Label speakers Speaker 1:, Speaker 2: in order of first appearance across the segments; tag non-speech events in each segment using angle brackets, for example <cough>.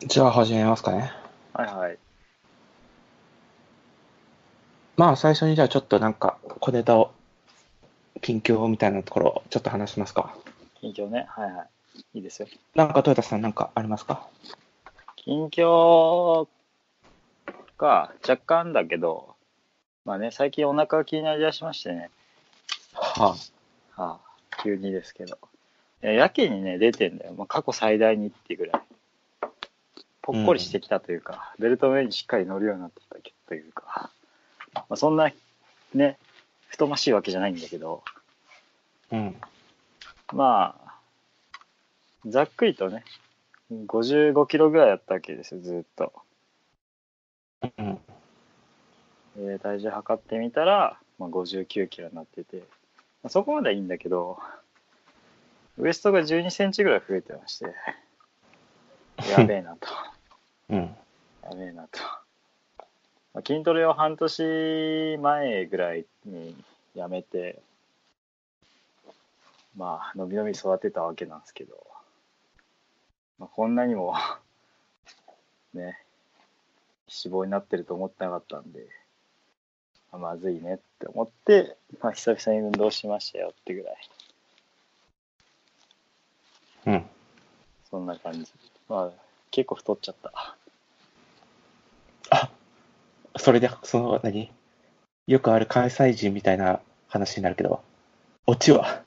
Speaker 1: じゃあ始めますかね。
Speaker 2: はいはい。
Speaker 1: まあ最初にじゃあちょっとなんか小ネタを、近況みたいなところをちょっと話しますか。
Speaker 2: 近況ね。はいはい。いいですよ。
Speaker 1: なんか豊田さんなんかありますか
Speaker 2: 近況が若干だけど、まあね、最近お腹が気になりだしましてね。
Speaker 1: は
Speaker 2: はあ、急にですけど。えやけにね、出てんだよ。まあ、過去最大にっていうぐらい。ぽっこりしてきたというか、ベルトの上にしっかり乗るようになってきたというか、まあ、そんな、ね、太ましいわけじゃないんだけど、
Speaker 1: あ。うん。
Speaker 2: まあ、ざっくりとね、55キロぐらいだったわけですよ、ずーっと。
Speaker 1: うん。
Speaker 2: で体重測ってみたら、まあ、59キロになってて、まあ、そこまではいいんだけどウエストが12センチぐらい増えてましてやべえなと
Speaker 1: うん。
Speaker 2: やべえなと、まあ、筋トレを半年前ぐらいにやめてまあ伸び伸び育てたわけなんですけど、まあ、こんなにも <laughs> ね脂肪になってると思ってなかったんであまずいねって思って、まあ、久々に運動しましたよってぐらい
Speaker 1: うん。
Speaker 2: そんな感じまあ結構太っちゃった
Speaker 1: あそれで、その、何よくある関西人みたいな話になるけど、オチは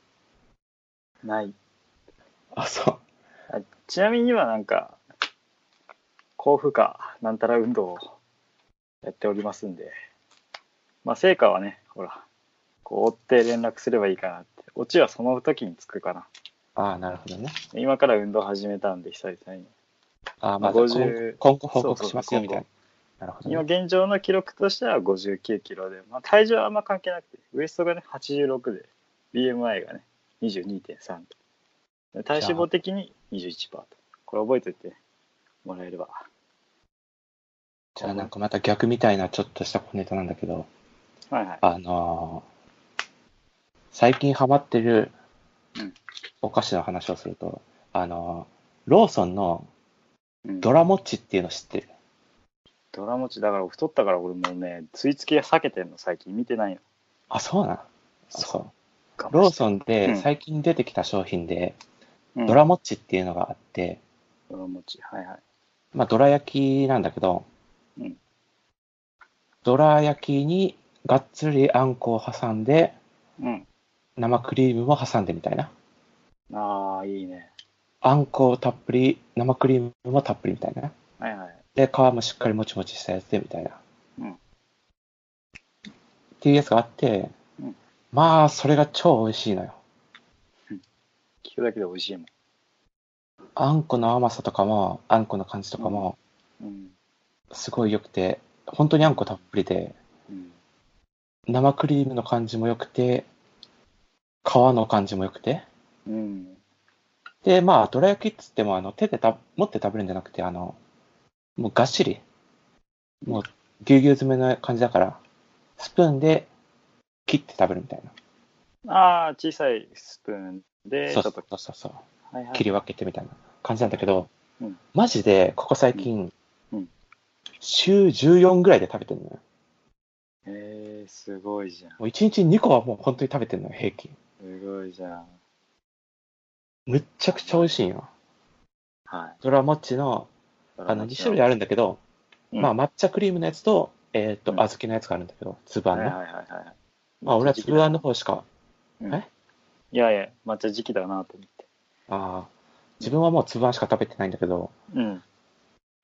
Speaker 2: ない
Speaker 1: あ、そう。
Speaker 2: あちなみに今なんか高負荷なんたら運動をやっておりますんでまあ成果はねほらこう追って連絡すればいいかなってオチはその時につくかな
Speaker 1: ああ、なるほどね。
Speaker 2: 今から運動始めたんで久々に
Speaker 1: ああ、まあ、今
Speaker 2: 50
Speaker 1: 後今後報告しますよ、みたいな。なるほど
Speaker 2: 今
Speaker 1: ね。
Speaker 2: 現状の記録としては59キロで、まあ、体重はあんま関係なくてウエストがね86で BMI がね22.3で体脂肪的に21%とこれ覚えておいてもらえれば
Speaker 1: じゃあなんかまた逆みたいなちょっとした小ネタなんだけど、
Speaker 2: はいはい
Speaker 1: あのー最近ハマってる
Speaker 2: うん
Speaker 1: お菓子の話をすると、あのーローソンの
Speaker 2: うん
Speaker 1: ドラモッチっていうの知ってる。
Speaker 2: ドラ持ちだから太ったから俺もね吸い付きが避けてんの最近見てないよ
Speaker 1: あ、そうなのそう。
Speaker 2: 我慢
Speaker 1: ロー
Speaker 2: して
Speaker 1: ソン
Speaker 2: う
Speaker 1: で
Speaker 2: ん
Speaker 1: 最近出てきた商品で、
Speaker 2: うん
Speaker 1: ドラモッチっていうのがあって、
Speaker 2: ドラ持ちはいはい
Speaker 1: まあ、ドラ焼きなんだけど、
Speaker 2: うん
Speaker 1: ドラ焼きにがっつりあんこを挟んで、
Speaker 2: うん
Speaker 1: 生クリームも挟んでみたいな。
Speaker 2: ああいいね
Speaker 1: あんこをたっぷり、生クリームもたっぷりみたいな。
Speaker 2: はいはい
Speaker 1: で、皮もしっかりもちもちしたやつでみたいな。
Speaker 2: うん
Speaker 1: っていうやつがあって、
Speaker 2: うん
Speaker 1: まあ、それが超美味しいのよ。
Speaker 2: 聞くだけで美味しいもん
Speaker 1: あんこの甘さとかも、あんこの感じとかも、
Speaker 2: うん
Speaker 1: すごい良くて、本当にあんこたっぷりで、
Speaker 2: うん
Speaker 1: 生クリームの感じも良くて、皮の感じも良くて。
Speaker 2: うん
Speaker 1: で、まあ、どら焼きっつっても、あの、手でた持って食べるんじゃなくて、あの、もうがっしり、もうぎゅうぎゅう詰めの感じだから、スプーンで切って食べるみたいな。
Speaker 2: ああ小さいスプーンで
Speaker 1: そ
Speaker 2: ちょ
Speaker 1: うそ
Speaker 2: っと
Speaker 1: うそうそう。
Speaker 2: はいはい
Speaker 1: 切り分けてみたいな感じなんだけど、
Speaker 2: うん
Speaker 1: マジでここ最近、
Speaker 2: うん
Speaker 1: 週14ぐらいで食べてるのよ。
Speaker 2: えー、すごいじゃん。
Speaker 1: もう1日2個はもう本当に食べてるのよ、平均。
Speaker 2: すごいじゃん。
Speaker 1: むっちゃくちゃ美味しいんよ。
Speaker 2: はい。
Speaker 1: ドラモッチのあの2種類あるんだけど、
Speaker 2: うん
Speaker 1: まあ抹茶クリームのやつと、えっ、と、
Speaker 2: うん
Speaker 1: 小豆のやつがあるんだけど、粒あん
Speaker 2: は
Speaker 1: ね。
Speaker 2: いはいはいはい。
Speaker 1: まあ俺は粒あんの方しか、
Speaker 2: うん
Speaker 1: え
Speaker 2: いやいや、抹茶時期だなと思って。
Speaker 1: ああ、自分はもう粒あんしか食べてないんだけど、
Speaker 2: うん。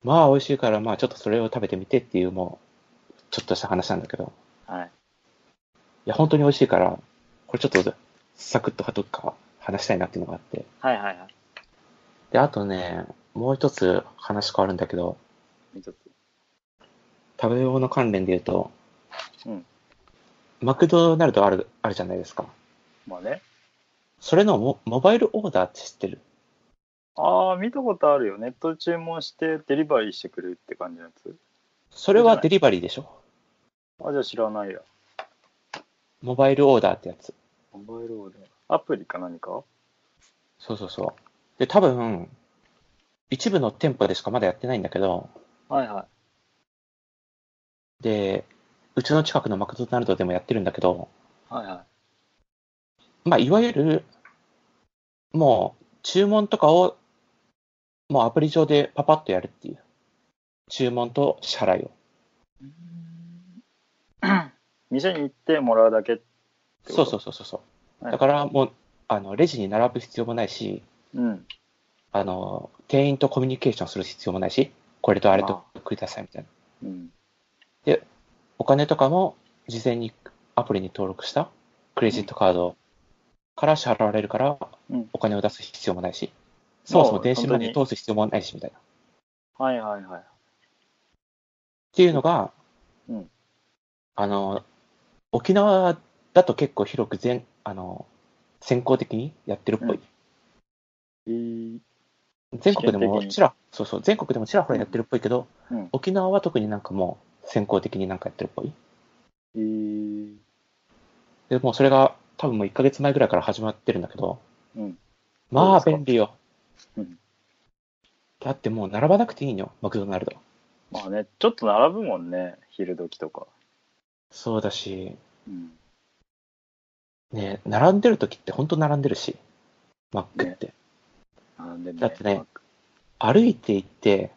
Speaker 1: まあ美味しいから、まあちょっとそれを食べてみてっていうもう、ちょっとした話なんだけど、
Speaker 2: はい。
Speaker 1: いや、本当に美味しいから、これちょっとサクッとどっか話したいなっていうのがあって。
Speaker 2: はいはいはい。
Speaker 1: で、あとね、もう一つ話変わるんだけど、
Speaker 2: もうちょっと。
Speaker 1: 食べ物関連で言うと、
Speaker 2: うん
Speaker 1: マクドナルドある、あるじゃないですか。
Speaker 2: まあね。そ
Speaker 1: それのモモバイルオーダーって知ってる
Speaker 2: ああ、見たことあるよ。ネットで注文してデリバリーしてくれるって感じのやつ。
Speaker 1: それはデリバリーでしょ
Speaker 2: あ、じゃあ知らないや。
Speaker 1: モバイルオーダーってやつ。
Speaker 2: モバイルオーダー。アプリか何か
Speaker 1: そうそうそう。で、多分、一部の店舗でしかまだやってないんだけど、
Speaker 2: はいは
Speaker 1: で、うちの近くのマクドナルドでもやってるんだけど、
Speaker 2: い。はいは
Speaker 1: まあ、いわゆる、もう、注文とかを、もうアプリ上でパパッとやるっていう。注文と支払いを。
Speaker 2: い。店に行ってもらうだけってこと
Speaker 1: そうそうそうそうそう。
Speaker 2: はい
Speaker 1: だから、もう、あの、レジに並ぶ必要もないし、
Speaker 2: うん。
Speaker 1: あの、店員とコミュニケーションする必要もないし、これとあれとくださいみたいな。
Speaker 2: うん。
Speaker 1: お金とかも、事前にアプリに登録したクレジットカードから支払われるから
Speaker 2: うん、
Speaker 1: お金を出す必要もないし、そもそも電子マネ
Speaker 2: そんな
Speaker 1: ー通す必要もないし、みたいな。
Speaker 2: はいはいはい。
Speaker 1: っていうのが、
Speaker 2: うん
Speaker 1: あの沖縄だと結構広く全あの先行的にやってるっぽい、
Speaker 2: えー
Speaker 1: 全国で
Speaker 2: 試験
Speaker 1: も
Speaker 2: 的に
Speaker 1: ちらそうそう全国でもちらほらやってるっぽいけど、
Speaker 2: うん
Speaker 1: 沖縄は特になんかもう先行的になんかやってるっぽい
Speaker 2: えー
Speaker 1: でもうそれが多分もう1ヶ月前ぐらいから始まってるんだけど
Speaker 2: うん。
Speaker 1: まあ
Speaker 2: そうですか
Speaker 1: 便利よ、
Speaker 2: うん
Speaker 1: だってもう並ばなくていいのよマクドナルド
Speaker 2: まあね、ちょっと並ぶもんね、昼時とか。
Speaker 1: そうだし
Speaker 2: うん。
Speaker 1: ね並んでる時って本当並んでるしマックって、
Speaker 2: 並んでね。
Speaker 1: だってね歩いて行って、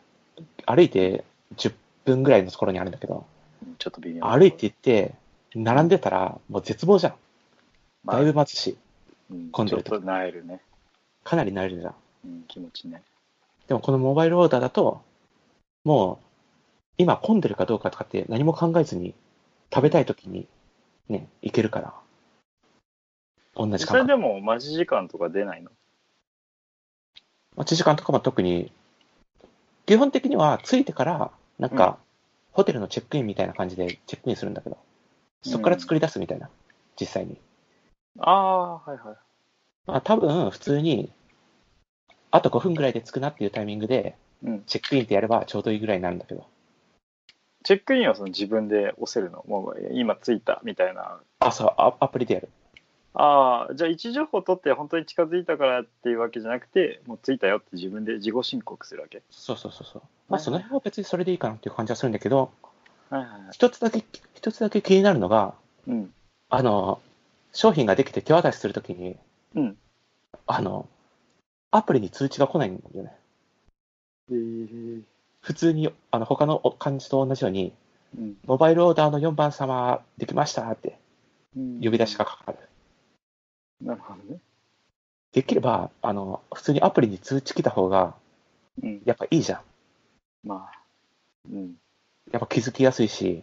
Speaker 1: 歩いて10分ぐらいのところにあるんだけど、
Speaker 2: うんちょっと微妙。
Speaker 1: 歩いて行って、並んでたら、もう絶望じゃん。
Speaker 2: まあ、
Speaker 1: だいぶ待つし、
Speaker 2: うん
Speaker 1: 混んでる
Speaker 2: ちょっとなえるね。
Speaker 1: かなり慣れるじゃん。
Speaker 2: うん、気持ちね。
Speaker 1: でもこのモバイルオーダーだと、もう、今混んでるかどうかとかって何も考えずに、食べたい時に、ね、行けるから。同じ
Speaker 2: そ
Speaker 1: 感覚。
Speaker 2: れでも待ち時間とか出ないの
Speaker 1: 待ち時間とかも特に、基本的には着いてから、なんか、ホテルのチェックインみたいな感じでチェックインするんだけど、そこから作り出すみたいな、実際に。
Speaker 2: ああ、はいはい。
Speaker 1: まあ、多分普通に、あと5分ぐらいで着くなっていうタイミングで、
Speaker 2: うん
Speaker 1: チェックインってやればちょうどいいぐらいになるんだけど。
Speaker 2: チェックインはその自分で押せるの。もう今着いたみたいな。
Speaker 1: あ、そう、アアプリでやる。
Speaker 2: ああ、じゃあ位置情報取って本当に近づいたからっていうわけじゃなくて、もう着いたよって自分で自己申告するわけ。
Speaker 1: そうそうそうそう。まあ、その辺は別にそれでいいかなっていう感じはするんだけど、
Speaker 2: はいはいはい。
Speaker 1: 一つだけ、一つだけ気になるのが、
Speaker 2: うん。
Speaker 1: あの、商品ができて手渡しするときに、
Speaker 2: うん。
Speaker 1: あの、アプリに通知が来ないんだよね。
Speaker 2: えー、
Speaker 1: 普通に、あの、他のお感じと同じように、
Speaker 2: うん。
Speaker 1: モバイルオーダーの4番様できましたって
Speaker 2: うん
Speaker 1: 呼び出しが。かかる。
Speaker 2: なるほどね。
Speaker 1: できれば、あの、普通にアプリに通知来た方が、
Speaker 2: うん。
Speaker 1: やっぱいいじゃん。
Speaker 2: まあ。うん。
Speaker 1: やっぱ気づきやすいし、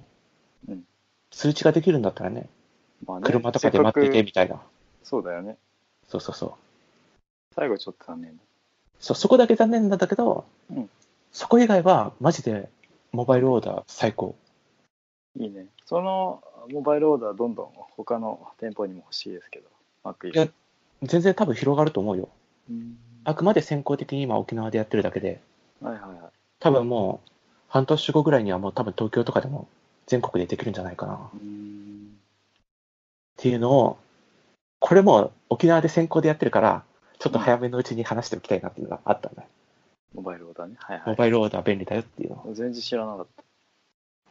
Speaker 2: うん
Speaker 1: 通知ができるんだったらね、
Speaker 2: まあね、
Speaker 1: 車とかで待って
Speaker 2: せ
Speaker 1: て
Speaker 2: っか
Speaker 1: みたいな。
Speaker 2: くそうだよね。
Speaker 1: そうそうそう。
Speaker 2: 最後ちょっと残念だ。
Speaker 1: そ、そこだけ残念なんだけど、
Speaker 2: うん
Speaker 1: そこ以外はマジでモバイルオーダー最高。
Speaker 2: いいね。そのモバイルオーダーどんどん他の店舗にも欲しいですけど。マック以外
Speaker 1: いや全然多分広がると思うよ。
Speaker 2: うん
Speaker 1: あくまで先行的に今沖縄でやってるだけで、
Speaker 2: はいはいはい。
Speaker 1: 多分もう半年後ぐらいにはもう多分東京とかでも全国でできるんじゃないかな。っ
Speaker 2: うん
Speaker 1: ていうのを、これも沖縄で先行でやってるから、ちょっと早めのうちに話しておきたいなっていうのがあったんだよ。
Speaker 2: モバイルオーダーね。はいは
Speaker 1: モ
Speaker 2: い。
Speaker 1: バイルオーダー便利だよっていうのを。
Speaker 2: 全然知らなかっ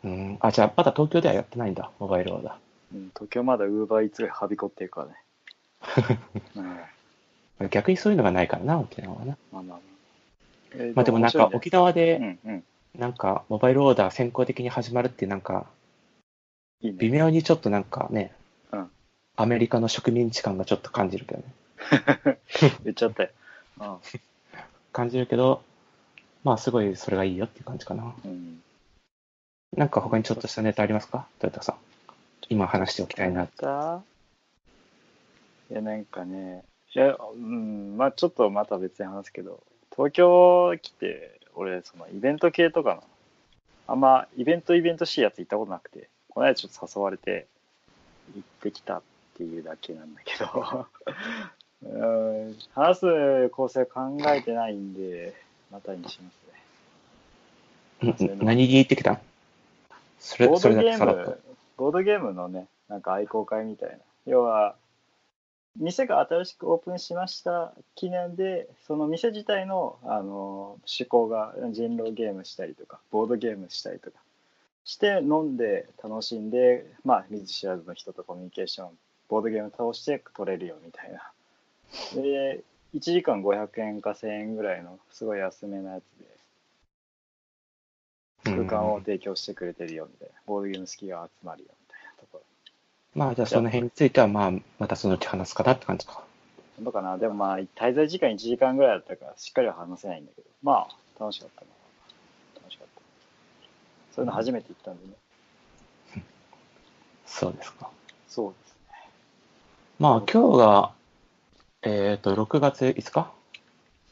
Speaker 2: た。
Speaker 1: うん。あ、じゃあ、まだ東京ではやってないんだ、モバイルオーダ
Speaker 2: うん、東京まだウーバーイーツがはびこってるからね。
Speaker 1: <laughs>
Speaker 2: うん、ま
Speaker 1: ー。逆にそういうのがないからな、沖縄はな。
Speaker 2: あまあまあ。えー
Speaker 1: まあでもなんか、
Speaker 2: 面白いね
Speaker 1: 沖縄
Speaker 2: う
Speaker 1: で、
Speaker 2: んうん。
Speaker 1: なんか、モバイルオーダー先行的に始まるっていう、なんか、
Speaker 2: いいね。
Speaker 1: 微妙にちょっとなんかね、
Speaker 2: うん
Speaker 1: アメリカの植民地感がちょっと感じるけどね。
Speaker 2: 言っちゃったよ。あ
Speaker 1: 感じるけど、まあ、すごいそれがいいよっていう感じかな。
Speaker 2: うん。
Speaker 1: なんか他にちょっとしたネタありますか豊田さん。今話しておきたいな。
Speaker 2: たいや、なんかね、いや、うん、まあちょっとまた別に話すけど、東京来て、俺、そのイベント系とかの、あんまイベントイベントしいやつ行ったことなくて、この間ちょっと誘われて、行ってきたっていうだけなんだけど、 <laughs> うん、話す構成考えてないんで、またにしますね。
Speaker 1: うん
Speaker 2: そういうの
Speaker 1: 何に行ってきたんそれ
Speaker 2: ボ、
Speaker 1: そ
Speaker 2: ー
Speaker 1: れ
Speaker 2: ド
Speaker 1: だ
Speaker 2: ゲ
Speaker 1: けさら
Speaker 2: ー
Speaker 1: っと。
Speaker 2: ム、ボードゲームのね、なんか愛好会みたいな。要は、店が新しくオープンしました記念でその店自体のあの趣向が人狼ゲームしたりとかボードゲームしたりとかして飲んで楽しんで、まあ、見ず知らずの人とコミュニケーションボードゲーム倒して取れるよみたいなで1時間500円か1000円ぐらいのすごい安めなやつで空間を提供してくれてるよみたいな、ボードゲーム好きが集まるよみたいなとこ
Speaker 1: まあ、じゃあその辺については、まあ、またそのうち話すかなって感じか。
Speaker 2: ろどうかなでもまあ滞在時間1時間ぐらいだったからしっかりは話せないんだけどまあ楽しかったな楽しかったそういうの初めて行ったんでね
Speaker 1: そうですか。
Speaker 2: そうですね
Speaker 1: まあ、今日が、えっ、と、6月5日っ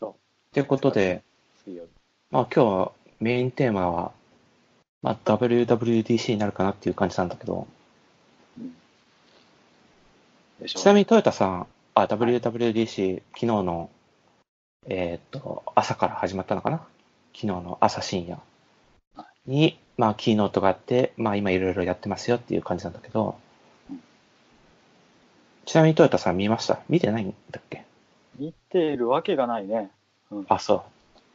Speaker 2: そう
Speaker 1: てことで、
Speaker 2: 水曜日
Speaker 1: まあ、今日はメインテーマは、まあ、WWDC になるかなっていう感じなんだけど、
Speaker 2: でしょ
Speaker 1: ちなみにトヨタさん、あ、WWDC、昨日の、えっ、と、朝から始まったのかな昨日の朝深夜に、まあ、キーノートがあって、まあ、今いろいろやってますよっていう感じなんだけど
Speaker 2: うん、
Speaker 1: ちなみにトヨタさん見ました見てないんだっけ
Speaker 2: 見てるわけがないね、
Speaker 1: あ、そ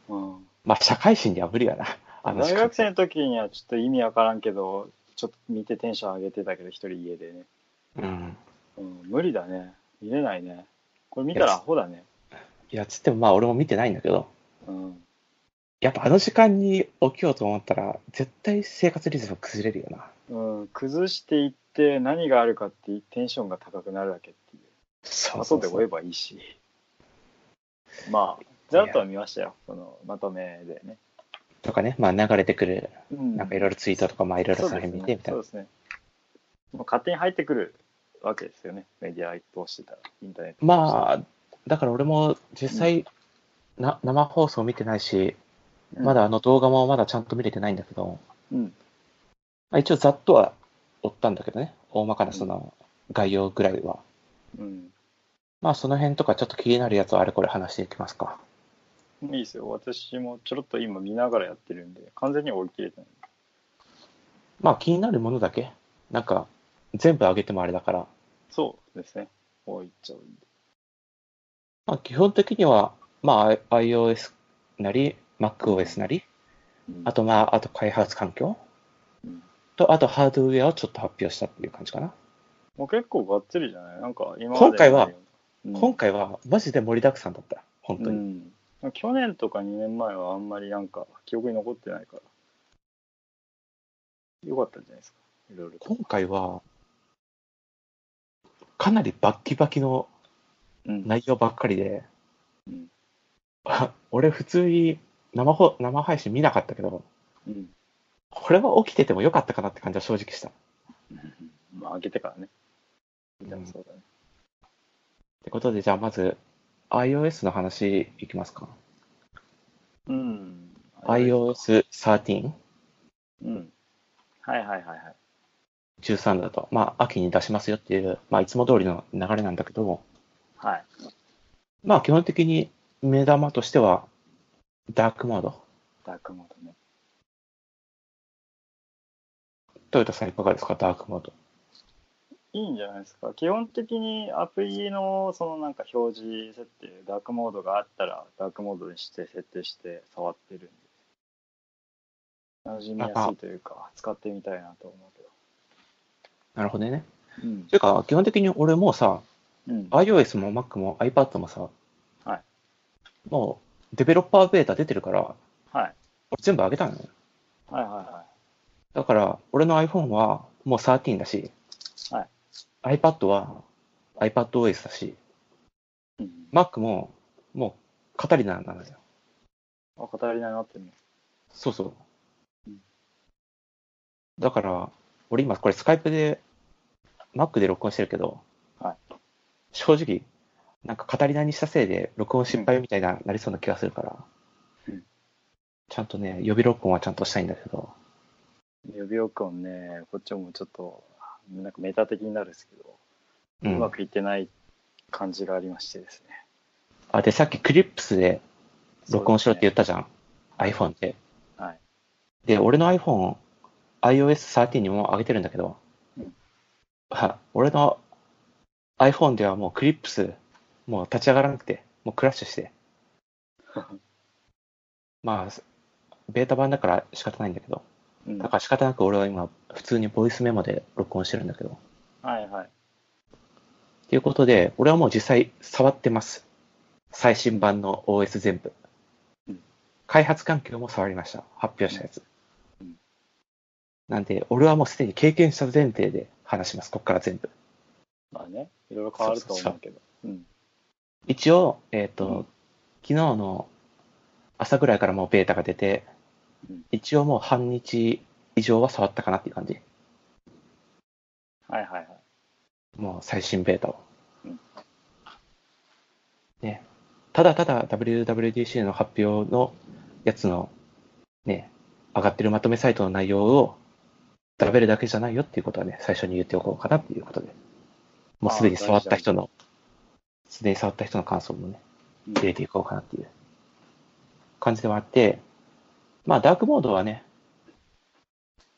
Speaker 1: う。
Speaker 2: うん、
Speaker 1: まあ、社会人では無理やな。あの、
Speaker 2: 大学生の時にはちょっと意味わからんけどちょっと見てテンション上げてたけど一人家でね、
Speaker 1: うん。
Speaker 2: うん、無理だね見れないねこれ見たらアホだね
Speaker 1: いや、つってもまあ、俺も見てないんだけど、
Speaker 2: うん
Speaker 1: やっぱあの時間に起きようと思ったら、絶対生活リズム崩れるよな。
Speaker 2: うん、崩していって何があるかってテンションが高くなるだけっていう
Speaker 1: そ
Speaker 2: 後で追えばいいしまあざらっとは見ましたよそのまとめでね、
Speaker 1: とかね、まあ、流れてくる、
Speaker 2: うん
Speaker 1: なんかいろいろツイートとか、まあ、いろいろその辺見てみたい
Speaker 2: そう
Speaker 1: な。
Speaker 2: ですねそうですねもう勝手に入ってくるわけですよねメディア通してたらインターネットあ、
Speaker 1: まあ、だから俺も実際、な生放送見てないし、
Speaker 2: うん
Speaker 1: まだあの動画もまだちゃんと見れてないんだけど、
Speaker 2: うん
Speaker 1: まあ、一応ざっとは追ったんだけどね、大まかなその概要ぐらいは。
Speaker 2: うん
Speaker 1: まあ、その辺とかちょっと気になるやつはあれこれ話していきますか。
Speaker 2: いいですよ私もちょろっと今見ながらやってるんで完全には追い切れてない
Speaker 1: まあ、気になるものだけ。なんか、全部上げてもあれだから、
Speaker 2: そうですね追いちゃうんで
Speaker 1: まあ、基本的には、まあ、I- iOS なり、MacOS なり、
Speaker 2: うん
Speaker 1: あと、まあ、あと開発環境
Speaker 2: うん
Speaker 1: と、あとハードウェアをちょっと発表したっていう感じかな。
Speaker 2: もう結構がっつりじゃないなんか今まで
Speaker 1: 今回は、
Speaker 2: うん
Speaker 1: 今回は、マジで盛りだくさんだった。本当
Speaker 2: う
Speaker 1: に。
Speaker 2: ん、去年とか2年前はあんまりなんか記憶に残ってないからよかったんじゃないですかいろいろと
Speaker 1: 今回は、かなりバッキバキの
Speaker 2: うん
Speaker 1: 内容ばっかりで、
Speaker 2: うん
Speaker 1: あ <laughs> 俺普通に生ほ生配信見なかったけど、
Speaker 2: うん
Speaker 1: これは起きててもよかったかなって感じは正直した。
Speaker 2: まあ開けてからねみたいなそうだね、
Speaker 1: ってことで、じゃあまず iOS の話いきますか。
Speaker 2: うん、
Speaker 1: iOS13、
Speaker 2: うん、はいはいはいはい
Speaker 1: 13だと、まあ秋に出しますよっていう、まあいつも通りの流れなんだけど、
Speaker 2: はい
Speaker 1: まあ基本的に目玉としては、ダークモード。
Speaker 2: ダークモードね
Speaker 1: トヨタさんいかがですか、ダークモード。
Speaker 2: いいんじゃないですか基本的にアプリのそのなんか表示設定ダークモードがあったらダークモードにして設定して触ってるんで馴染みやすいというか使ってみたいなと思うけど
Speaker 1: なるほどね。
Speaker 2: うん
Speaker 1: ていうか、基本的に俺もうさ、
Speaker 2: うん、
Speaker 1: iOS も Mac も iPad もさ、
Speaker 2: はい
Speaker 1: もうデベロッパーベータ出てるから、
Speaker 2: はい
Speaker 1: 俺全部上げたのよ。
Speaker 2: はいはいは
Speaker 1: だから、俺の iPhone はもう13だし、
Speaker 2: は
Speaker 1: iPad は iPadOS だし、
Speaker 2: い。うん、
Speaker 1: Mac ももうカタリナなんだよ。
Speaker 2: あ、語りないなってね。
Speaker 1: そうそう
Speaker 2: うん。
Speaker 1: だから、俺今これスカイプで Mac で録音してるけど、
Speaker 2: は
Speaker 1: 正直、なんか語りなにしたせいで録音失敗みたいな、なりそうな気がするから、
Speaker 2: うん
Speaker 1: ちゃんとね、予備録音はちゃんとしたいんだけど、
Speaker 2: 予備録音ね、こっちもちょっと、なんかメタ的になるんですけど、
Speaker 1: う
Speaker 2: うんまくいってない感じがありましてですね。
Speaker 1: あ、で、さっきクリップスで録音しろって言
Speaker 2: う。
Speaker 1: ったじゃん。iPhone で。
Speaker 2: はい。
Speaker 1: で、俺の iPhone、iOS13 にも上げてるんだけど、
Speaker 2: うん
Speaker 1: あ俺の iPhone ではもうクリップス、もう立ち上がらなくて、もうクラッシュ
Speaker 2: <laughs>
Speaker 1: して。まあ、ベータ版だから仕方ないんだけど、
Speaker 2: うん、
Speaker 1: だ
Speaker 2: は
Speaker 1: から仕方なく俺は今、普通にボイスメモで録音してるんだけど。
Speaker 2: いはい。
Speaker 1: ということで、俺はもう実際触ってます。最新版の OS 全部
Speaker 2: うん。
Speaker 1: 開発環境も触りました。発表したやつ
Speaker 2: うん。
Speaker 1: なんで、俺はもうすでに経験した前提で話します。こっから全部。
Speaker 2: まあね、いろいろ変わると思うけど。うん。
Speaker 1: 一応、えっ、と、
Speaker 2: うん
Speaker 1: 昨日の朝ぐらいからもうベータが出て
Speaker 2: うん、
Speaker 1: 一応もう半日以上は触ったかなっていう感じ。
Speaker 2: はいはいはい。
Speaker 1: もう最新ベータを
Speaker 2: うん。
Speaker 1: ね、ただただ WWDC の発表のやつの、ね、上がってるまとめサイトの内容を食べるだけじゃないよっていうことはね、最初に言っておこうかなっていうことで。もうすでに触った人の、すでに触った人の感想もね、
Speaker 2: うん
Speaker 1: 入れていこうかなっていう感じではあって、まあダークモードはね、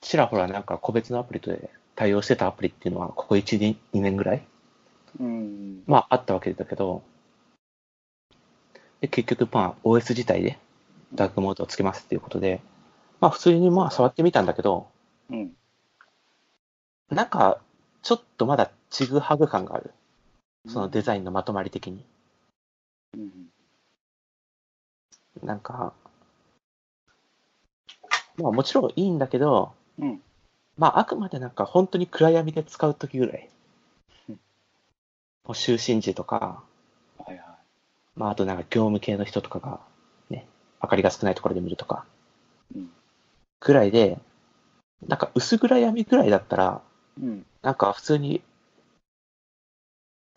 Speaker 1: ちらほらなんか個別のアプリとで対応してたアプリっていうのは、ここ1、2 2年ぐらい、
Speaker 2: うん。
Speaker 1: まああったわけだけど、で結局まあ OS 自体でダークモードをつけますっていうことで、まあ普通にまあ触ってみたんだけど、
Speaker 2: うん。
Speaker 1: なんかちょっとまだちぐはぐ感がある。そのデザインのまとまり的に。
Speaker 2: うん。
Speaker 1: なんか、まあもちろんいいんだけど、
Speaker 2: うん。
Speaker 1: まあ、あくまでなんか本当に暗闇で使うときぐらい
Speaker 2: うん。
Speaker 1: もう就寝時とか、
Speaker 2: はいはい。
Speaker 1: まあ、あとなんか業務系の人とかが、ね、明かりが少ないところで見るとか、
Speaker 2: うん。
Speaker 1: ぐらいで、なんか薄暗闇ぐらいだったら、
Speaker 2: うん。
Speaker 1: なんか普通に、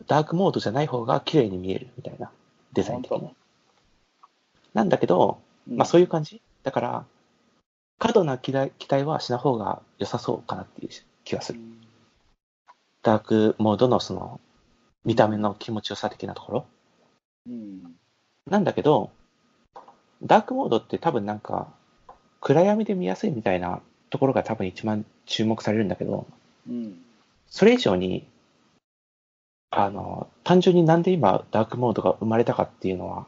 Speaker 1: ダークモードじゃない方が綺麗に見えるみたいな、デザイン的に
Speaker 2: 本。
Speaker 1: なんだけど、まあ
Speaker 2: う
Speaker 1: そういう感じだから、過度な期待期待はしない方が良さそうかなっていう気がする。
Speaker 2: ん
Speaker 1: ダークモードのその見た目の気持ちよさ的なところ
Speaker 2: うん。
Speaker 1: なんだけど、ダークモードって多分なんか暗闇で見やすいみたいなところが多分一番注目されるんだけど、
Speaker 2: うん。
Speaker 1: それ以上に、あの、単純になんで今ダークモードが生まれたかっていうのは、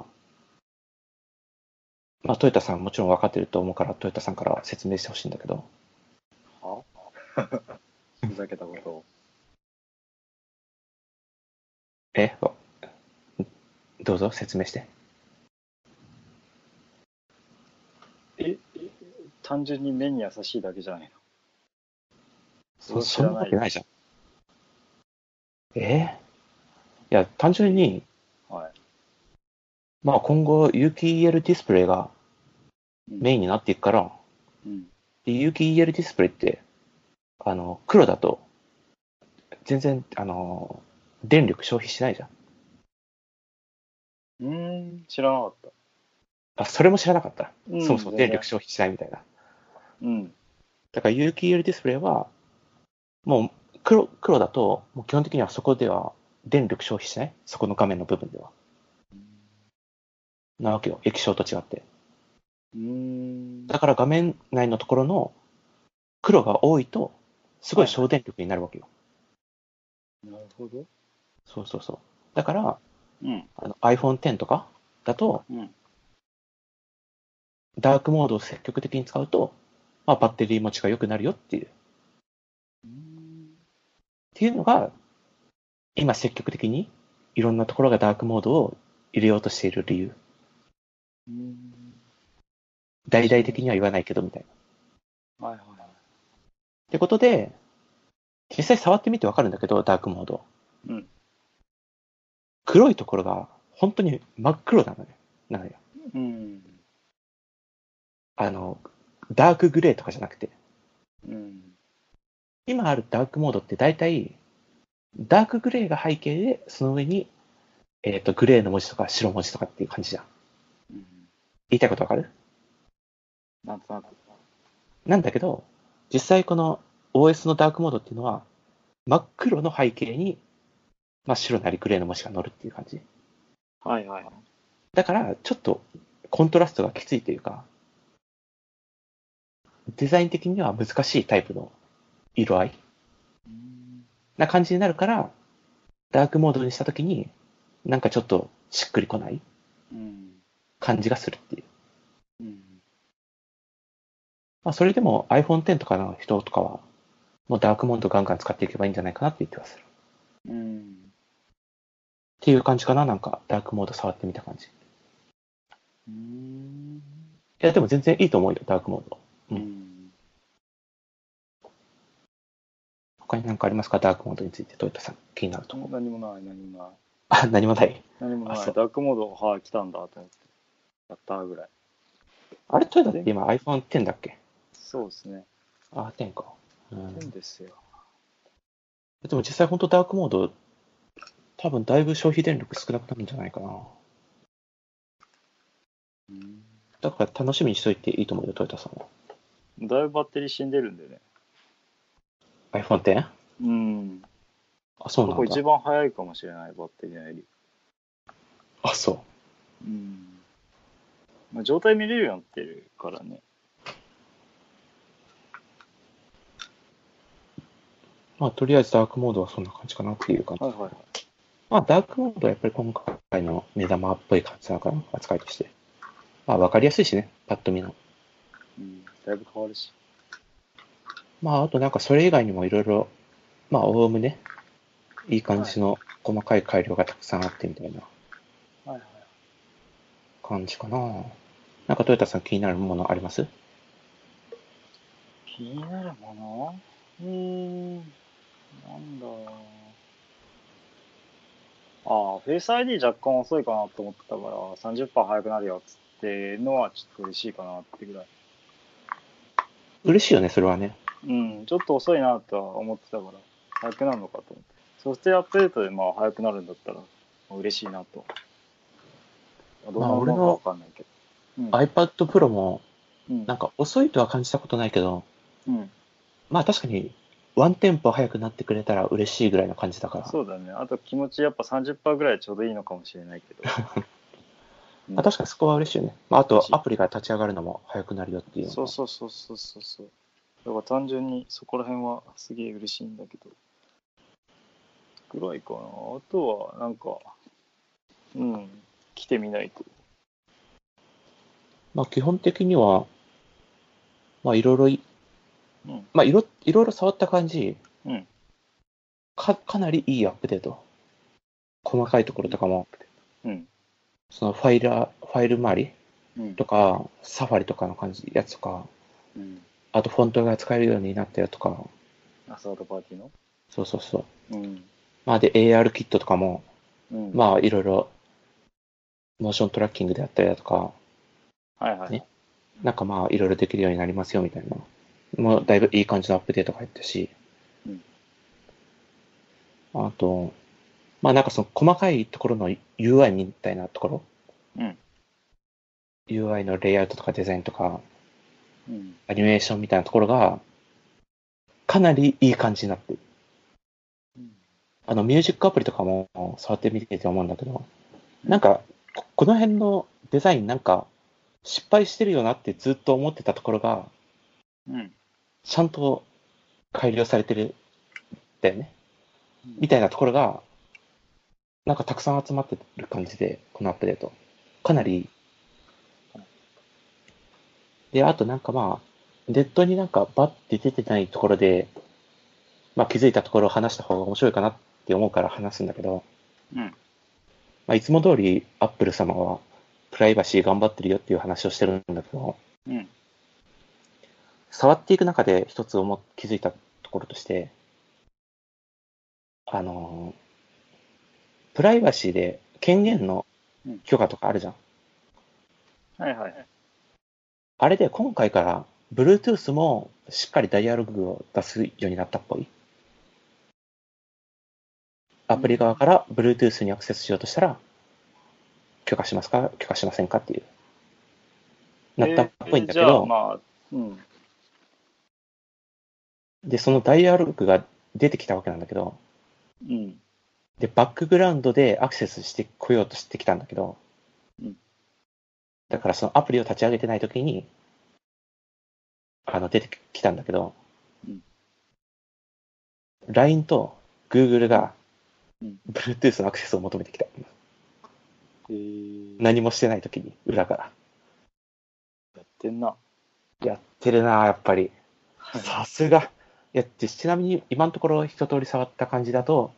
Speaker 1: まあトヨタさんもちろん分かってると思うからトヨタさんから説明してほしいんだけど、
Speaker 2: はふざけたことを。
Speaker 1: えわどうぞ説明して。
Speaker 2: え、え単純に目に優しいだけじゃない
Speaker 1: そ
Speaker 2: そ
Speaker 1: そ
Speaker 2: そ
Speaker 1: ん
Speaker 2: ん
Speaker 1: な
Speaker 2: な
Speaker 1: わ
Speaker 2: わ
Speaker 1: け
Speaker 2: け
Speaker 1: な
Speaker 2: ない
Speaker 1: じゃん。えーいや、単純に、
Speaker 2: のはい。
Speaker 1: まあ今後、有機 EL ディスプレイが
Speaker 2: うん
Speaker 1: メインになっていくから、
Speaker 2: うん。
Speaker 1: で有機 EL ディスプレイって、あの、黒だと、全然、あの、電力消費しないじゃん。
Speaker 2: うーん、知らなかった。
Speaker 1: あ、それも知らなかった。
Speaker 2: うん
Speaker 1: そもそも
Speaker 2: 全然
Speaker 1: 電力消費しないみたいな。
Speaker 2: うん。
Speaker 1: だから有機 EL ディスプレイは、もう黒、黒だと、もう基本的にはそこでは電力消費しないそこの画面の部分では。なわけよ。液晶と違って。
Speaker 2: うーん。
Speaker 1: だから画面内のところの黒が多いと、すごい省電力になるわけよ。
Speaker 2: なるほど。
Speaker 1: そうそうそう。だから、
Speaker 2: うん。
Speaker 1: あの iPhone X とかだと、
Speaker 2: うん。
Speaker 1: ダークモードを積極的に使うと、まあ、バッテリー持ちが良くなるよっていう、っ
Speaker 2: うん
Speaker 1: ていうのが、今積極的にいろんなところがダークモードを入れようとしている理由。
Speaker 2: うん。
Speaker 1: 大々的には言わないけどみたいな。っ
Speaker 2: はいはいは
Speaker 1: てことで、実際触ってみてわかるんだけど、ダークモード。
Speaker 2: うん
Speaker 1: 黒いところが本当に真っ黒なのね。なのよ。
Speaker 2: い。うん。
Speaker 1: あの、ダークグレーとかじゃなくて、
Speaker 2: うん。
Speaker 1: 今あるダークモードって大体、ダークグレーが背景で、その上に、えっ、と、グレーの文字とか白文字とかっていう感じじゃん。
Speaker 2: うん。
Speaker 1: 言いたいことわかる
Speaker 2: なんとなく。
Speaker 1: なんだけど、実際この OS のダークモードっていうのは、真っ黒の背景に、まあ、白なりグレーの文字が乗るっていう感じ。
Speaker 2: はいはいはい。
Speaker 1: だから、ちょっとコントラストがきついというか、デザイン的には難しいタイプの色合い
Speaker 2: うん
Speaker 1: な感じになるから、ダークモードにしたときに、なんかちょっとしっくりこない
Speaker 2: うん。
Speaker 1: 感じがするっていう。
Speaker 2: うん。
Speaker 1: まあ、それでも iPhone X とかの人とかは、もうダークモードガンガン使っていけばいいんじゃないかなっていう気がする。っ
Speaker 2: うん。
Speaker 1: ていう感じかな、なんか、ダークモード触ってみた感じ。い
Speaker 2: うん。
Speaker 1: や、でも全然いいと思うよ、ダークモード。
Speaker 2: うん。
Speaker 1: 他に何かありますか、ダークモードについて、トヨタさん、気になると思う。
Speaker 2: 何もない、何もない。
Speaker 1: あ、何もない。
Speaker 2: 何もない。
Speaker 1: あそ
Speaker 2: ダ
Speaker 1: う
Speaker 2: ークモード、はあ、来たんだと思って。やったーぐらい。
Speaker 1: あれ、トヨタって今 iPhone X だっけ
Speaker 2: そうですね。
Speaker 1: あ、10か。うん。
Speaker 2: 変ですよ。
Speaker 1: でも実際本当ダークモード、多分だいぶ消費電力少なくなるんじゃないかな。
Speaker 2: うん。
Speaker 1: だから楽しみにしといていいと思うよ、トヨタさんは。
Speaker 2: だいぶバッテリー死んでるんでね。
Speaker 1: iPhone X?
Speaker 2: うん。
Speaker 1: あ、そう
Speaker 2: こ
Speaker 1: な
Speaker 2: こ
Speaker 1: んだ
Speaker 2: 一。番早いかもしれない、バッテリーのより。
Speaker 1: あ、そう。
Speaker 2: うん。まあ、状態見れるようになってるからね。
Speaker 1: まあ、とりあえずダークモードはそんな感じかなっていう感じ。
Speaker 2: はいはいはい。
Speaker 1: まあ、ダークモードはやっぱり今回の目玉っぽい感じなのかな、扱いとして。まあ、わかりやすいしね、パッと見の。
Speaker 2: うん。だいぶ変わるし。
Speaker 1: まあ、あとなんかそれ以外にもいろいろ、まあ、おおむね、いい感じの細かい改良がたくさんあってみたいな
Speaker 2: はいはい。
Speaker 1: 感じかな。なんかトヨタさん気になるものあります
Speaker 2: 気になるものうーん。なんだろうなああ、フェイス ID 若干遅いかなと思ってたから、30%早くなるよっつってのはちょっと嬉しいかなってぐらい。
Speaker 1: 嬉しいよね、それはね。
Speaker 2: うん、ちょっと遅いなとは思ってたから、早くなるのかと思って。ソフトウェアアップデートでまあ早くなるんだったら、嬉しいなと。どんなものかわかんないけど。うん、
Speaker 1: iPad Pro も、
Speaker 2: うん
Speaker 1: なんか遅いとは感じたことないけど、
Speaker 2: うん、
Speaker 1: まあ確かに、ワンテンポ早くなってくれたら嬉しいぐらいの感じだから。
Speaker 2: そうだね。あと気持ちやっぱ30%ぐらいちょうどいいのかもしれないけど。
Speaker 1: まあ、確かにそこは嬉しいよね。まあ、あと
Speaker 2: 嬉しい
Speaker 1: アプリが立ち上がるのも早くなるよっていうのは
Speaker 2: そうそうそうそうそうそう。だから単純にそこら辺はすげえ嬉しいんだけど。ぐらいかな。あとはなんか、うん、来てみないと。
Speaker 1: まあ、基本的には、まあ、いろいろい、
Speaker 2: うん
Speaker 1: まあ、いろ、いろいろ触った感じ、
Speaker 2: うん
Speaker 1: か、かなりいいアップデート。細かいところとかも、
Speaker 2: うん。
Speaker 1: そのファイラ、ファイル周り
Speaker 2: うん
Speaker 1: とか、サファリとかの感じ、やつとか、
Speaker 2: うん。
Speaker 1: あとフォントが使えるようになったよとか、
Speaker 2: アサードパーティーの
Speaker 1: そうそうそう。
Speaker 2: うん。
Speaker 1: まあ、で、AR キットとかも、
Speaker 2: うん。
Speaker 1: まあ、いろいろ、モーショントラッキングであったりだとか、
Speaker 2: はいはい。
Speaker 1: ねなんかまあ、いろいろできるようになりますよみたいな。もうだいぶいい感じのアップデートが入ったし。
Speaker 2: うん
Speaker 1: あと、まあなんかその細かいところの UI みたいなところ。
Speaker 2: うん。
Speaker 1: UI のレイアウトとかデザインとか、
Speaker 2: うん。
Speaker 1: アニメーションみたいなところが、かなりいい感じになってる。
Speaker 2: うん
Speaker 1: あの、ミュージックアプリとかも触ってみてて思うんだけど、なんか、ここの辺のデザインなんか、失敗してるよなってずっと思ってたところが、
Speaker 2: うん。
Speaker 1: ちゃんと改良されてるんだよね。み
Speaker 2: い
Speaker 1: たいなところが、なんかたくさん集まってる感じで、このアップデート。かなりいい。で、あとなんかまあ、ネットになんかバッて出てないところで、まあ気づいたところを話した方が面白いかなって思うから話すんだけど、
Speaker 2: うん。
Speaker 1: まあいつも通りアップル様はプライバシー頑張ってるよっていう話をしてるんだけど、
Speaker 2: うん。
Speaker 1: 触っていく中で一つ思っ気づいたところとして、あのープライバシーで権限の許可とかあるじゃん。
Speaker 2: はいはいはい。
Speaker 1: あれで今回から、Bluetooth もしっかりダイアログを出すようになったっぽい。アプリ側から Bluetooth にアクセスしようとしたら、許可しますか許可しませんかっていう。なったっぽいんだけど。
Speaker 2: えーじゃあまあ、うん。
Speaker 1: で、そのダイアログが出てきたわけなんだけど、
Speaker 2: うん。
Speaker 1: で、バックグラウンドでアクセスしてこようとしてきたんだけど、
Speaker 2: うん
Speaker 1: だからそのアプリを立ち上げてないときに、あの、出てきたんだけど、
Speaker 2: うん
Speaker 1: LINE と Google が
Speaker 2: うん、
Speaker 1: Bluetooth のアクセスを求めてきた。
Speaker 2: えー、や
Speaker 1: 何もしてない時に、裏から。
Speaker 2: ってんな。
Speaker 1: やってるなぁやっぱり。さすが。いや、でちなみに今のところ一通り触った感じだと、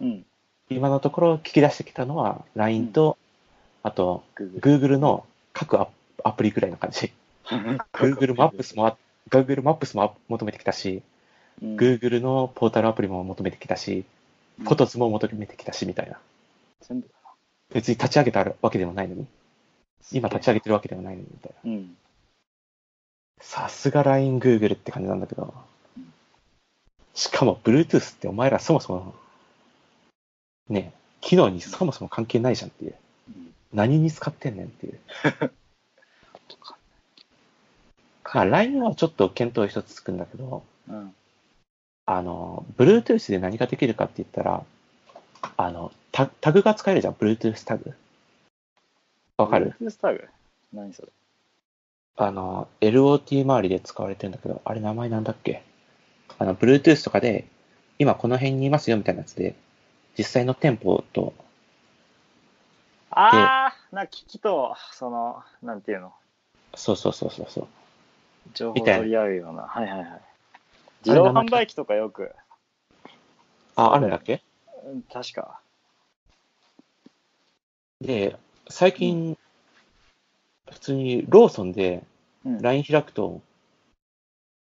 Speaker 2: うん。
Speaker 1: 今のところ聞き出してきたのは LINE と、あと
Speaker 2: <laughs> Google。
Speaker 1: Google の各アアプリくらいの感じ。Google マップスもあ、Google マップスもあ求めてきたし、
Speaker 2: うん、
Speaker 1: Google のポータルアプリも求めてきたし、
Speaker 2: うん
Speaker 1: フォトスも求めてきたし、みたいな。
Speaker 2: 全部だな。
Speaker 1: 別に立ち上げたわけでもないのに、今立ち上げてるわけでもないのに、みたいな。
Speaker 2: うん。
Speaker 1: さすが LINE、Google って感じなんだけど
Speaker 2: うん。
Speaker 1: しかも Bluetooth ってお前らそもそも、ねえ、機能にそもそも関係ないじゃんっていう。
Speaker 2: うん。
Speaker 1: 何に使ってんねんっていう。
Speaker 2: とか。
Speaker 1: まあ LINE はちょっと検討一つつくんだけど、
Speaker 2: うん。
Speaker 1: あの、Bluetooth で何ができるかって言ったら、あの、タタグが使えるじゃん、Bluetooth タグ。わかる
Speaker 2: ?Bluetooth タグ何それ
Speaker 1: あの、LOT 周りで使われてるんだけど、あれ名前なんだっけあの、Bluetooth とかで、今この辺にいますよみたいなやつで、実際の店舗と、
Speaker 2: ああ、なんか機器と、その、なんていうの、
Speaker 1: そうそうそうそうそう。
Speaker 2: 情報
Speaker 1: みたいな
Speaker 2: 取り合うような。はいはいはい。自動販売機とかよく、
Speaker 1: あ、あるんだっけ
Speaker 2: うん確か。
Speaker 1: で、最近、普通にローソンで
Speaker 2: うん。
Speaker 1: LINE 開くと、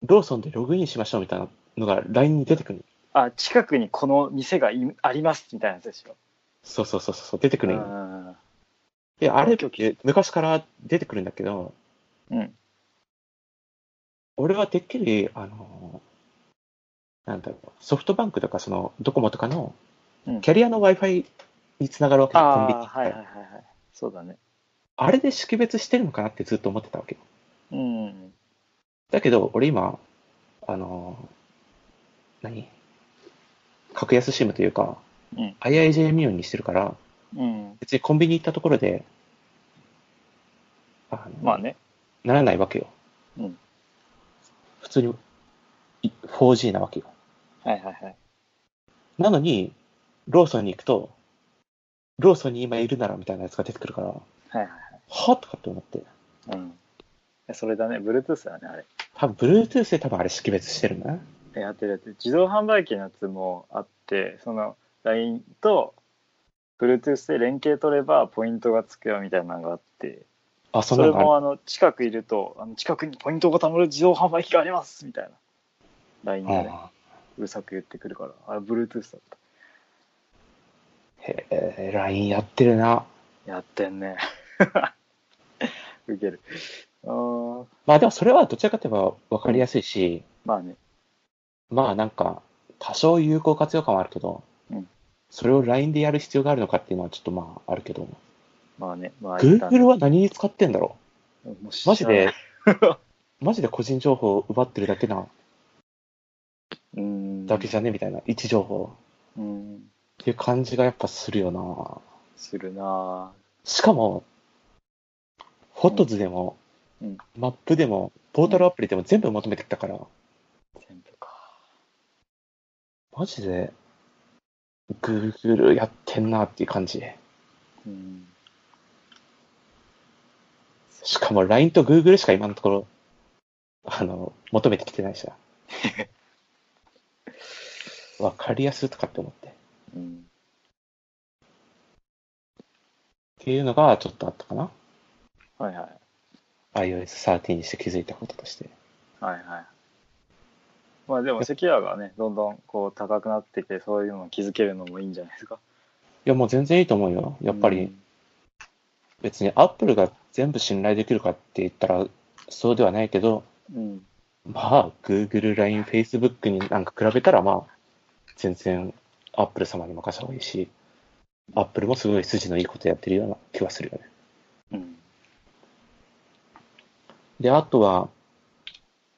Speaker 1: ローソンでログインしましょうみたいなのが LINE に出てくる。
Speaker 2: あ、近くにこの店がいありますみたいなやつでしょ。
Speaker 1: そうそうそうそう、出てく
Speaker 2: う
Speaker 1: る。
Speaker 2: ん。
Speaker 1: で、あれっ
Speaker 2: 今日聞
Speaker 1: て昔から出てくるんだけど、
Speaker 2: うん。
Speaker 1: 俺はてっきり、あの、なんだろう、ソフトバンクとか、その、ドコモとかの
Speaker 2: うん、
Speaker 1: キャリアの Wi-Fi につながるわけ
Speaker 2: あ
Speaker 1: だ
Speaker 2: あ
Speaker 1: コンビ
Speaker 2: ー、
Speaker 1: ニって
Speaker 2: はいはいはいはい。そうだね。
Speaker 1: あれで識別してるのかなってずっと思ってたわけ。
Speaker 2: うん。
Speaker 1: だけど、俺今、あの、何格安シムというか、
Speaker 2: うん
Speaker 1: IIJ ミオンにしてるから、
Speaker 2: うん。
Speaker 1: 別にコンビニ行ったところで、あの
Speaker 2: まあね。
Speaker 1: ならないわけよ。
Speaker 2: うん
Speaker 1: 普通にい 4G なわけよ。
Speaker 2: はいはいはい。
Speaker 1: なのに、ローソンに行くと、ローソンに今いるならみたいなやつが出てくるから、
Speaker 2: はいはい
Speaker 1: はとかって思って。
Speaker 2: はい。うん。えそれだね。Bluetooth だね、あれ。
Speaker 1: 多分 Bluetooth で多分あれ識別してるんだな。
Speaker 2: えやってるやってる。自動販売機のやつもあって、その LINE と Bluetooth で連携取ればポイントがつくよみたいなのがあって、
Speaker 1: あ、そ
Speaker 2: そ
Speaker 1: んな
Speaker 2: れ
Speaker 1: のある
Speaker 2: もあの近くいると、あの近くにポイントが貯まる自動販売機がありますみたいな。LINE がね、
Speaker 1: ああ
Speaker 2: うるさく言ってくるから。あれ、Bluetooth だった。
Speaker 1: へえ、LINE やってるな。
Speaker 2: やってんね。 <laughs> ウケる。あー
Speaker 1: まあでもそれはどちらかといえば分かりやすいし、
Speaker 2: まあね。
Speaker 1: まあなんか、多少有効活用感はあるけど、
Speaker 2: うん
Speaker 1: それを LINE でやる必要があるのかっていうのはちょっとまああるけど、
Speaker 2: まあね。まあ、一旦
Speaker 1: Google は何に使ってんだろう
Speaker 2: もう知ら
Speaker 1: マ
Speaker 2: ない
Speaker 1: ジで、 <laughs> マジで個人情報を奪ってるだけな、
Speaker 2: うん。
Speaker 1: だけじゃねみたいな、位置情報
Speaker 2: うん。
Speaker 1: っていう感じがやっぱするよな。
Speaker 2: するな
Speaker 1: しかも、フォトズでも、
Speaker 2: うん
Speaker 1: マップでも、ポータルアプリでも全部求めてきたから、
Speaker 2: ぁ全部か。
Speaker 1: マジで、Google やってんなっていう感じ。
Speaker 2: うん。
Speaker 1: しかも LINE と Google しか今のところ、あの、求めてきてないしな。わかりやすいとかって思って。
Speaker 2: うん。
Speaker 1: っていうのがちょっとあったかな。
Speaker 2: はいはい。
Speaker 1: iOS13 にして気づいたこととして。
Speaker 2: はいはい。まあでも、セキュアがね、どんどんこう高くなってきて、そういうのを気づけるのもいいんじゃないですか。
Speaker 1: いや、もう全然いいと思うよ。やっぱり、別に Apple が全部信頼できるかって言ったら、そうではないけど、
Speaker 2: うん。うん。
Speaker 1: まあ、Google、LINE、Facebook になんか比べたら、まあ、全然 Apple 様に任せた方がいいし、Apple もすごい筋のいいことやってるような気はするよね。
Speaker 2: うん。
Speaker 1: で、あとは、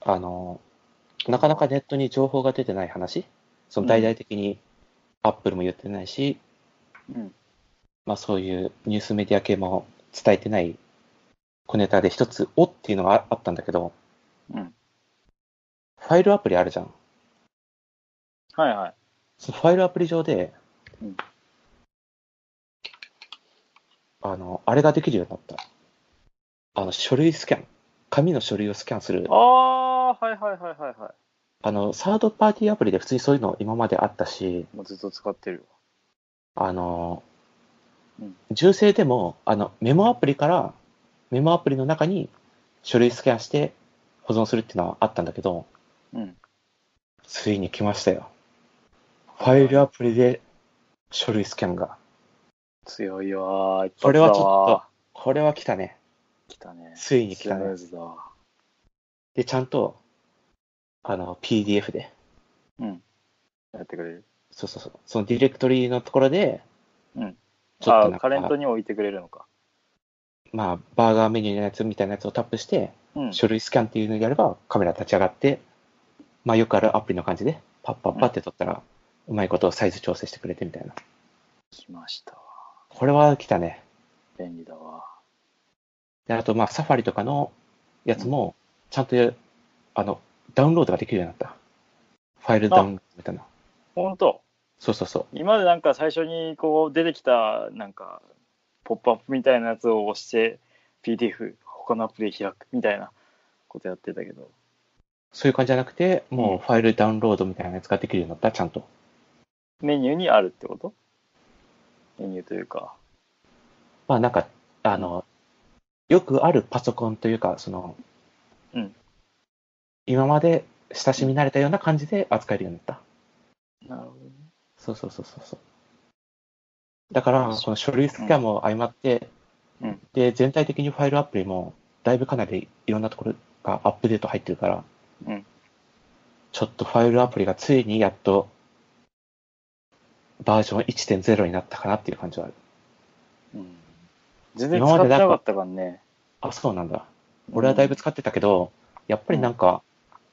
Speaker 1: あの、なかなかネットに情報が出てない話、その大々的に Apple も言ってないし、
Speaker 2: うん。
Speaker 1: まあ、そういうニュースメディア系も伝えてない小ネタで一つ「お」っていうのがああったんだけど
Speaker 2: うん。
Speaker 1: ファイルアプリあるじゃん
Speaker 2: はいはい。
Speaker 1: そのファイルアプリ上で
Speaker 2: うん
Speaker 1: あの、あれができるようになった。あの、書類スキャン。紙の書類をスキャンする。あ
Speaker 2: ああー、はいはいはいはいは
Speaker 1: の、サードパーティーアプリで普通にそういうの今まであったし、
Speaker 2: い。もうずっと使ってる
Speaker 1: あの
Speaker 2: うん、
Speaker 1: 銃声でも、あの、メモアプリから、メモアプリの中に書類スキャンして保存するっていうのはあったんだけど、
Speaker 2: わ。うん。
Speaker 1: ついに来ましたよ。ファイルアプリで書類スキャンが。
Speaker 2: 強いわー。一発だわー
Speaker 1: これはちょこれは来たね。
Speaker 2: 来たね。
Speaker 1: ついに来
Speaker 2: ス
Speaker 1: た
Speaker 2: ムー
Speaker 1: ね。
Speaker 2: ズだわ。
Speaker 1: で、ちゃんと、あの、PDF で、
Speaker 2: やってくれる。
Speaker 1: そうそうそう、そのディレクトリのところで、
Speaker 2: うん。
Speaker 1: ちょっと
Speaker 2: あ
Speaker 1: な
Speaker 2: あ、
Speaker 1: ん
Speaker 2: カレント
Speaker 1: か、
Speaker 2: に置いてくれるのか。
Speaker 1: まあ、バーガーメニューのやつみたいなやつをタップして、
Speaker 2: うん。
Speaker 1: 書類スキャンっていうのをやれば、カメラ立ち上がって、まあ、よくあるアプリの感じで、パッパッパって撮ったら、うまいことサイズ調整してくれてみたいな。
Speaker 2: 来ましたわ。
Speaker 1: これは来たね。
Speaker 2: 便利だわ。
Speaker 1: で、あと、まあ、サファリとかのやつも、ちゃんとや、あの、ダウンロードができるようになった。ファイルダウンロードみたいな。
Speaker 2: ほんと。
Speaker 1: そうそうそう。
Speaker 2: 今までなんか最初にこう出てきた、なんか、ポップアップみたいなやつを押して、PDF、他のアプリ開くみたいなことやってたけど。
Speaker 1: そういう感じじゃなくて、
Speaker 2: う
Speaker 1: も
Speaker 2: ん
Speaker 1: うファイルダウンロードみたいなやつができるようになった、ちゃんと。
Speaker 2: メニューにあるってことメニューというか。
Speaker 1: まあなんか、あの、よくあるパソコンというか、その、
Speaker 2: うん
Speaker 1: 今まで親しみ慣れたような感じで扱えるようになった。
Speaker 2: なるほどね。
Speaker 1: そうそうそうそうそう。だから、この書類スキャンも相まって、
Speaker 2: うん
Speaker 1: で、全体的にファイルアプリも、だいぶかなりいろんなところがアップデート入ってるから、
Speaker 2: うん
Speaker 1: ちょっとファイルアプリがついにやっと、バージョン1.0になったかなっていう感じはある。
Speaker 2: うん。全然使ってなかったからね。
Speaker 1: あ、そうなんだ。俺はだいぶ使ってたけど、やっぱりなんか、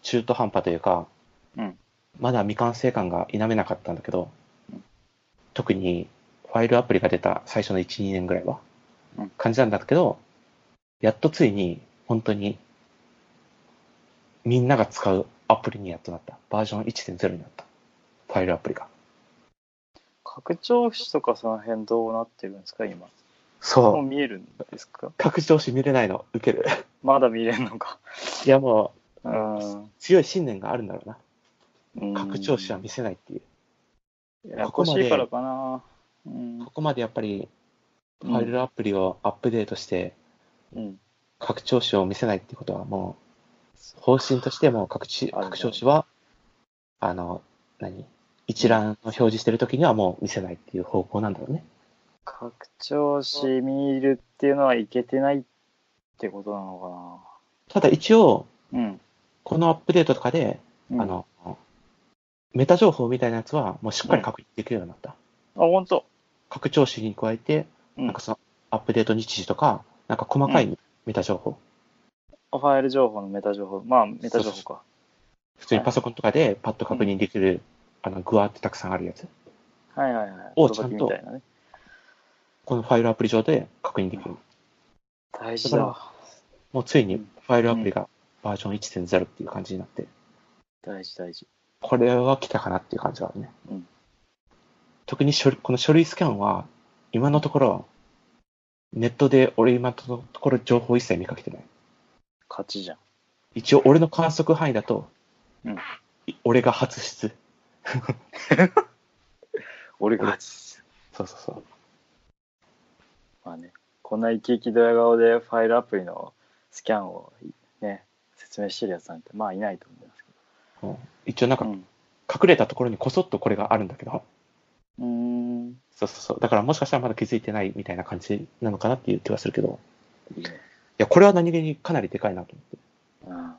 Speaker 1: 中途半端というか、
Speaker 2: うん
Speaker 1: まだ未完成感が否めなかったんだけど、
Speaker 2: うん
Speaker 1: 特にファイルアプリが出た最初の1、2年ぐらいは
Speaker 2: うん、
Speaker 1: 感じなんだけど、やっとついに、本当に、みんなが使うアプリにやっとなった。バージョン1.0になった。ファイルアプリが。
Speaker 2: 拡張子とかその辺どうなってるんですか今。もう
Speaker 1: そう。
Speaker 2: 見えるんですか
Speaker 1: 拡張子見れないの、受ける。
Speaker 2: まだ見れんの <laughs> か。
Speaker 1: いやも
Speaker 2: うん
Speaker 1: う、強い信念があるんだろうな。
Speaker 2: うん
Speaker 1: 拡張子は見せないっていう。
Speaker 2: ややこしいからかな。うん
Speaker 1: ここまでやっぱりファイルアプリをアップデートして
Speaker 2: うん。
Speaker 1: 拡張子を見せないってことはもう方針としても拡張
Speaker 2: あるね
Speaker 1: 拡張子はあの何一覧を表示してるときにはもう見せないっていう方向なんだろうね。
Speaker 2: 拡張子見るっていうのはいけてないってことなの
Speaker 1: ただ一応
Speaker 2: かな。うん。
Speaker 1: このアップデートとかで、
Speaker 2: うん
Speaker 1: あ。のメタ情報みたいなやつはもうしっかり確認できるようになった。
Speaker 2: あ、ほんと。
Speaker 1: 拡張子に加えて
Speaker 2: うん
Speaker 1: なんかそのアップデート日時とかなんか細かいメタ情報、
Speaker 2: ファイル情報のメタ情報。まあ、メタ情報か。
Speaker 1: 普通にパソコンとかでパッと確認できる、あのグワーってたくさんあるやつ。
Speaker 2: はいはいはい。
Speaker 1: を
Speaker 2: お
Speaker 1: ちゃんと
Speaker 2: みたいなね。
Speaker 1: このファイルアプリ上で確認できる。
Speaker 2: 大事だわ。
Speaker 1: もうついにファイルアプリがバージョン1.0っていう感じになって、
Speaker 2: 大事大事。
Speaker 1: これは来たかなっていう感じはあるね。
Speaker 2: うん
Speaker 1: 特に書類この書類スキャンは、今のところ、ネットで俺今のところ情報一切見かけてない。
Speaker 2: 勝ちじゃん。
Speaker 1: 一応俺の観測範囲だと、
Speaker 2: うん
Speaker 1: い俺が初出。
Speaker 2: 俺が勝ち。
Speaker 1: そうそうそう。
Speaker 2: まあね、こんな生き生きドヤ顔でファイルアプリのスキャンをね、説明してるやつなんてまあいないと思いますけ
Speaker 1: うん一応なんか
Speaker 2: ど。
Speaker 1: 隠れたところにこそっとこれがあるんだけど、
Speaker 2: うん。うーん。
Speaker 1: そうそうそう。だからもしかしたらまだ気づいてないみたいな感じなのかなっていう気はするけど。
Speaker 2: いいね。
Speaker 1: いや、これは何気にかなりでかいなと思って。
Speaker 2: うん。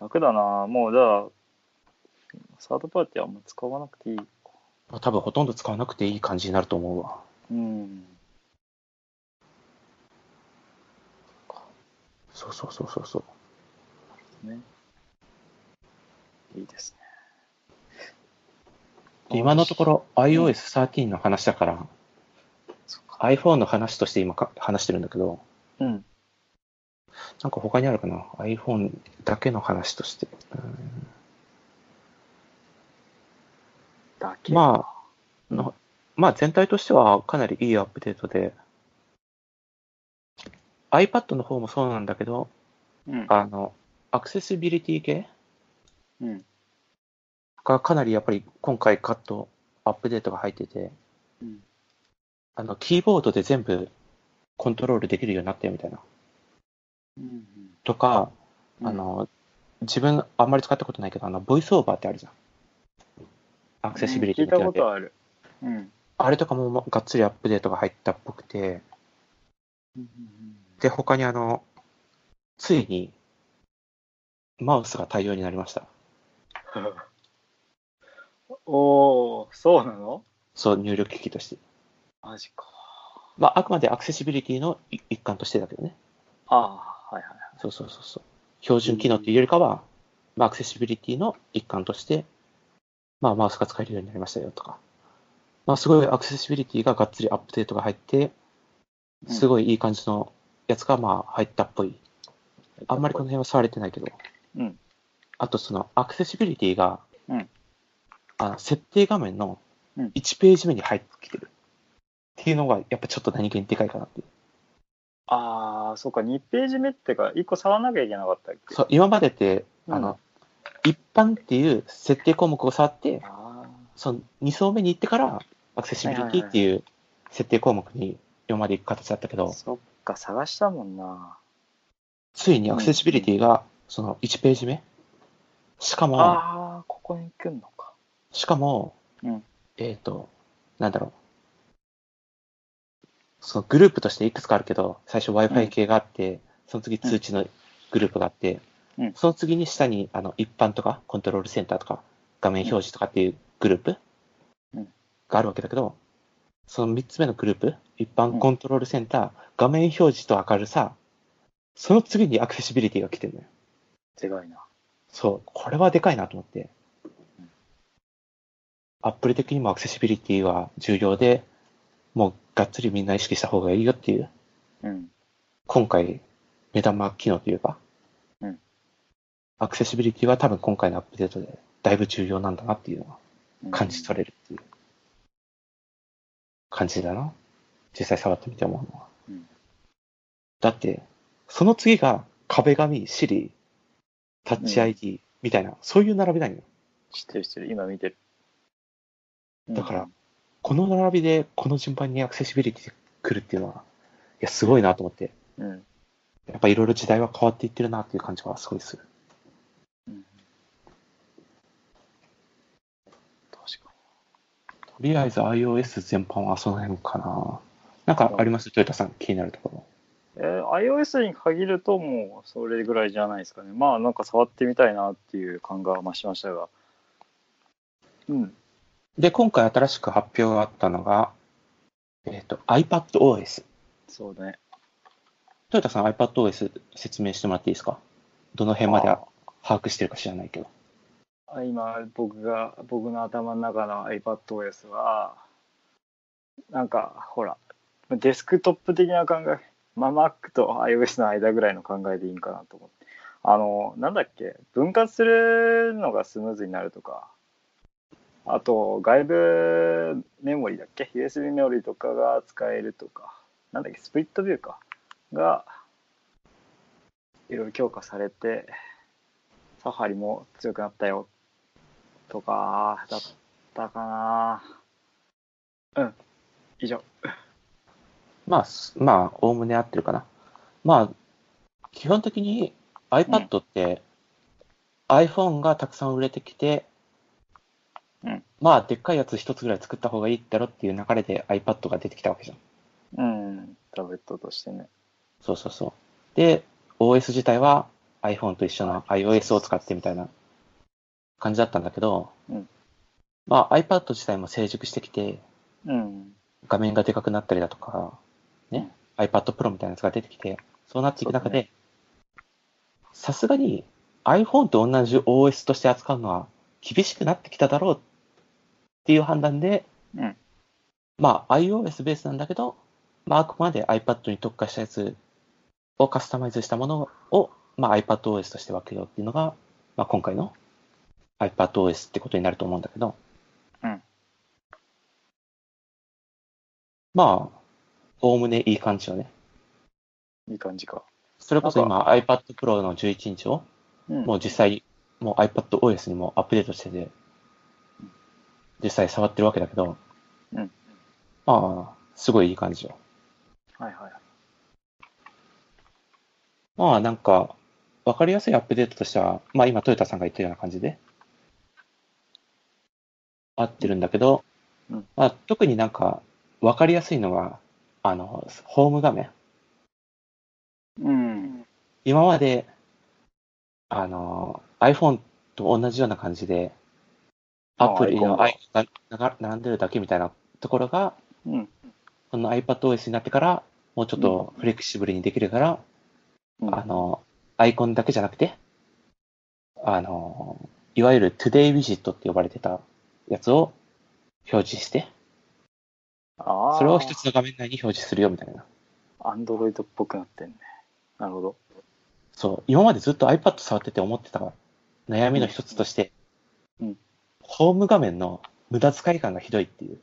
Speaker 2: 楽だなもうだから、サードパーティーはあんま使わなくていい。
Speaker 1: まあ多分ほとんど使わなくていい感じになると思うわ。
Speaker 2: うん。
Speaker 1: そうそうそうそうそう。
Speaker 2: ね。いいですね。
Speaker 1: 今のところ iOS13 の話だから、
Speaker 2: そっか
Speaker 1: iPhone の話として今か話してるんだけど、
Speaker 2: うん。
Speaker 1: なんか他にあるかな ?iPhone だけの話として。うん
Speaker 2: だけ。
Speaker 1: まあ
Speaker 2: うん
Speaker 1: のまあ全体としてはかなりいいアップデートで、iPad の方もそうなんだけど、
Speaker 2: うん。
Speaker 1: あの、アクセシビリティ系
Speaker 2: うん。
Speaker 1: がかなりやっぱり今回カット、アップデートが入ってて、
Speaker 2: うん
Speaker 1: あの、キーボードで全部コントロールできるようになってるみたいな。
Speaker 2: うん。
Speaker 1: とか、
Speaker 2: うん
Speaker 1: あ、の、自分あんまり使ったことないけど、あの、ボイスオーバーってあるじゃん。アクセシビリティ
Speaker 2: うん
Speaker 1: みたい
Speaker 2: 聞い
Speaker 1: なの
Speaker 2: たこ
Speaker 1: で
Speaker 2: とある。うん。
Speaker 1: あれとかもまがっつりアップデートが入ったっぽくて、で、他にあの、ついに、マウスが対応になりました。
Speaker 2: <laughs> おー、そうなの
Speaker 1: そう、入力機器として。
Speaker 2: マジか。
Speaker 1: まあ、あくまでアクセシビリティの一一環としてだけどね。
Speaker 2: ああ、はいはい。
Speaker 1: そうそうそうそう。標準機能っていうよりかは、まあ、アクセシビリティの一環として、まあ、マウスが使えるようになりましたよとか。まあ、すごいアクセシビリティががっつりアップデートが入って、す
Speaker 2: い。
Speaker 1: ごいいい感じのやつが、まあ、入ったっぽい。あんまりこの辺は触れてないけど。
Speaker 2: うん
Speaker 1: あと、その、アクセシビリティが、
Speaker 2: うん
Speaker 1: あの設定画面の
Speaker 2: うん
Speaker 1: 1ページ目に入ってきてる。っていうのが、やっぱちょっと何気にでかいかなっていう。
Speaker 2: ああ、そうか、2ページ目ってか、1個触らなきゃいけなかったっけ
Speaker 1: そう、今までって、
Speaker 2: うん
Speaker 1: あの、一般っていう設定項目を触って、
Speaker 2: ああ。
Speaker 1: その2層目に行ってから、アクセシビリティっていう設定項目に今まで行く形だったけど、
Speaker 2: そっか、探したもんな。
Speaker 1: ついにアクセシビリティが、その1ページ目しかも、
Speaker 2: ああ、ここに来んのか。
Speaker 1: しかも、
Speaker 2: うん
Speaker 1: えっ、と、なんだろう。そのグループとしていくつかあるけど、最初 Wi-Fi 系があって、その次通知のグループがあって、
Speaker 2: うん
Speaker 1: その次に下にあの一般とかコントロールセンターとか画面表示とかっていうグループ
Speaker 2: うん
Speaker 1: があるわけだけど、その3つ目のグループ、一
Speaker 2: うん
Speaker 1: 般コントロールセンター、画面表示と明るさ、その次にアクセシビリティが来てるのよ。
Speaker 2: でかいな。
Speaker 1: そう、これはでかいなと思って
Speaker 2: うん。
Speaker 1: アップル的にもアクセシビリティは重要で、もうがっつりみんな意識した方がいいよっていう、
Speaker 2: うん。
Speaker 1: 今回、目玉機能というか、
Speaker 2: うん
Speaker 1: アクセシビリティは多分今回のアップデートでだいぶ重要なんだなっていうのが感じ取れるっていう感じだな。実際触ってみて思うのは。
Speaker 2: うん
Speaker 1: だって、その次が壁紙、シリ、タッチ ID みたいな、そういう並びなんよ。
Speaker 2: 知ってる知ってる、今見てる。
Speaker 1: だから
Speaker 2: うん、
Speaker 1: この並びでこの順番にアクセシビリティで来るっていうのは、いや、すごいなと思って、
Speaker 2: うん。
Speaker 1: やっぱいろいろ時代は変わっていってるなっていう感じはすごいする。
Speaker 2: 確か
Speaker 1: とりあえず iOS 全般はその辺かな。なんかあります豊田さん、気になるところ。
Speaker 2: に。えー iOS に限るともうそれぐらいじゃないですかね。まあなんか触ってみたいなっていう感が増しましたが。うん。
Speaker 1: で、今回新しく発表があったのが、えっ、と、iPadOS。
Speaker 2: そうね。
Speaker 1: トヨタさん iPadOS 説明してもらっていいですかどの辺まで
Speaker 2: あ
Speaker 1: 把握してるか知らないけど。
Speaker 2: あ今僕が僕の頭の中の iPadOS はなんかほらデスクトップ的な考え、まあ、Mac と iOS の間ぐらいの考えでいいんかなと思ってあのなんだっけ分割するのがスムーズになるとかあと外部メモリだっけ USB メモリとかが使えるとかなんだっけスプリットビューかがいろいろ強化されてサファリも強くなったよとかだったかなうん以上
Speaker 1: まあ、すまあ、おおむね合ってるかな。まあ、基本的に iPad って、iPhone がたくさん売れてきて、
Speaker 2: うん
Speaker 1: まあ、でっかいやつ一つぐらい作った方がいいだろっていう流れで iPad が出てきたわけじゃん。
Speaker 2: うんタブレットとしてね
Speaker 1: そうそうそう。で、OS 自体は iPhone と一緒の iOS を使ってみたいな感じだったんだけど、
Speaker 2: うん
Speaker 1: まあ iPad 自体も成熟してきて、
Speaker 2: うん
Speaker 1: 画面がでかくなったりだとか、ね、iPad Pro みたいなやつが出てきて、そうなっていく中で、さすがに iPhone と同じ OS として扱うのは厳しくなってきただろうっていう判断で、
Speaker 2: うん
Speaker 1: まあ iOS ベースなんだけど、まああくまで iPad に特化したやつをカスタマイズしたものを、まあ、iPadOS として分けようっていうのが、まあ、今回の iPadOS ってことになると思うんだけど、
Speaker 2: うん
Speaker 1: まあ、おおむねいい感じよね。
Speaker 2: いい感じか。
Speaker 1: それこそ
Speaker 2: な
Speaker 1: 今 iPad Pro の11インチを、
Speaker 2: うん
Speaker 1: もう実際、もう iPadOS にもアップデートしてて、実際触ってるわけだけど、
Speaker 2: うん
Speaker 1: まあ、すごいいい感じよ。
Speaker 2: はいはい。
Speaker 1: まあなんか、わかりやすいアップデートとしては、まあ今トヨタさんが言ったような感じで、合ってるんだけど、
Speaker 2: うん
Speaker 1: まあ特になんか、わかりやすいのは、あの、ホーム画面。
Speaker 2: うん。
Speaker 1: 今まで、あの、iPhone と同じような感じで、
Speaker 2: あ
Speaker 1: アプリの
Speaker 2: ア
Speaker 1: ア
Speaker 2: イ
Speaker 1: イコンが並んでるだけみたいなところが、
Speaker 2: うん。
Speaker 1: この iPadOS になってから、もうちょっとフレキシブルにできるから、
Speaker 2: うん
Speaker 1: あの、アイコンだけじゃなくて、あの、いわゆる Today ウィジットって呼ばれてたやつを表示して、
Speaker 2: あ
Speaker 1: それを一つの画面内に表示するよみたいな。
Speaker 2: アンドロイドっぽくなってんね。なるほど。
Speaker 1: そう、今までずっと iPad 触ってて思ってた悩みの一つとして、
Speaker 2: うん
Speaker 1: ホーム画面の無駄遣い感がひどいっていう。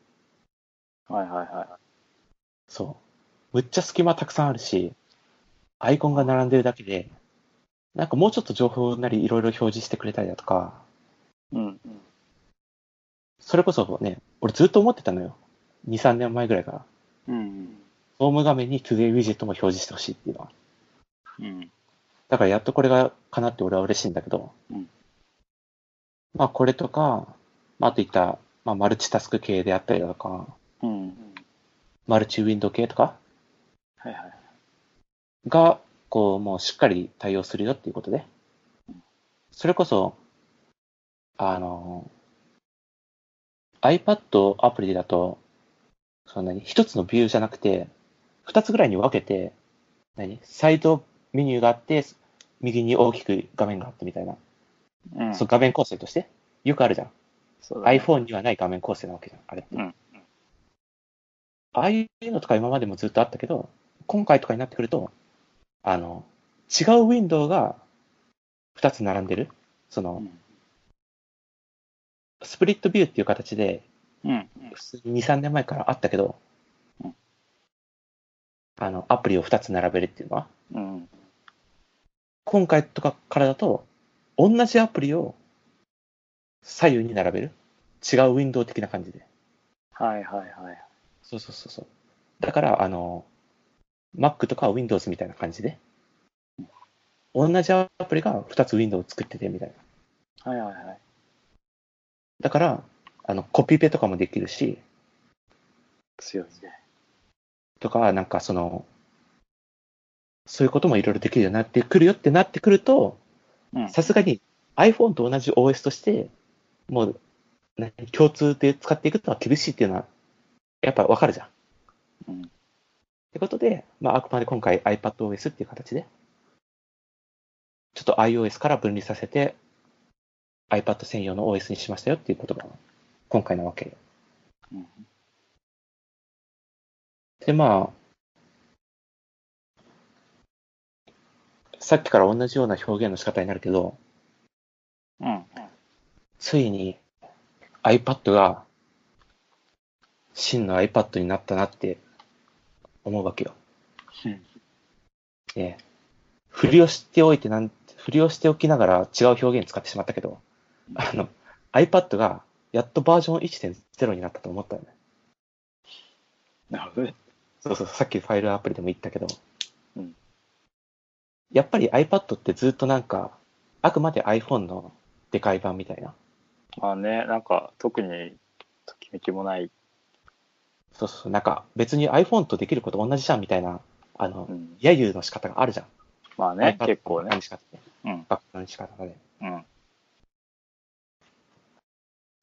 Speaker 2: はいはいは
Speaker 1: そう。むっちゃ隙間たくさんあるし、アイコンが並んでるだけで、なんかもうちょっと情報なりいろいろ表示してくれたりだとか、
Speaker 2: い。うん。
Speaker 1: それこそね、俺ずっと思ってたのよ。2、3年前ぐらいから。
Speaker 2: うん。
Speaker 1: ホーム画面に Today ウィジェットも表示してほしいっていうのは。
Speaker 2: うん。
Speaker 1: だからやっとこれが叶って俺は嬉しいんだけど。
Speaker 2: うん
Speaker 1: まあこれとか、まああと言った、まあマルチタスク系であったりだとか、
Speaker 2: うん。
Speaker 1: マルチウィンドウ系とか
Speaker 2: はいはい。
Speaker 1: が、こうもうしっかり対応するよっていうことで。それこそ、あの、iPad アプリだと、そんなに一つのビューじゃなくて、二つぐらいに分けて、何サイドメニューがあって、右に大きく画面があってみたいな。
Speaker 2: うん。
Speaker 1: そう、画面構成として。よくあるじゃん。
Speaker 2: そうだね
Speaker 1: iPhone にはない画面構成なわけじゃん、あれって。
Speaker 2: うん
Speaker 1: ああいうのとか今までもずっとあったけど、今回とかになってくると、あの、違うウィンドウが2つ並んでる。その、スプリットビューっていう形で、
Speaker 2: うん。うん。
Speaker 1: 普通に2、3年前からあったけど
Speaker 2: うん、
Speaker 1: あの、アプリを2つ並べるっていうのは、
Speaker 2: うん。
Speaker 1: 今回とかからだと、同じアプリを左右に並べる。違うウィンドウ的な感じで。
Speaker 2: はいはいはい。
Speaker 1: そうそうそうそう。だから、あの、Mac とか Windows みたいな感じで、同じアプリが2つ Windows を作っててみたいな。
Speaker 2: はいはいはい。
Speaker 1: だから、あの、コピペとかもできるし、
Speaker 2: 強いね。
Speaker 1: とか、なんかその、そういうこともいろいろできるようになってくるよってなってくると、
Speaker 2: うん
Speaker 1: さすがに iPhone と同じ OS として、もう、何共通で使っていくのは厳しいっていうのは、やっぱわかるじゃん。っ
Speaker 2: うん。
Speaker 1: てことで、まあ、あくまで今回 iPadOS っていう形で、ちょっと iOS から分離させて、iPad 専用の OS にしましたよっていうことが、今回なわけよ
Speaker 2: うん。
Speaker 1: で、まあ、さっきから同じような表現の仕方になるけど、
Speaker 2: うん。
Speaker 1: ついに iPad が真の iPad になったなって思うわけよ。
Speaker 2: うん
Speaker 1: ええふりをしておいてなん、ふりをしておきながら違う表現使ってしまったけど、あの、iPad がやっとバージョン1.0になったと思ったよね。
Speaker 2: なるほどね。
Speaker 1: そうそう、さっきファイルアプリでも言ったけど、
Speaker 2: うん
Speaker 1: やっぱり iPad ってずっとなんか、あくまで iPhone のでかい版みたいな。
Speaker 2: まあね、なんか特にときめきもない。
Speaker 1: そうそう、なんか別に iPhone とできること同じじゃんみたいな、あの、
Speaker 2: うん。
Speaker 1: 揶揄の仕方があるじゃん。
Speaker 2: まあね、
Speaker 1: iPad
Speaker 2: 結構
Speaker 1: の
Speaker 2: ね
Speaker 1: 感。じ方で。
Speaker 2: うん。
Speaker 1: 学校の仕方で。
Speaker 2: うん。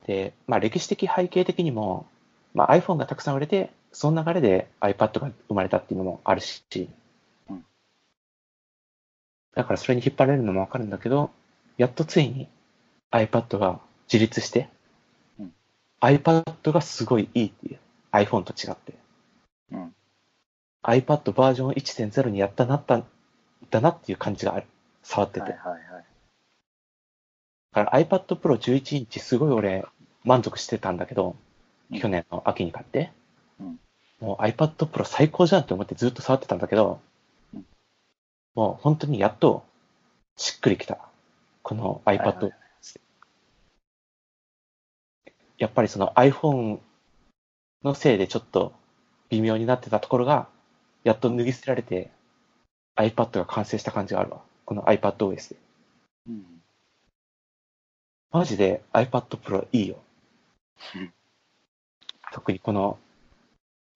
Speaker 1: で、まあ歴史的背景的にも、まあ iPhone がたくさん売れて、その流れで iPad が生まれたっていうのもあるし、
Speaker 2: うん
Speaker 1: だからそれに引っ張られるのもわかるんだけど、やっとついに iPad が自立して、
Speaker 2: うん
Speaker 1: iPad がすごいいいっていう、iPhone と違って。
Speaker 2: うん
Speaker 1: iPad バージョン1.0にやったなった、だなっていう感じがある。触ってて。
Speaker 2: はいはいはい。
Speaker 1: だから iPad Pro 11インチすごい俺満足してたんだけど、
Speaker 2: うん
Speaker 1: 去年の秋に買って、
Speaker 2: うん
Speaker 1: もう iPad Pro 最高じゃんって思ってずっと触ってたんだけど、もう本当にやっとしっくりきた。この
Speaker 2: いはい
Speaker 1: iPad。やっぱりその iPhone のせいでちょっと微妙になってたところが、やっと脱ぎ捨てられて iPad が完成した感じがあるわ。この iPadOS で。
Speaker 2: うん。
Speaker 1: マジで iPad Pro いいよ
Speaker 2: うん。
Speaker 1: 特にこの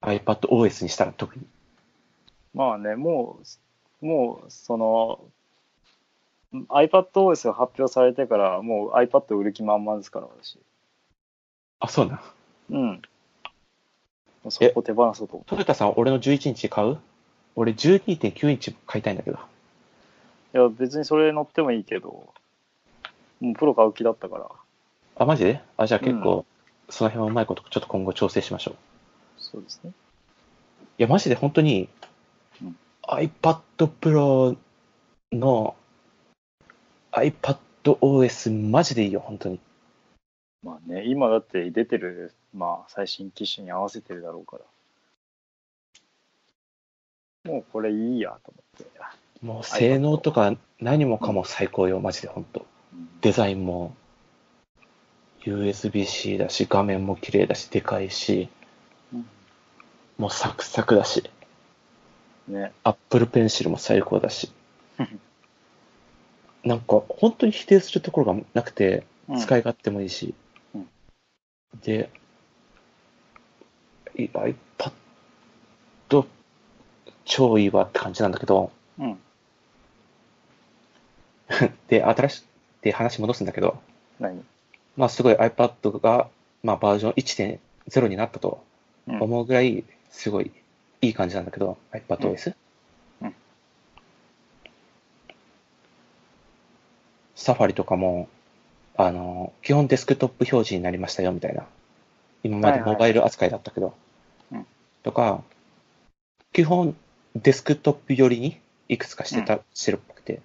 Speaker 1: iPadOS にしたら特に。
Speaker 2: まあね、もう、もう、その、iPadOS が発表されてから、もう iPad 売る気満々ですから、私。
Speaker 1: あ、そうな。
Speaker 2: うん。もうそこ手放そうと思って。
Speaker 1: トヨタさん、俺の11インチ買う俺12.9インチ買いたいんだけど。
Speaker 2: いや、別にそれ乗ってもいいけど、もうプロ買う気だったから、
Speaker 1: あ、マジであ、じゃあ結構、その辺はうまいこと、ちょっと今後調整しましょう。
Speaker 2: そうですね。
Speaker 1: いや、マジで本当に
Speaker 2: うん、
Speaker 1: iPad Pro の iPadOS マジでいいよ、本当に。
Speaker 2: まあね、今だって出てる、まあ、最新機種に合わせてるだろうから。もうこれいいやと思って。
Speaker 1: もう性能とか何もかも最高よ、マジで本当。
Speaker 2: うん
Speaker 1: デザインも USB-C だし、画面も綺麗だし、でかいし、もうサクサクだし、
Speaker 2: ね、
Speaker 1: Apple Pencil も最高だし。なんか、本当に否定するところがなくて、使い勝手もいいし。
Speaker 2: うん
Speaker 1: で、い iPad、超いいわって感じなんだけど、
Speaker 2: うん。
Speaker 1: で、新し、で、話戻すんだけど、
Speaker 2: 何
Speaker 1: まあすごい iPad が、まあバージョン1.0になったと
Speaker 2: うん
Speaker 1: 思うぐらい、すごいいい感じなんだけど、iPadOS。
Speaker 2: うん
Speaker 1: サファリとかも、あの、基本デスクトップ表示になりましたよ、みたいな。今までモバイル扱いだったけど。
Speaker 2: うん
Speaker 1: とか、基本デスクトップ寄りにいくつかしてた、してるっぽくて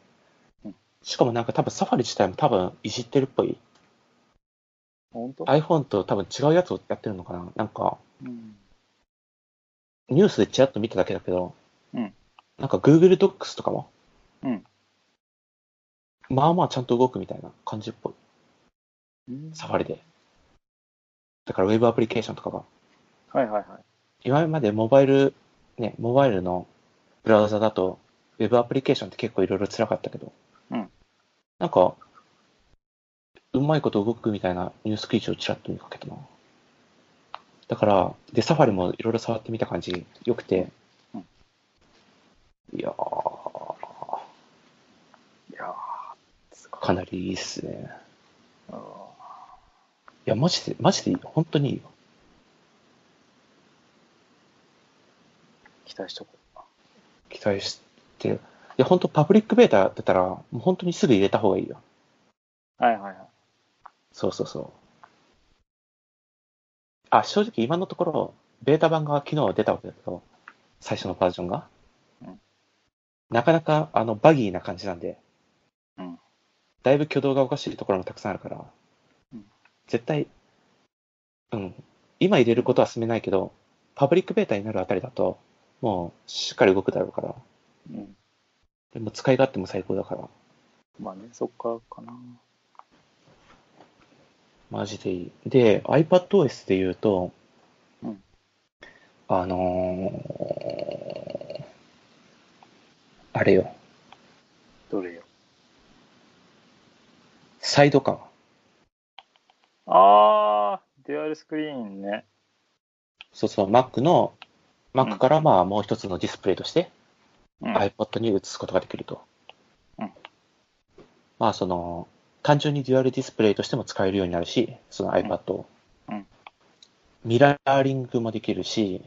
Speaker 2: うん。
Speaker 1: しかもなんか多分サファリ自体も多分いじってるっぽい。
Speaker 2: 本当
Speaker 1: iPhone と多分違うやつをやってるのかななんか、
Speaker 2: うん
Speaker 1: ニュースでちらっと見ただけだけど、
Speaker 2: うん
Speaker 1: なんか Google Docs とかも、
Speaker 2: うん
Speaker 1: まあまあちゃんと動くみたいな感じっぽい。
Speaker 2: うん
Speaker 1: サファリで。だから Web アプリケーションとかが、
Speaker 2: はいはいはい。
Speaker 1: 今までモバイル、ね、モバイルのブラウザだと、Web アプリケーションって結構いろいろ辛かったけど、
Speaker 2: うん
Speaker 1: なんか、うまいこと動くみたいなニュース記事をちらっと見かけたな。だから、で、サファリもいろいろ触ってみた感じ、良くて、
Speaker 2: うん
Speaker 1: いやー、
Speaker 2: いや
Speaker 1: かなりいいっすね。
Speaker 2: ーあ
Speaker 1: いや、マジで、マジでいいよ。本当にいいよ。
Speaker 2: ー期待しとこう。
Speaker 1: 期待して。いや、本当パブリックベータ出たら、もう本当にすぐ入れた方がいいよ。
Speaker 2: はいはいはい。
Speaker 1: そうそうそう。あ、正直今のところ、ベータ版が昨日出たわけだけど、最初のバージョンが。
Speaker 2: うん
Speaker 1: なかなか、あの、バギーな感じなんで、
Speaker 2: うん
Speaker 1: だいぶ挙動がおかしいところもたくさんあるから、
Speaker 2: うん
Speaker 1: 絶対、うん、今入れることは進めないけど、パブリックベータになるあたりだと、もう、しっかり動くだろうから、
Speaker 2: うん。
Speaker 1: でも使い勝手も最高だから、
Speaker 2: まあね、そっからかな。
Speaker 1: マジでいい。で、iPadOS で言うと、
Speaker 2: うん
Speaker 1: あのーあれよ、
Speaker 2: どれよ。
Speaker 1: サイドカー。
Speaker 2: あー、デュアルスクリーンね。
Speaker 1: そうそう、Mac の、
Speaker 2: うん
Speaker 1: Mac からまあもう一つのディスプレイとして
Speaker 2: うん
Speaker 1: iPad に移すことができると。
Speaker 2: うん
Speaker 1: まあその、単純にデュアルディスプレイとしても使えるようになるし、その iPad を。
Speaker 2: うんうん
Speaker 1: ミラーリングもできるし、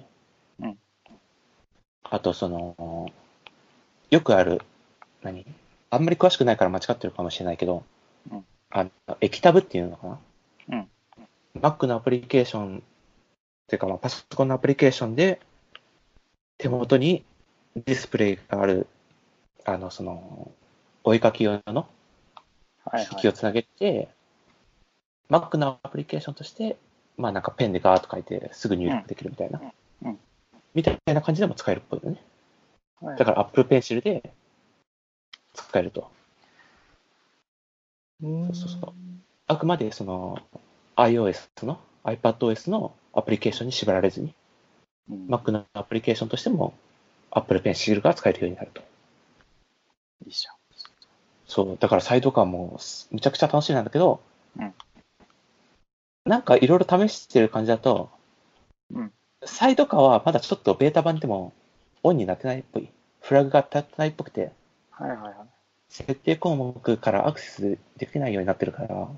Speaker 2: うん
Speaker 1: あとその、よくある、何あんまり詳しくないから間違ってるかもしれないけど、
Speaker 2: うん
Speaker 1: あの液タブっていうのか
Speaker 2: う
Speaker 1: な、
Speaker 2: ん
Speaker 1: Mac のアプリケーションっていうか、まあ、パソコンのアプリケーションで、手元にディスプレイがある、あの、その、お絵かき用の
Speaker 2: はい
Speaker 1: 機器を
Speaker 2: は
Speaker 1: つなげて、Mac のアプリケーションとして、まあなんかペンでガーッと書いてすぐ入力できるみたいな
Speaker 2: うんうん。
Speaker 1: みたいな感じでも使えるっぽいよね。
Speaker 2: はい
Speaker 1: だからアップルペンシルで使えると。
Speaker 2: そう
Speaker 1: そうそうあくまでその iOS の iPadOS のアプリケーションに縛られずに、
Speaker 2: うん
Speaker 1: Mac のアプリケーションとしても Apple Pencil が使えるようになると。
Speaker 2: いいじ
Speaker 1: そう、だからサイドカーもすむちゃくちゃ楽しみなんだけど、
Speaker 2: うん
Speaker 1: なんかいろいろ試してる感じだと、
Speaker 2: うん
Speaker 1: サイドカーはまだちょっとベータ版でもオンになってないっぽい。フラグが立ってないっぽくて、
Speaker 2: ゃん。はいはいはい。
Speaker 1: 設定項目からアクセスできないようになってるから、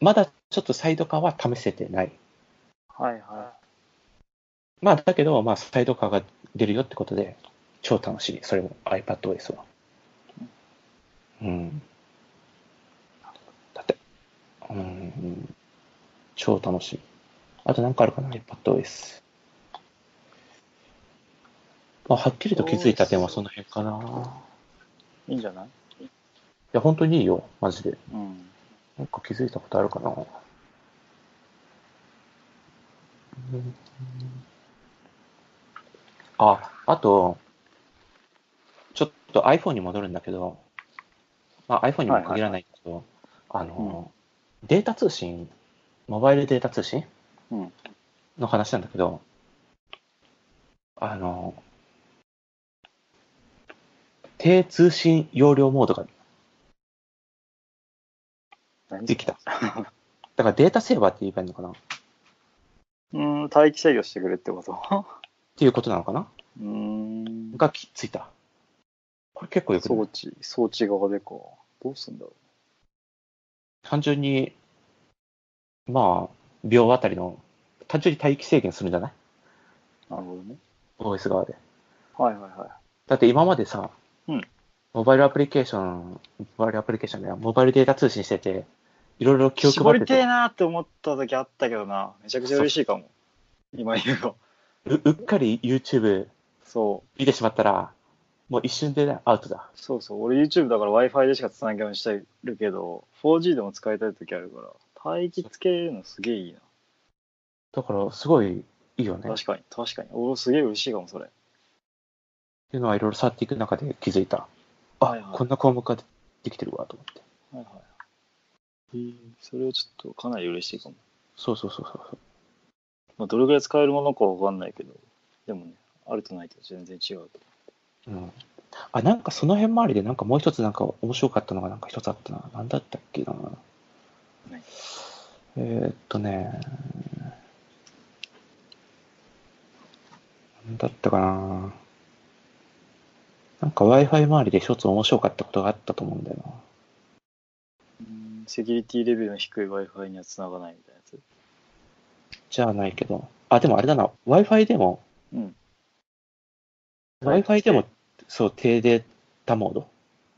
Speaker 1: まだちょっとサイドカーは試せてない。
Speaker 2: はいは
Speaker 1: まあ、だけど、まあ、サイドカーが出るよってことで、超楽しい。それも iPadOS は。うん。だって、うん。超楽しい。あと何かあるかな ?iPadOS。まあ、はっきりと気づいた点はその辺かな。い
Speaker 2: い。いいんじゃない
Speaker 1: や、本当にいいよ。マジで。
Speaker 2: うん。
Speaker 1: なんか気づいたことあるかな。うんあ、あと、ちょっと iPhone に戻るんだけど、まあ、iPhone にも限らないけど、あの、データ通信、モバイルデータ通信
Speaker 2: うん。
Speaker 1: の話なんだけど、あの、低通信容量モードが
Speaker 2: 何
Speaker 1: できた。 <laughs> だからデータセーバーって言えばいいのかなっ
Speaker 2: うん、待機制御してくれってこと <laughs>
Speaker 1: ていうことなのかな
Speaker 2: うーん。
Speaker 1: がきついた。これ結構よく
Speaker 2: 装
Speaker 1: ない
Speaker 2: 置、装置側でか。どうすんだろ。
Speaker 1: 単純に、まあ、秒あたりの、単純に待機制限するんじゃないう
Speaker 2: なるほどね。
Speaker 1: ?OS 側で。
Speaker 2: はいはいは
Speaker 1: だって今までさ、
Speaker 2: うん
Speaker 1: モバイルアプリケーション、モバイルアプリケーションね、モバイルデータ通信してて、いろいろ
Speaker 2: い。
Speaker 1: 記憶
Speaker 2: 絞
Speaker 1: ばっ
Speaker 2: り
Speaker 1: て
Speaker 2: てえ
Speaker 1: て、
Speaker 2: なーって思った時あったけどな。めちゃくちゃ嬉しいかも。今言うの。
Speaker 1: ううっかり YouTube
Speaker 2: そう。
Speaker 1: 見てしまったら、もう一瞬でねアウトだ。
Speaker 2: そうそう。俺 YouTube だから Wi-Fi でしか繋げようにしてるけど、4G でも使いたい時あるから、待機つけるのすげえいいな。
Speaker 1: だから、すごいいいよね。っ
Speaker 2: 確かに、確かに。俺すげえ嬉しいかも、それ。
Speaker 1: ていうのはいろいろ触っていく中で気づいた。あ、
Speaker 2: はいはい
Speaker 1: こんな項目ができてるわ、と思って。
Speaker 2: はいはい。それはちょっとかなり嬉しいかも。
Speaker 1: そうそうそうそう。
Speaker 2: まあ、どれぐらい使えるものかわかんないけど、でもね、あるとないと全然違うと。
Speaker 1: うんあ、なんかその辺周りで、なんかもう一つなんか面白かったのがなんか一つあったな。なんだったっけな。
Speaker 2: 何
Speaker 1: えーっとね。なんだったかな。なんか Wi-Fi 周りで一つ面白かったことがあったと思うんだよな。
Speaker 2: うんセキュリティレベルの低い Wi-Fi には繋がないみたいなやつ。
Speaker 1: じゃあないけど。あ、でもあれだな。Wi-Fi でも、
Speaker 2: うん。
Speaker 1: Wi-Fi でも、そう、低データモードっ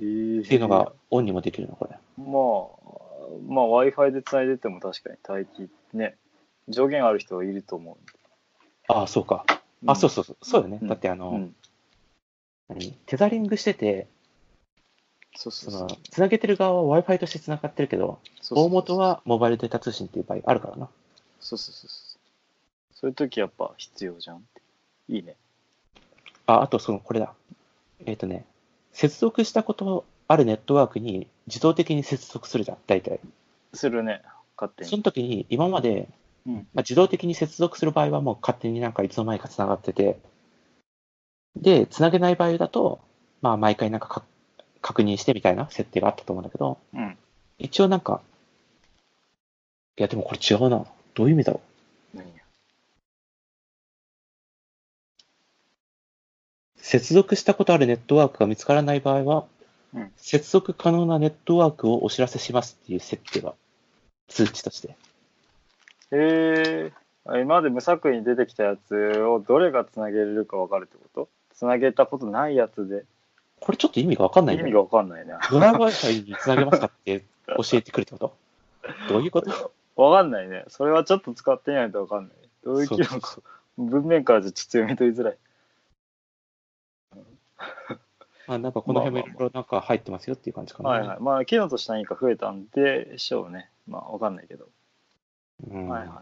Speaker 2: えー、って
Speaker 1: いうのがオンにもできるの、これ。
Speaker 2: まあ、まあ Wi-Fi で繋いでても確かに待機ね、上限ある人はいると思
Speaker 1: ああ、そうか。
Speaker 2: う。
Speaker 1: あ、そうそうそう。そうよね。
Speaker 2: うん
Speaker 1: だってあの、
Speaker 2: うん。
Speaker 1: 何テザリングしてて、
Speaker 2: そう
Speaker 1: そ
Speaker 2: そ
Speaker 1: う
Speaker 2: そう
Speaker 1: の。つなげてる側は Wi-Fi としてつながってるけど、
Speaker 2: そうそうそう
Speaker 1: 大元はモバイルデータ通信っていう場合あるからな。
Speaker 2: そうそうそうそう。そういう時やっぱ必要じゃんって。いいね。
Speaker 1: あ、あとその、これだ。えっ、とね、接続したことあるネットワークに自動的に接続するじゃん、大体。
Speaker 2: するね、勝手
Speaker 1: そ
Speaker 2: に。
Speaker 1: の時に、今まで、
Speaker 2: うん
Speaker 1: まあ、自動的に接続する場合はもう勝手になんかいつの間にかつながってて、で、つなげない場合だと、まあ、毎回なんかか確認してみたいな設定があったと思うんだけど、
Speaker 2: うん。
Speaker 1: 一応なんか、いや、でもこれ違うな。どういう意味だろう。
Speaker 2: 何や。
Speaker 1: 接続したことあるネットワークが見つからない場合は、
Speaker 2: うん
Speaker 1: 接続可能なネットワークをお知らせしますっていう設定が通知として。
Speaker 2: へえー、今まで無作為に出てきたやつをどれがつなげれるか分かるってことつなげたことないやつで、
Speaker 1: これちょっと意味がわかんない
Speaker 2: 意味
Speaker 1: ね。
Speaker 2: が分かんないな。
Speaker 1: ドライバー Wi-Fi につなげますかって教えてくるってこ
Speaker 2: <laughs>
Speaker 1: とどういうこと
Speaker 2: <laughs> 分かんないね。それはちょっと使ってみないと分かんない。どういう
Speaker 1: そ
Speaker 2: 機
Speaker 1: う
Speaker 2: 能か。文面からじゃちょっと読み取りづらい。
Speaker 1: まあなんかこの辺もいろいろなんか入ってますよっていう感じかな。
Speaker 2: はいはい。まあ、機能として何か増えたんでしょうね。まあ、分かんないけど。
Speaker 1: うん
Speaker 2: はいはい。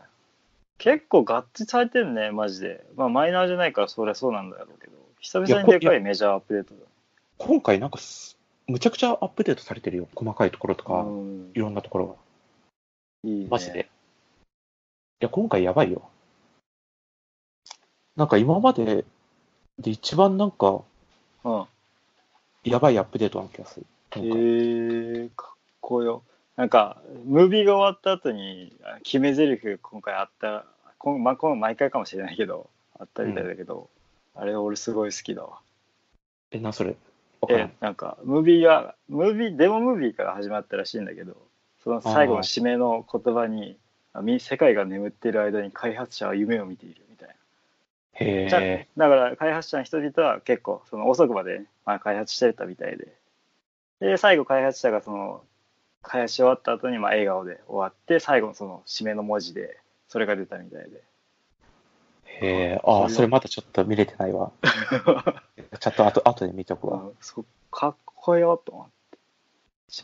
Speaker 2: 結構合致されてんね、マジで。まあ、マイナーじゃないから、そりゃそうなんだろうけど、久々にで
Speaker 1: いやこ
Speaker 2: かいメジャーアップデート
Speaker 1: 今回なんかす、むちゃくちゃアップデートされてるよ。細かいところと
Speaker 2: だ。
Speaker 1: か、
Speaker 2: うん
Speaker 1: いろんなところが。
Speaker 2: いいね
Speaker 1: マジで。いや、今回やばいよ。なんか今までで一番なんか、
Speaker 2: うん。へ
Speaker 1: やばいアップデートな気がする。
Speaker 2: え
Speaker 1: なんか
Speaker 2: ー、かっこよ。なんか、ムービーが終わった後に、あ決め台詞が今回あった、こんまあ、この毎回かもしれないけど、あったみたいだけど、あれ俺すごい好きだわ。
Speaker 1: え、な、それ。わから
Speaker 2: え
Speaker 1: ん。
Speaker 2: なんかムービーはムービーデモムービーから始まったらしいんだけどその最後の締めの言葉に「み世界が眠っている間に開発者は夢を見ている」みたい
Speaker 1: へ
Speaker 2: な、じゃ
Speaker 1: え。
Speaker 2: だから開発者の人々は結構その遅くまで、まあ、開発してたみたいでで最後開発者がその開発し終わった後にまあ笑顔で終わって最後のその締めの文字でそれが出たみたいで
Speaker 1: へえ。ああ、それまだちょっと見れて
Speaker 2: <laughs>
Speaker 1: ないわ。ちょっと後、後で見とくわ。
Speaker 2: うんそかっこよと思っ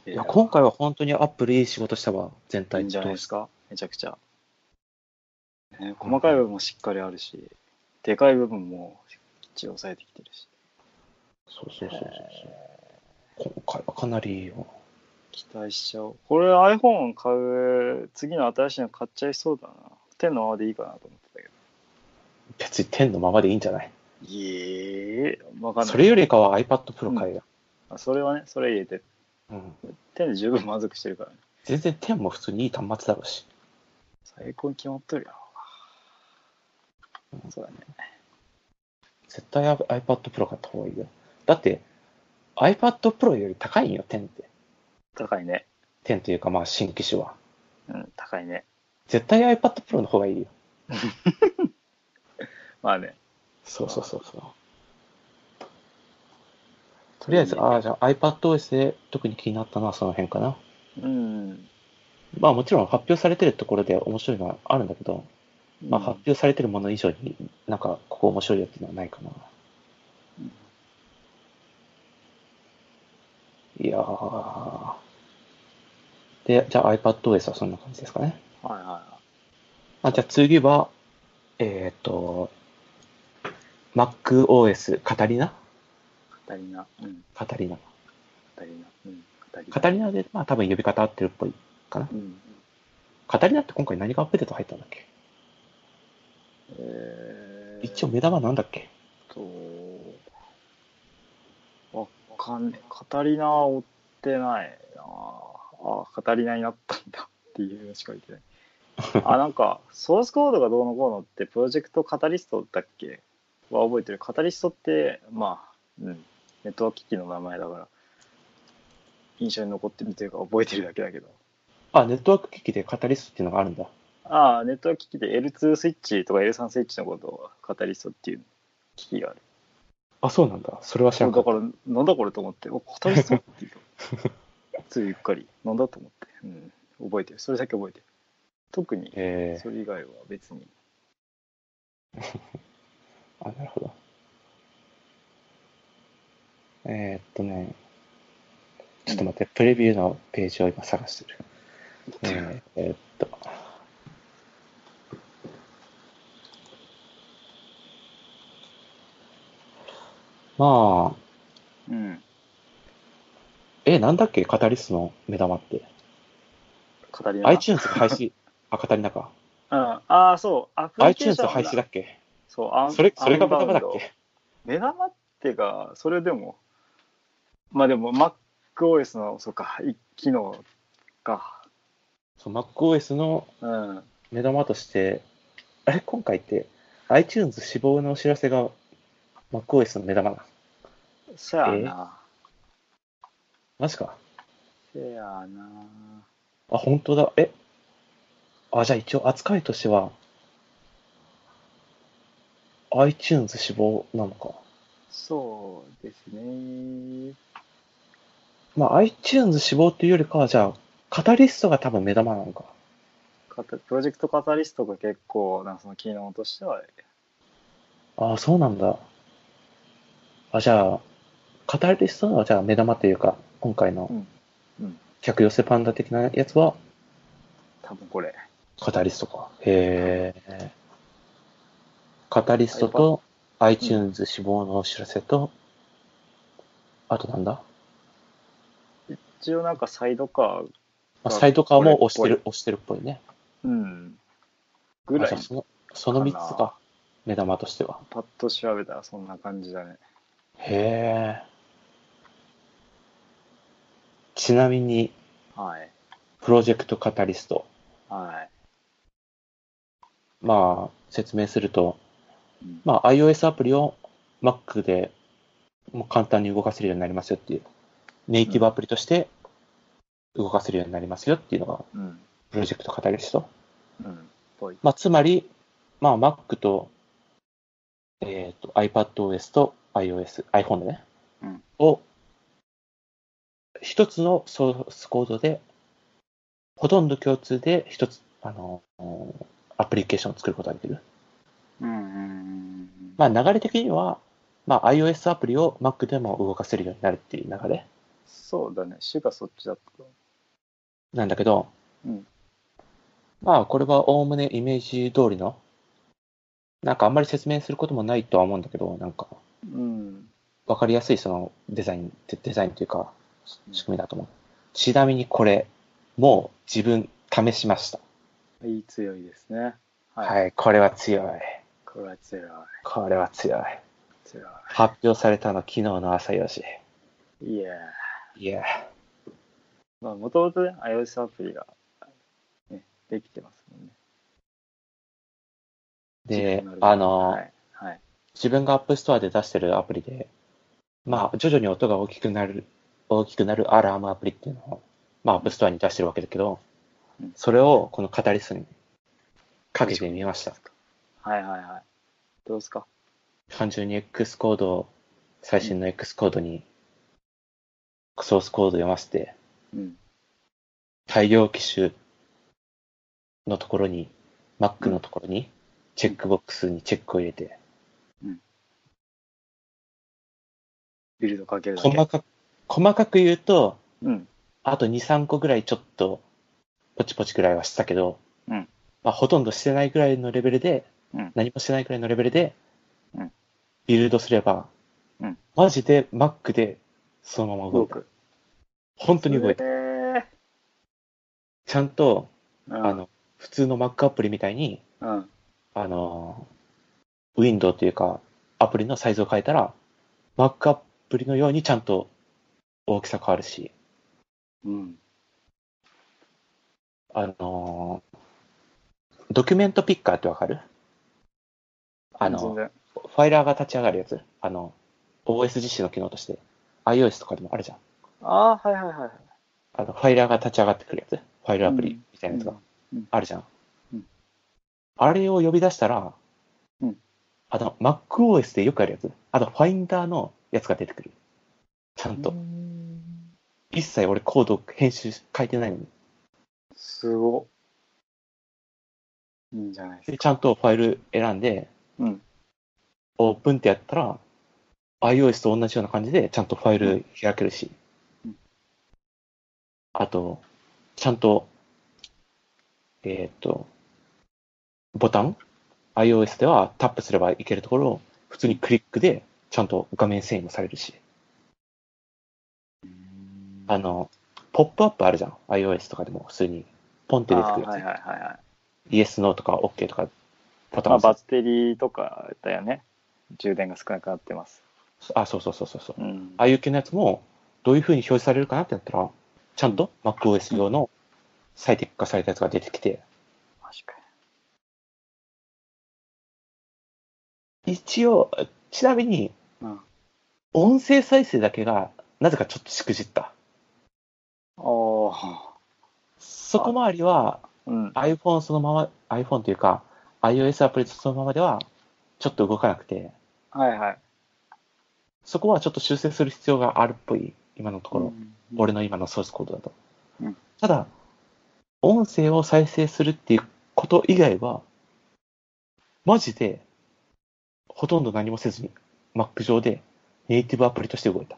Speaker 2: て
Speaker 1: いや、今回は本当にアップルいい仕事したわ。全
Speaker 2: いい
Speaker 1: 体
Speaker 2: んじ
Speaker 1: と
Speaker 2: ゃないですかめちゃくちゃ、ね、細かい部分もしっかりあるし、でかい部分もきっちり抑えてきてるし
Speaker 1: そうそうそうそうそう。今回はかなりいいよ。
Speaker 2: 期待しちゃおうこれ iPhone 買う次の新しいの買っちゃいそうだな手のままでいいかなと思ってたけど
Speaker 1: 別に天のままでいいんじゃない
Speaker 2: いえわかんない
Speaker 1: それよりかは iPad Pro 買えよ。
Speaker 2: あそれはねそれ入れて
Speaker 1: うん。
Speaker 2: 手で十分満足してるからね
Speaker 1: 全然天も普通にいい端末だろうし。
Speaker 2: 最高に決まっとるよそうだね
Speaker 1: 絶対 iPad Pro 買った方がいいよ。だって、iPad Pro より高いんよ、10って。
Speaker 2: 高いね
Speaker 1: 10というか、まあ、新機種は。
Speaker 2: うん高いね
Speaker 1: 絶対 iPad Pro の方がいいよ。
Speaker 2: まあね
Speaker 1: そうそうそうそう。とりあえず、ああ、じゃあ iPadOS で特に気になったのはその辺かな。
Speaker 2: うん
Speaker 1: まあもちろん発表されてるところで面白いのはあるんだけど、まあ
Speaker 2: うん
Speaker 1: 発表されてるもの以上になんかここ面白いよっていうのはないかな。いやー。で、じゃあ iPadOS はそんな感じですかね。
Speaker 2: はいはいは
Speaker 1: あじゃあ次は、えっ、と、MacOS カタリナ
Speaker 2: いカタリナうん
Speaker 1: カタリナ。
Speaker 2: カタリナ。うん。
Speaker 1: カタリナで、まあ多分呼び方合ってるっぽいかな
Speaker 2: う。ん。
Speaker 1: カタリナって今回何がアップデート入ったんだっけ
Speaker 2: えー、
Speaker 1: 一応目玉なんだっけ
Speaker 2: と、わかんねカタリナは追ってないなあ、カタリナになったんだっていうのしか言ってない。あ、なんか、ソースコードがどうのこうのって、プロジェクトカタリストだっけは覚えてる。カタリストって、まあ、うん、ネットワーク機器の名前だから、印象に残ってるというか、覚えてるだけだけど。
Speaker 1: あ、ネットワーク機器でカタリストっていうのがあるんだ。
Speaker 2: ああ、ネットワーク機器で L2 スイッチとか L3 スイッチのことをカタリストっていう機器がある。
Speaker 1: あ、そうなんだ。それは知ら
Speaker 2: だ
Speaker 1: なかっ
Speaker 2: か
Speaker 1: た。
Speaker 2: ら、なんだこれと思って、おカタリストって
Speaker 1: <laughs>
Speaker 2: 言った。ついゆっかり、なんだと思って、うん、覚えてる。それだけ覚えてる。特に、
Speaker 1: え
Speaker 2: それ以外は別に。
Speaker 1: ー、あ、なるほど。えー、っとね、ちょっと待って、プレビューのページを今探してる。えー、えーっと。まあ、
Speaker 2: うん。
Speaker 1: え、なんだっけカタリストの目玉って。
Speaker 2: カタリナ。
Speaker 1: iTunes が廃止。あ、カタリナか。
Speaker 2: うん、ああ、そう、アプリケー
Speaker 1: iTunes
Speaker 2: ション
Speaker 1: の廃止だっけ
Speaker 2: そう、あ
Speaker 1: それ、それが目玉だっけ
Speaker 2: 目玉ってか、それでも、まあでも、MacOS の、そうか、一機能か。
Speaker 1: そう MacOS の
Speaker 2: うん。
Speaker 1: 目玉として、あれ、今回って iTunes 死亡のお知らせが MacOS の目玉だ。
Speaker 2: そやな。
Speaker 1: マジか。
Speaker 2: せやな。
Speaker 1: あ、本当だ。えあ、じゃあ一応扱いとしては、iTunes 死亡なのか。
Speaker 2: そうですね。
Speaker 1: まあ、iTunes 死亡っていうよりかは、じゃあ、カタリストが多分目玉なのか。
Speaker 2: カタプロジェクトカタリストが結構、なんかその機能としては、
Speaker 1: ああ、そうなんだ。あ、じゃあ、カタリストの、じゃあ目玉というか、今回の
Speaker 2: うんうん
Speaker 1: 客寄せパンダ的なやつは、
Speaker 2: 多分これ。
Speaker 1: カタリストか。へえ。カタリストと iTunes 死亡のお知らせと、あとなんだ
Speaker 2: 一応なんかサイドカー、
Speaker 1: あ
Speaker 2: あ
Speaker 1: サイドカーも押してる
Speaker 2: こ、
Speaker 1: 押してるっぽいね。
Speaker 2: うん。ぐ
Speaker 1: あ
Speaker 2: ら
Speaker 1: じ
Speaker 2: い
Speaker 1: ゃあ、その、その3つ
Speaker 2: かな
Speaker 1: か。目玉としては。
Speaker 2: パッと調べたらそんな感じだね。
Speaker 1: へえ。ちなみに、
Speaker 2: はい。
Speaker 1: プロジェクトカタリスト。
Speaker 2: は
Speaker 1: まあ、説明すると、
Speaker 2: い。うん
Speaker 1: まあ、iOS アプリを Mac でもう簡単に動かせるようになりますよっていう、ネイティブアプリとして動かせるようになりますよっていうのが、
Speaker 2: うん。
Speaker 1: プロジェクトカタリスト。
Speaker 2: うん。ぽい。
Speaker 1: まあ、つまり、まあ、Mac と,、えー、と iPadOS と iOS、iPhone ね、
Speaker 2: うん
Speaker 1: を一つのソースコードで、ほとんど共通で一つ、あの、アプリケーションを作ることができる。
Speaker 2: うんうんうん。
Speaker 1: まあ、流れ的には、まあ、iOS アプリを Mac でも動かせるようになるっていう流れ
Speaker 2: そうだね。主がそっちだった。
Speaker 1: なんだけど、
Speaker 2: うん
Speaker 1: まあ、これは概ねイメージ通りの、なんかあんまり説明することもないとは思うんだけど、なんか、
Speaker 2: うん。
Speaker 1: わかりやすいそのデザインって、デザインというか、仕組みだと思う。ちなみにこれ、もう自分試しました。
Speaker 2: いい強いですね。。
Speaker 1: はいい、これは強い。
Speaker 2: これは強い。
Speaker 1: これは強い。
Speaker 2: 強
Speaker 1: 発表されたの昨日の朝4時。
Speaker 2: い。いやー。
Speaker 1: いや、
Speaker 2: まあ、もともとね、iOS アプリが、ね、できてますもんね。
Speaker 1: で
Speaker 2: 自分、
Speaker 1: あの、
Speaker 2: はい。はい。
Speaker 1: 自分が App Store で出してるアプリで、まあ、徐々に音が大きくなる、大きくなるアラームアプリっていうのを、まあ、App Store に出してるわけだけど
Speaker 2: うん、
Speaker 1: それをこのカタリストにかけてみました。
Speaker 2: はいはいはい。どうですか
Speaker 1: 単純に X コードを、最新の X コードに、ソースコードを読ませて、
Speaker 2: うん。
Speaker 1: 大量機種のところに、Mac のところに、チェックボックスにチェックを入れて、
Speaker 2: ビルドかけるだけ。
Speaker 1: 細かく、細かく言うと、
Speaker 2: うん。
Speaker 1: あと2、3個ぐらいちょっと、ポチポチぐらいはしたけど、
Speaker 2: うん
Speaker 1: まあ、ほとんどしてないぐらいのレベルで、
Speaker 2: うん
Speaker 1: 何もしてないぐらいのレベルで、
Speaker 2: うん
Speaker 1: ビルドすれば、
Speaker 2: うん
Speaker 1: マジで Mac でそのまま動
Speaker 2: 動
Speaker 1: いた。
Speaker 2: く。
Speaker 1: 本当に動いた。
Speaker 2: え
Speaker 1: ちゃんと、
Speaker 2: ー、
Speaker 1: あの、普通の Mac アプリみたいに、
Speaker 2: うん。うん。
Speaker 1: あの、ウィンドウというか、アプリのサイズを変えたら、Mac アプリのようにちゃんと大きさ変わるし、
Speaker 2: うん。
Speaker 1: あのードキュメントピッカーってわかるあの、
Speaker 2: 全
Speaker 1: フ
Speaker 2: 然
Speaker 1: ァイラーが立ち上がるやつ。あの、OS 実施の機能として、iOS とかでもあるじゃん。
Speaker 2: ああ、はいはいはいはい。
Speaker 1: あの、ファイラーが立ち上がってくるやつ。ファイルアプ
Speaker 2: う
Speaker 1: リ
Speaker 2: ん
Speaker 1: みたいなやつが
Speaker 2: うんうん
Speaker 1: あるじゃん。
Speaker 2: うん
Speaker 1: あれを呼び出したら、
Speaker 2: うん
Speaker 1: あの、MacOS でよくあるやつ。あと、ファインダーのやつが出てくる。ちゃんと。
Speaker 2: うん
Speaker 1: 一切俺コード編集し書いてないのに。
Speaker 2: すごいいんじゃないです
Speaker 1: で
Speaker 2: か。
Speaker 1: ちゃんとファイル選んで、
Speaker 2: うん。
Speaker 1: オープンってやったら、iOS と同じような感じで、ちゃんとファイル開けるし
Speaker 2: うん。
Speaker 1: あと、ちゃんと、えーっと、ボタン ?iOS ではタップすればいけるところを、普通にクリックで、ちゃんと画面遷移もされるし。あの、ポップアップあるじゃん。iOS とかでも普通に、ポンって出てくる
Speaker 2: あーはい
Speaker 1: や
Speaker 2: はいはいは
Speaker 1: つ。
Speaker 2: い。
Speaker 1: Yes, No とか OK とか、ボタン
Speaker 2: まあ、
Speaker 1: を
Speaker 2: バッテリーとかだよね。充電が少なくなってます。
Speaker 1: あ、そうそうそうそうそう。
Speaker 2: うん
Speaker 1: ああいう系のやつも、どういう風に表示されるかなってなったら、ちゃんと MacOS 用の最適化されたやつが出てきて、
Speaker 2: 確か
Speaker 1: 一応、ちなみに
Speaker 2: に。うん。
Speaker 1: 音声再生だけが、なぜかちょっとしくじった。
Speaker 2: おー
Speaker 1: そこ周りは
Speaker 2: うん。
Speaker 1: iPhone そのまま、iPhone というか、iOS アプリそのままでは、ちょっと動かなくて、
Speaker 2: はいはい。
Speaker 1: そこはちょっと修正する必要があるっぽい、今のところ。
Speaker 2: うん
Speaker 1: 俺の今のソースコードだと。
Speaker 2: うん
Speaker 1: ただ、音声を再生するっていうこと以外は、マジで、ほとんど何もせずに、Mac 上でネイティブアプリとして動いた。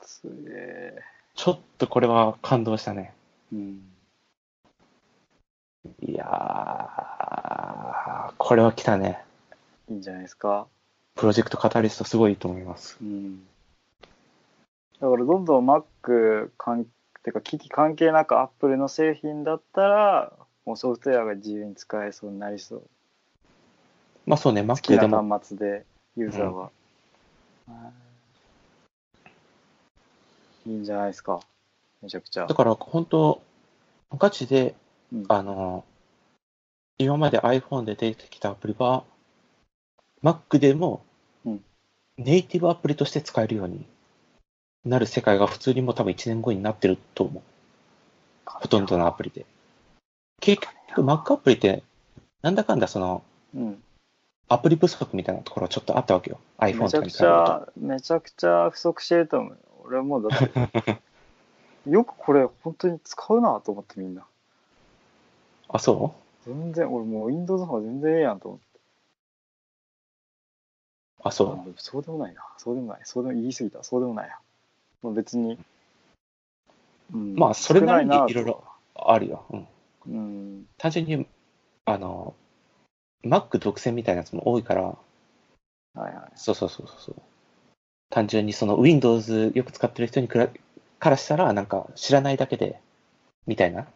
Speaker 2: すげえ。
Speaker 1: ちょっとこれは感動したね。
Speaker 2: うん。
Speaker 1: いやー、これは来たね。
Speaker 2: いいんじゃないですか。
Speaker 1: プロジェクトカタリストすごいいいと思います。
Speaker 2: うん。だからどんどん Mac 関てか機器関係なく Apple の製品だったら、もうソフトウェアが自由に使えそうになりそう。
Speaker 1: まあそうね、
Speaker 2: 好
Speaker 1: Mac
Speaker 2: き
Speaker 1: で
Speaker 2: な
Speaker 1: も、
Speaker 2: 端末でユーザーは、はいいいんじゃないですかめちゃくちゃ
Speaker 1: だから本当、ガチで、
Speaker 2: うん
Speaker 1: あの、今まで iPhone で出てきたアプリは、Mac でも
Speaker 2: うん、
Speaker 1: ネイティブアプリとして使えるようになる世界が普通にもう多分1年後になってると思う。ほとんどのアプリで。結局、Mac アプリって、なんだかんだその、
Speaker 2: うん
Speaker 1: アプリ不足みたいなところはちょっとあったわけよ。iPhone
Speaker 2: めち
Speaker 1: と
Speaker 2: ゃ
Speaker 1: か
Speaker 2: く
Speaker 1: に比
Speaker 2: ち
Speaker 1: べると。
Speaker 2: ゃめちゃくちゃ不足してると思う俺はもうだってよくこれ本当に使うなと思ってみんな
Speaker 1: あ、そ
Speaker 2: 全然俺もう Windows の方が全然ええやんと思って
Speaker 1: うあ、そう。
Speaker 2: あそうでもないなそうでもないそうでも言い過ぎたそうでもないやもう別に、うん
Speaker 1: まあそれなりに
Speaker 2: 少と
Speaker 1: いろいろあるよ。うん。
Speaker 2: うん
Speaker 1: 単純に、あの、Mac 独占みたいなやつも多いから、
Speaker 2: はいはい
Speaker 1: そうそうそうそう。単純にその Windows よく使ってる人にくらからしたら、なんか知らないだけで、みたいな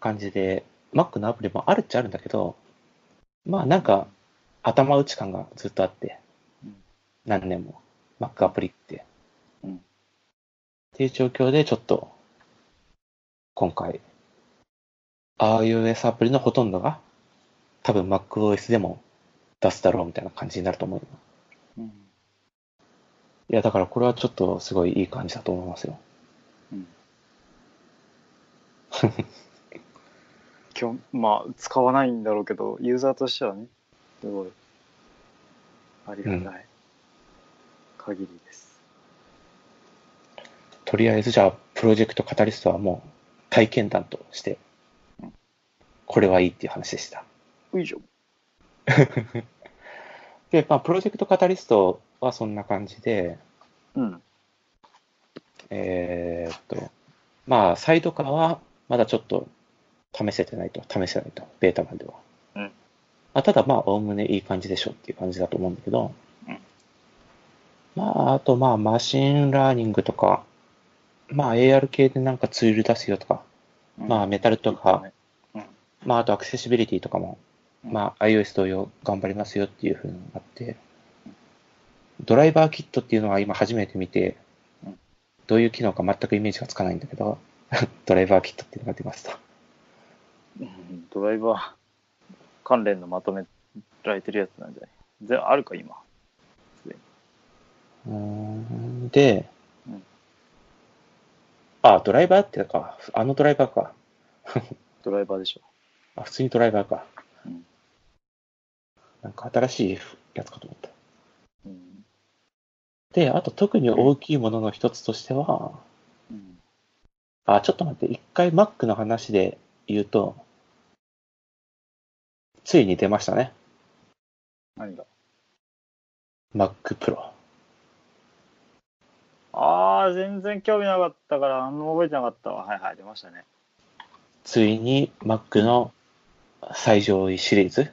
Speaker 1: 感じで、Mac のアプリもあるっちゃあるんだけど、まあなんか頭打ち感がずっとあって
Speaker 2: うん、
Speaker 1: 何年も Mac アプリって。
Speaker 2: うん
Speaker 1: っていう状況でちょっと、今回、iOS アプリのほとんどが、多分 MacOS でも出すだろうみたいな感じになると思うよ。
Speaker 2: うん
Speaker 1: いや、だからこれはちょっとすごいいい感じだと思いますよ。
Speaker 2: 今日まあ使わないんだろうけどユーザーとしてはねすごいありがたい限りです、
Speaker 1: とりあえずじゃあ、プロジェクトカタリストはもう体験談として、これはいいっていう話でした。
Speaker 2: ういしょ
Speaker 1: で、まあ、プロジェクトカタリストはそんな感じで、
Speaker 2: うん
Speaker 1: えーっと、まあ、サイドカーはまだちょっと試せてないと、試せないと、ベータ版では。
Speaker 2: うん
Speaker 1: まあ、ただ、まあ、おおむねいい感じでしょっていう感じだと思うんだけど、
Speaker 2: うん
Speaker 1: まあ、あと、まあ、マシンラーニングとか、まあ、AR 系でなんかツール出すよとか、まあ、メタルとか、まあ、あとアクセシビリティとかも、
Speaker 2: うん
Speaker 1: まあ、iOS 同様頑張りますよっていうふうになって、ドライバーキットっていうのは今初めて見て
Speaker 2: うん、
Speaker 1: どういう機能か全くイメージがつかないんだけど、 <laughs> ドライバーキットっていうのが出ました。
Speaker 2: うんドライバー関連のまとめられてるやつなんじゃないであるか今
Speaker 1: うーんで
Speaker 2: うん、
Speaker 1: あ、ドライバーってか、あのドライバーか。
Speaker 2: ドライバーでしょ
Speaker 1: あ、普通にドライバーか
Speaker 2: うん。
Speaker 1: なんか新しいやつかと思った。
Speaker 2: うん
Speaker 1: で、あと特に大きいものの一つとしては、
Speaker 2: うん
Speaker 1: あ、ちょっと待って、一回 Mac の話で言うと、ついに出ましたね。
Speaker 2: 何が
Speaker 1: Mac Pro。
Speaker 2: ああ全然興味なかったから何も覚えてなかったわはいはい出ましたね
Speaker 1: ついに Mac の最上位シリーズ、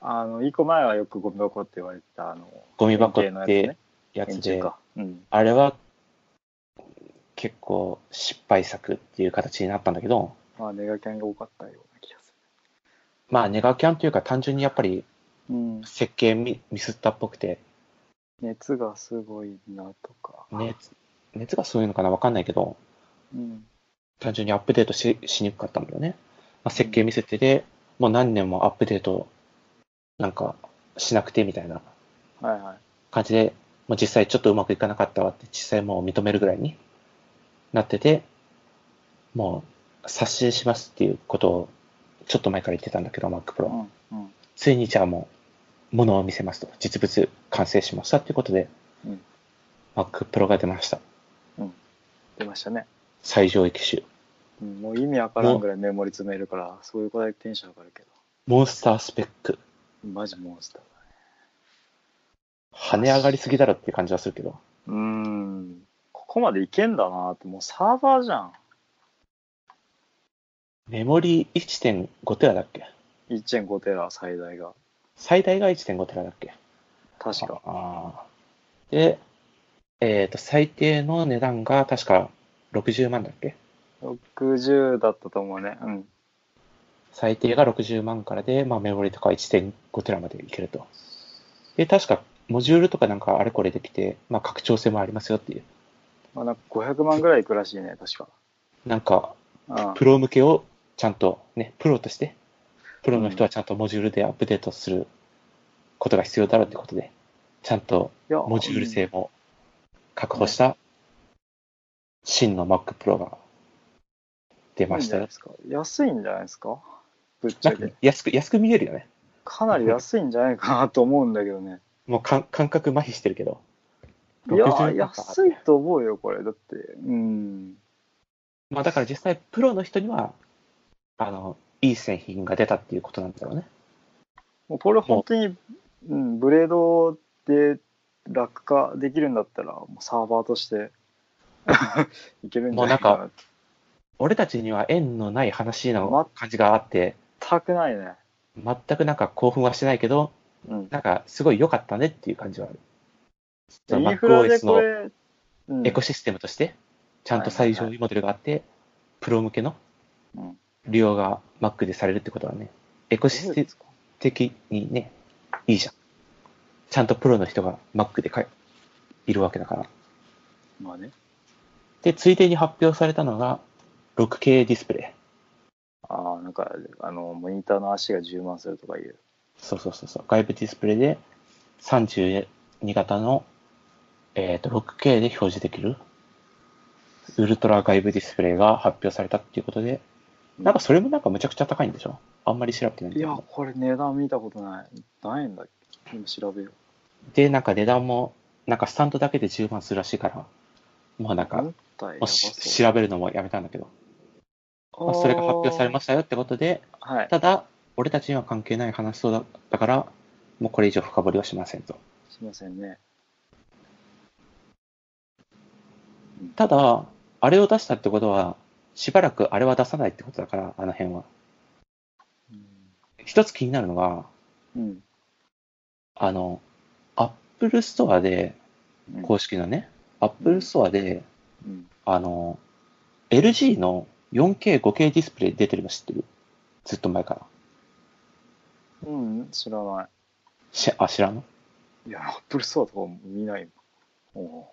Speaker 2: あの一個前はよくゴミ箱って言われてたあの
Speaker 1: ゴミ箱っ
Speaker 2: 円形のやつ
Speaker 1: て
Speaker 2: ね
Speaker 1: や
Speaker 2: 円
Speaker 1: つ
Speaker 2: 柱
Speaker 1: で、
Speaker 2: かうん
Speaker 1: あれは結構失敗作っていう形になったんだけど、
Speaker 2: まあ、ネガキャンが多かったような気がす
Speaker 1: まあネガキャンというか単純にやっぱり
Speaker 2: る。うん。
Speaker 1: 設計ミミスったっぽくて、
Speaker 2: 熱がすごいなとか。
Speaker 1: 熱熱がそういうのかなわかんないけど、
Speaker 2: うん。
Speaker 1: 単純にアップデートししにくかったんだよね。まあ、設計見せてで、もう何年もアップデートなんかしなくてみたいな
Speaker 2: はいはい。
Speaker 1: 感じで、まあ、実際ちょっとうまくいかなかったわって実際もう認めるぐらいになってて、もう刷新しますっていうことをちょっと前から言ってたんだけど、Mac
Speaker 2: う
Speaker 1: Pro。
Speaker 2: ん。うん。
Speaker 1: ついにじゃあもう、ものを見せますと、実物完成しましたっていうことで、
Speaker 2: うん
Speaker 1: Mac Pro が出ました。
Speaker 2: 出ましたね。
Speaker 1: 最上位機種。
Speaker 2: うん、もう意味わからんぐらいメモリ詰めるから、そういうことでテンション上がるけ
Speaker 1: モンスタースペック。
Speaker 2: ど。マジモンスターだね。
Speaker 1: 跳ね上がりすぎだろっていう感じはするけど。
Speaker 2: うーん。ここまでいけんだなって、もうサーバーじゃん。
Speaker 1: メモリー1.5テラだっけ
Speaker 2: 1.5テラ最大が。
Speaker 1: 最大が1.5テラだっけ
Speaker 2: 確か。
Speaker 1: あーで、えっ、と、最低の値段が確か60万だっけ
Speaker 2: 60だったと思うね。うん。
Speaker 1: 最低が60万からで、まあ、メモリとか1.5テラまでいけると。で、確か、モジュールとかなんかあれこれできて、まあ、拡張性もありますよっていう。
Speaker 2: まあ、なんか500万ぐらいいくらしいね、確か。
Speaker 1: なんか、
Speaker 2: うん
Speaker 1: プロ向けをちゃんとね、プロとして、プロの人はちゃんとモジュールでアップデートすることが必要だろうってことで、ちゃんと
Speaker 2: いや
Speaker 1: モジュール性も確保した真の Mac Pro が出ました
Speaker 2: いい
Speaker 1: よ
Speaker 2: んじゃないで。すか安いんじゃないですかぶっち
Speaker 1: な
Speaker 2: ゃ
Speaker 1: んか
Speaker 2: け。
Speaker 1: 安く、安く見えるよね。
Speaker 2: かなり安いんじゃないかなと思うんだけど
Speaker 1: <laughs>
Speaker 2: ね。
Speaker 1: もうかん感覚麻痺してるけど。
Speaker 2: いや
Speaker 1: 60
Speaker 2: ー、
Speaker 1: とか
Speaker 2: 安いと思うよ、これ。だって。うん。
Speaker 1: まあだから実際プロの人には、あの、いい製品が出たっていうことなんだろうね。
Speaker 2: もうこれ本当に、うん、ブレードで落下できるんだったら、もうサーバーとして <laughs> いけるんじゃないか
Speaker 1: も
Speaker 2: な。
Speaker 1: 俺たちには縁のない話の感じがあって、
Speaker 2: 全くないね。
Speaker 1: 全くなんか興奮はしてないけど、
Speaker 2: うん。
Speaker 1: なんかすごい良かったねっていう感じはある。そ
Speaker 2: イ
Speaker 1: の
Speaker 2: ンフラで
Speaker 1: MacOS
Speaker 2: こ
Speaker 1: の
Speaker 2: れ、うん
Speaker 1: エコシステムとして、ちゃんと最上位モデルがあって、プロ向けの
Speaker 2: うん
Speaker 1: 利用が Mac でされるってことはね、エコシステム的にね、いいじゃん。ちゃんとプロの人が Mac でかいいるわけだから。
Speaker 2: まあね。
Speaker 1: で、ついでに発表されたのが、6K ディスプレイ。
Speaker 2: ああ、なんか、あの、モニターの足が10万するとかいう。
Speaker 1: そうそうそうそう。外部ディスプレイで32型の、えー、と 6K で表示できるウルトラ外部ディスプレイが発表されたっていうことで、なんかそれもなんかむちゃくちゃ高いんでしょあんまり調べてないんだ
Speaker 2: い
Speaker 1: け
Speaker 2: や
Speaker 1: ど。、
Speaker 2: これ値段見たことない。何円だっけ今調べよ
Speaker 1: で、なんか値段も、なんかスタンドだけで10万するらしいから、もうなん
Speaker 2: う。
Speaker 1: か、も
Speaker 2: 体
Speaker 1: うし調べるのもやめたんだけど、まあ、それが発表されましたよってことで、
Speaker 2: た。はい。
Speaker 1: ただ、俺たちには関係ない話そうだったから、もうこれ以上深掘りはしませんと。
Speaker 2: すいませんね。
Speaker 1: ただ、あれを出したってことは、しばらくあれは出さないってことだから、あの辺は。一つ気になるのが、
Speaker 2: うん。
Speaker 1: あの、Apple Store で、
Speaker 2: うん。
Speaker 1: 公式のね、Apple Store で、
Speaker 2: うん。
Speaker 1: あの、LG の 4K、5K ディスプレイ出てるの知ってるずっと前から。
Speaker 2: うん、知らな
Speaker 1: しあ、知らんの
Speaker 2: い。いや、アップルストアとか見ないもん。お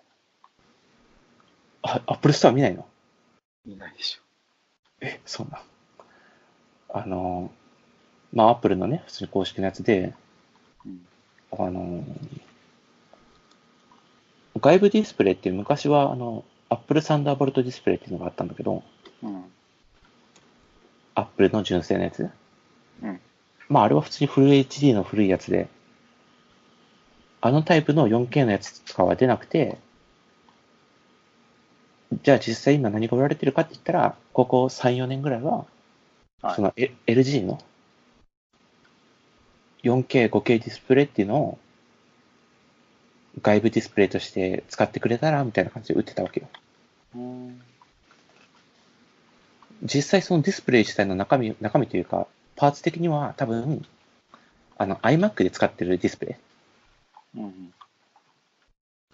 Speaker 1: あ Apple Store 見ないの
Speaker 2: う見ないでしょ。
Speaker 1: え、そうなん。あの、まあ、Apple のね、普通に公式のやつで、
Speaker 2: うん。
Speaker 1: あの、外部ディスプレイって昔は、あの、Apple Thunderbolt ディスプレイっていうのがあったんだけど、
Speaker 2: うん。
Speaker 1: Apple の純正のやつ。
Speaker 2: うん。
Speaker 1: まあ、あれは普通にフル HD の古いやつで、あのタイプの 4K のやつとかは出なくて、じゃあ実際今何が売られてるかって言ったら、ここ3、4年ぐらいは、
Speaker 2: はい
Speaker 1: その L- LG の 4K、5K ディスプレイっていうのを外部ディスプレイとして使ってくれたらみたいな感じで売ってたわけよ。
Speaker 2: うん。
Speaker 1: 実際そのディスプレイ自体の中身、中身というか、パーツ的には多分、あの iMac で使ってるディスプレイ。
Speaker 2: うん。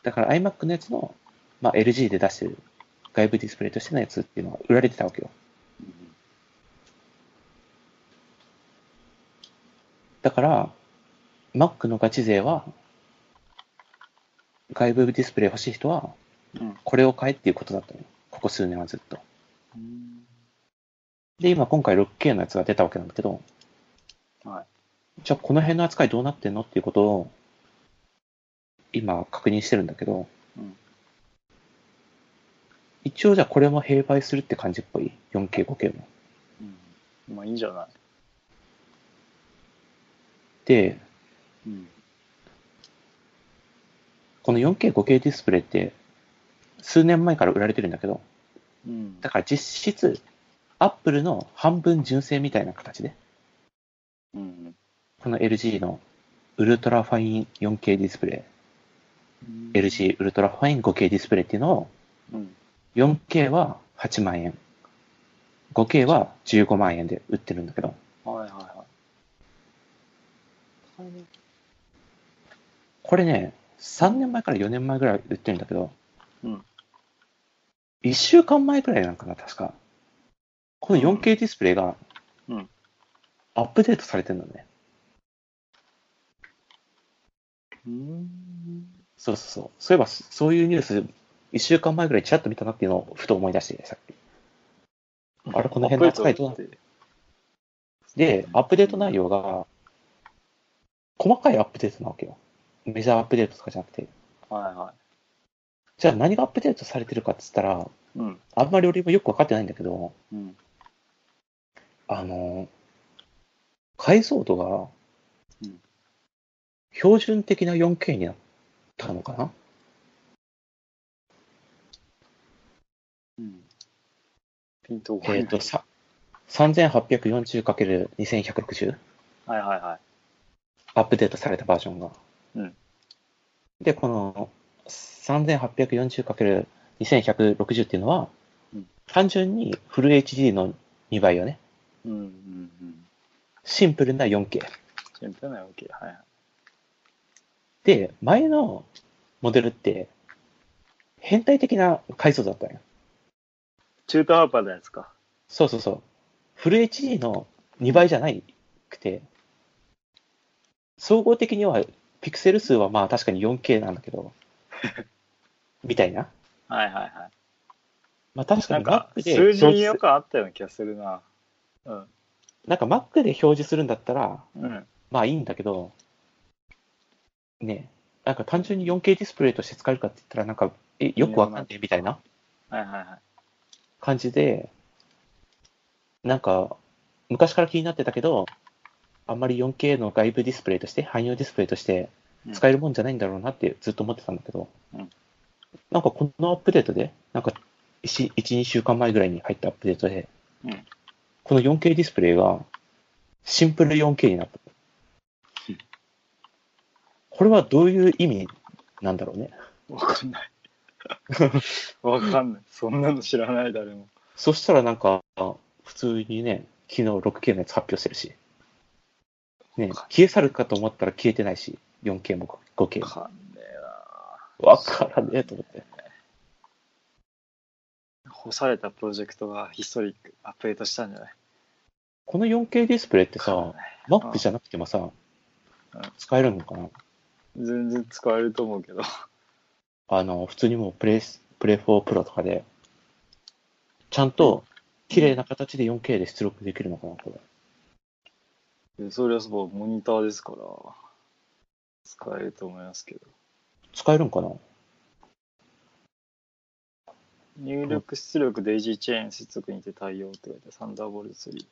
Speaker 1: だから iMac のやつの、まあ、LG で出してる外部ディスプレイとしてのやつっていうのが売られてたわけよ。だから、Mac のガチ勢は、外部ディスプレイ欲しい人は、
Speaker 2: うん。
Speaker 1: これを買えっていうことだったのよ。ここ数年はずっと。
Speaker 2: うん。
Speaker 1: で、今今回 6K のやつが出たわけなんだけど、
Speaker 2: はい。
Speaker 1: じゃあこの辺の扱いどうなってんのっていうことを、今確認してるんだけど、
Speaker 2: うん
Speaker 1: 一応じゃあこれも併売するって感じっぽい。4K、5K も。
Speaker 2: うん。まあいいんじゃない。
Speaker 1: で、
Speaker 2: うん。
Speaker 1: この 4K、5K ディスプレイって、数年前から売られてるんだけど、
Speaker 2: うん
Speaker 1: だ。から実質、アップルの半分純正みたいな形で、
Speaker 2: うん。
Speaker 1: この LG のウルトラファイン 4K ディスプレイ、。LG ウルトラファイン 5K ディスプレイっていうのを、
Speaker 2: うん。
Speaker 1: 4K は8万円、 5K は15万円で売ってるんだけど、
Speaker 2: はいはいはい。
Speaker 1: これね、3年前から4年前ぐらい売ってるんだけど、
Speaker 2: うん
Speaker 1: 1週間前ぐらいなんかな、確か。この 4K ディスプレイが、
Speaker 2: うん
Speaker 1: アップデートされてるのね。
Speaker 2: うん。
Speaker 1: そうそうそう。そういえば、そそういうニュース、1週間前ぐらいちらっと見たなっていうのをふと思い出して、さっき。あれ、この辺の扱いどうなって
Speaker 2: て
Speaker 1: で、アップデート内容が、細かいアップデートなわけよ。メジャーアップデートとかじゃなくて。
Speaker 2: はいは
Speaker 1: じゃあ何がアップデートされてるかっつったら、
Speaker 2: い。うん。
Speaker 1: あんまり俺もよくわかってないんだけど、
Speaker 2: うん。
Speaker 1: あの、解像度が
Speaker 2: うん、
Speaker 1: 標準的な 4K になったのかな
Speaker 2: うん。ピント
Speaker 1: えっ、と、さ 3840×2160
Speaker 2: はいはいは
Speaker 1: アップデートされたバージョンが。
Speaker 2: うん
Speaker 1: で、この 3840×2160 っていうのは、
Speaker 2: うん
Speaker 1: 単純にフル HD の2倍よね。
Speaker 2: い。うんうんうん。
Speaker 1: シンプルな 4K。
Speaker 2: シンプルな OK。はいはい。
Speaker 1: で、前のモデルって、変態的な解像度だったんよ。
Speaker 2: 中途半端なやつか。
Speaker 1: そうそうそう。フル HD の2倍じゃないくて、総合的にはピクセル数はまあ確かに 4K なんだけ
Speaker 2: <laughs>
Speaker 1: ど、みたいな。
Speaker 2: はいはいはい。
Speaker 1: まあ確か
Speaker 2: なん
Speaker 1: に Mac
Speaker 2: か、
Speaker 1: で
Speaker 2: 数
Speaker 1: 表
Speaker 2: 字によ
Speaker 1: 示
Speaker 2: くあったような気がするな。うん。
Speaker 1: なんか Mac で表示するんだったら、
Speaker 2: うん。
Speaker 1: まあいいんだけど、ね、なんか単純に 4K ディスプレイとして使えるかって言ったら、なんか、え、よくわかんないみたいな
Speaker 2: はいはいはい。
Speaker 1: 感じで、なんか、昔から気になってたけど、あんまり 4K の外部ディスプレイとして、汎用ディスプレイとして使えるもんじゃないんだろうなってずっと思ってたんだけど、
Speaker 2: うん
Speaker 1: なんかこのアップデートで、なんか1、1 2週間前ぐらいに入ったアップデートで、
Speaker 2: うん
Speaker 1: この 4K ディスプレイがシンプル 4K になった
Speaker 2: うん。
Speaker 1: これはどういう意味なんだろうね。
Speaker 2: わかんない。わかんない。そんなの知らない、誰も。
Speaker 1: そしたらなんか、普通にね、昨日 6K のやつ発表してるし。ね、消え去るかと思ったら消えてないし、4K も 5K
Speaker 2: わ
Speaker 1: も。
Speaker 2: かんねえな。
Speaker 1: わからねえと思って。
Speaker 2: 干されたプロジェクトがヒストリックアップデートしたんじゃない
Speaker 1: この 4K ディスプレイって
Speaker 2: わかん
Speaker 1: さ、
Speaker 2: ない
Speaker 1: Mac じゃなくてもさ
Speaker 2: うん、
Speaker 1: 使えるのかな
Speaker 2: 全然使えると思うけど。
Speaker 1: あの、普通にもうプレイス、プレイ4プロとかで、ちゃんと綺麗な形で 4K で出力できるのかな、これ。
Speaker 2: でそれはそう、モニターですから、使えると思いますけど。
Speaker 1: 使えるんかな
Speaker 2: 入力出力デイジーチェーン接続にて対応って書いてあるサンダーボルト3。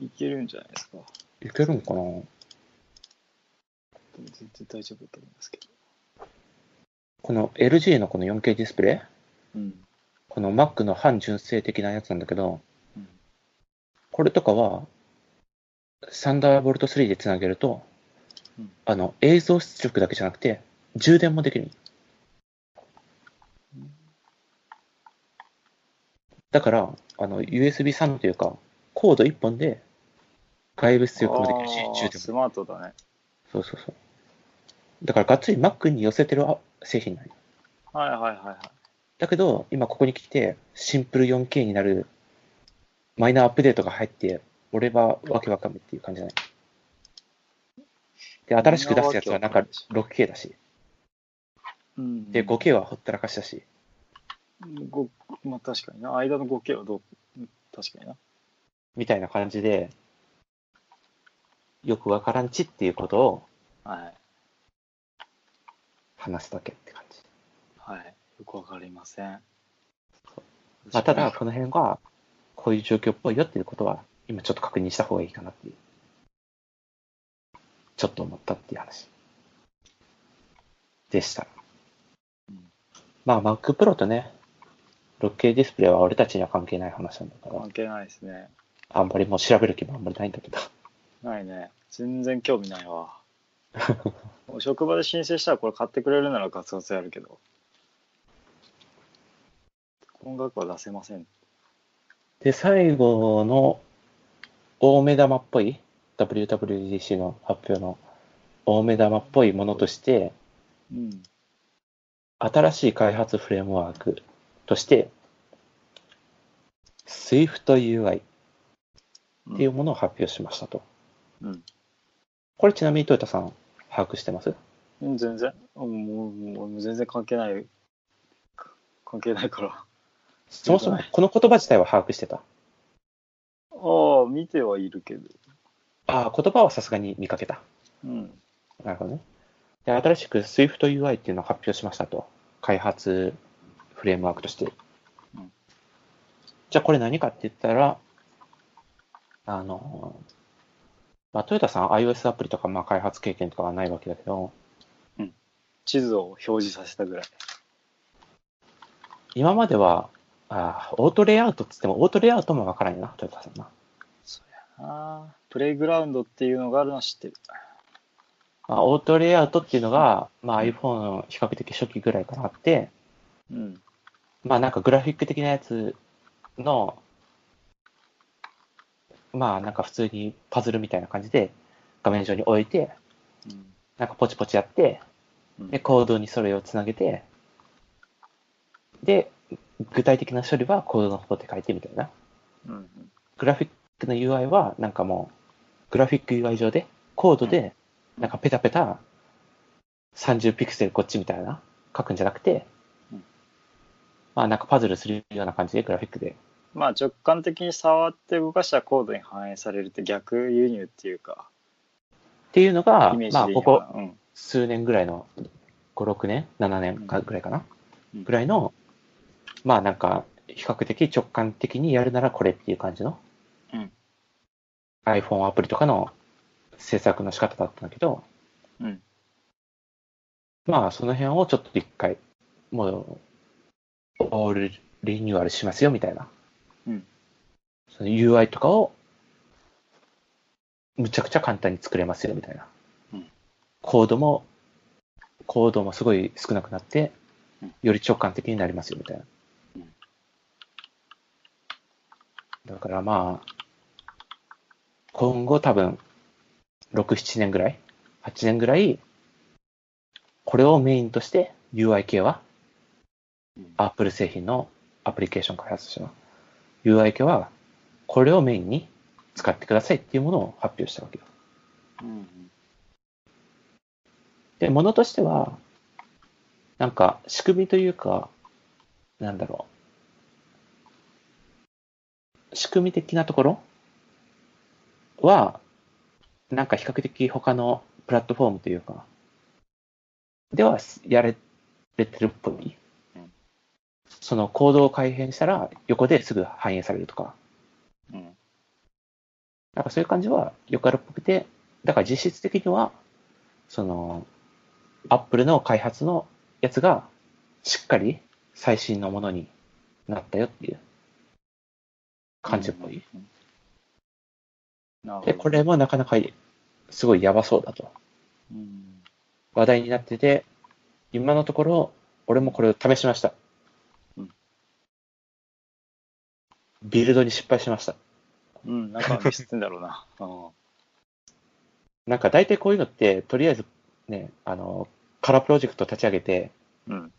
Speaker 2: いけるんじゃないですか。
Speaker 1: いけるんかな
Speaker 2: でも全然大丈夫だと思いますけど。
Speaker 1: この LG のこの 4K ディスプレイ
Speaker 2: うん。
Speaker 1: この Mac の半純正的なやつなんだけど、
Speaker 2: うん
Speaker 1: これとかは、サンダーボルト3でつなげると、
Speaker 2: うん
Speaker 1: あの映像出力だけじゃなくて、充電もできる
Speaker 2: うん。
Speaker 1: だから、あの USB 3というか、コード1本で外部出力もできるし、
Speaker 2: あ
Speaker 1: 充電
Speaker 2: ー
Speaker 1: もできる
Speaker 2: スマートだね。
Speaker 1: そうそうそう。だから、がっつり Mac に寄せてるあ製品なんよ
Speaker 2: はいはいはいはい。
Speaker 1: だけど、今ここに来て、シンプル 4K になる、マイナーアップデートが入って、俺はわけわかんないっていう感じじゃない。で、新しく出すやつはなんか 6K だし、
Speaker 2: うん
Speaker 1: で、5K はほったらかしだし、
Speaker 2: ごまあ確かにな。間の 5K はどううん確かにな。
Speaker 1: みたいな感じで、よくわからんちっていうことを
Speaker 2: はい。
Speaker 1: 話すだけって感じ。
Speaker 2: はい。よくわかりません。
Speaker 1: まあ、ただ、この辺が、こういう状況っぽいよっていうことは、今ちょっと確認した方がいいかなっていう。ちょっと思ったっていう話。でした
Speaker 2: うん。
Speaker 1: まあ、Mac Pro とね、6K ディスプレイは俺たちには関係ない話なんだから
Speaker 2: 関、係ないですね。
Speaker 1: あんまりもう調べる気もあんまりないんだけど。
Speaker 2: ないね。全然興味ないわ。お職場で申請したらこれ買ってくれるならガツガツやるけど。今額は出せません。
Speaker 1: で、最後の大目玉っぽい、WWDC の発表の大目玉っぽいものとして、
Speaker 2: うん。
Speaker 1: 新しい開発フレームワークとして、SwiftUI っていうものを発表しましたと。
Speaker 2: うん
Speaker 1: これちなみにトヨタさん、把握してます
Speaker 2: うん、全然、うん、もうもう全然関係ない、か関係ないから。
Speaker 1: そもそもこの言葉自体は把握してた。
Speaker 2: ああ、見てはいるけど。
Speaker 1: ああ、言葉はさすがに見かけた。
Speaker 2: うん。
Speaker 1: なるほどね。で、新しく SwiftUI っていうのを発表しましたと。開発フレームワークとして
Speaker 2: うん。
Speaker 1: じゃあこれ何かって言ったら、あの、まあ、トヨタさん iOS アプリとか、まあ、開発経験とかはないわけだけど、
Speaker 2: 地図を表示させたぐらい。
Speaker 1: 今までは、ああ、オートレイアウトっつっても、オートレイアウトもわからんよな、トヨタさんな。
Speaker 2: ああ、プレイグラウンドっていうのがあるのは知ってる。
Speaker 1: まあ、オートレイアウトっていうのが、まあ、iPhone の比較的初期ぐらいからあって、
Speaker 2: うん。
Speaker 1: まあなんかグラフィック的なやつの、まあなんか普通にパズルみたいな感じで画面上に置いて、
Speaker 2: うん
Speaker 1: なんかポチポチやって、
Speaker 2: うん
Speaker 1: で、コードにそれをつなげて、で、具体的な処理はコードの方で書いてみたいな。
Speaker 2: うん。
Speaker 1: グラフィックの UI はなんかもう、グラフィック UI 上で、コードで、なんかペタペタ、30ピクセルこっちみたいな、書くんじゃなくて
Speaker 2: うん、
Speaker 1: まあなんかパズルするような感じでグラフィックで。
Speaker 2: まあ直感的に触って動かしたコードに反映されるって逆輸入っていうか、
Speaker 1: っていうのが
Speaker 2: イメー、ジ
Speaker 1: まあ
Speaker 2: でいい
Speaker 1: こ
Speaker 2: のかな
Speaker 1: こ
Speaker 2: うん。
Speaker 1: 数年ぐらいの、5、6年 ?7 年かぐらいかな、
Speaker 2: うん
Speaker 1: ぐらいの、まあなんか、比較的直感的にやるならこれっていう感じの、
Speaker 2: うん
Speaker 1: iPhone アプリとかの制作の仕方だったんだけど、
Speaker 2: うん
Speaker 1: まあその辺をちょっと一回、もう、オールリニューアルしますよみたいな。
Speaker 2: うん
Speaker 1: その UI とかを、むちゃくちゃ簡単に作れますよみたいな。
Speaker 2: うん
Speaker 1: コードも、コードもすごい少なくなって
Speaker 2: うん、
Speaker 1: より直感的になりますよみたいな
Speaker 2: うん。
Speaker 1: だからまあ、今後多分、6、7年ぐらい、8年ぐらい、これをメインとして UI 系は
Speaker 2: うん、
Speaker 1: Apple 製品のアプリケーション開発者の UI 系は、これをメインに使ってくださいっていうものを発表したわけよ。
Speaker 2: うん。
Speaker 1: で、ものとしては、なんか仕組みというか、なんだろう。仕組み的なところは、なんか比較的他のプラットフォームというか、ではやれれてるっぽい
Speaker 2: うん。
Speaker 1: その行動を改変したら横ですぐ反映されるとか、
Speaker 2: うん。
Speaker 1: なんかそういう感じはよくあるっぽくて、だから実質的には、その、アップルの開発のやつが、しっかり最新のものになったよっていう感じっぽい。
Speaker 2: うん。なるほど。
Speaker 1: で、これもなかなかすごいやばそうだと
Speaker 2: うん。
Speaker 1: 話題になってて、今のところ、俺もこれを試しました
Speaker 2: うん。
Speaker 1: ビルドに失敗しました。
Speaker 2: うん、なんかミスってんだろう
Speaker 1: <laughs>
Speaker 2: な。うん。
Speaker 1: なんか大体こういうのって、とりあえずね、あの、カラープロジェクト立ち上げて、
Speaker 2: うん。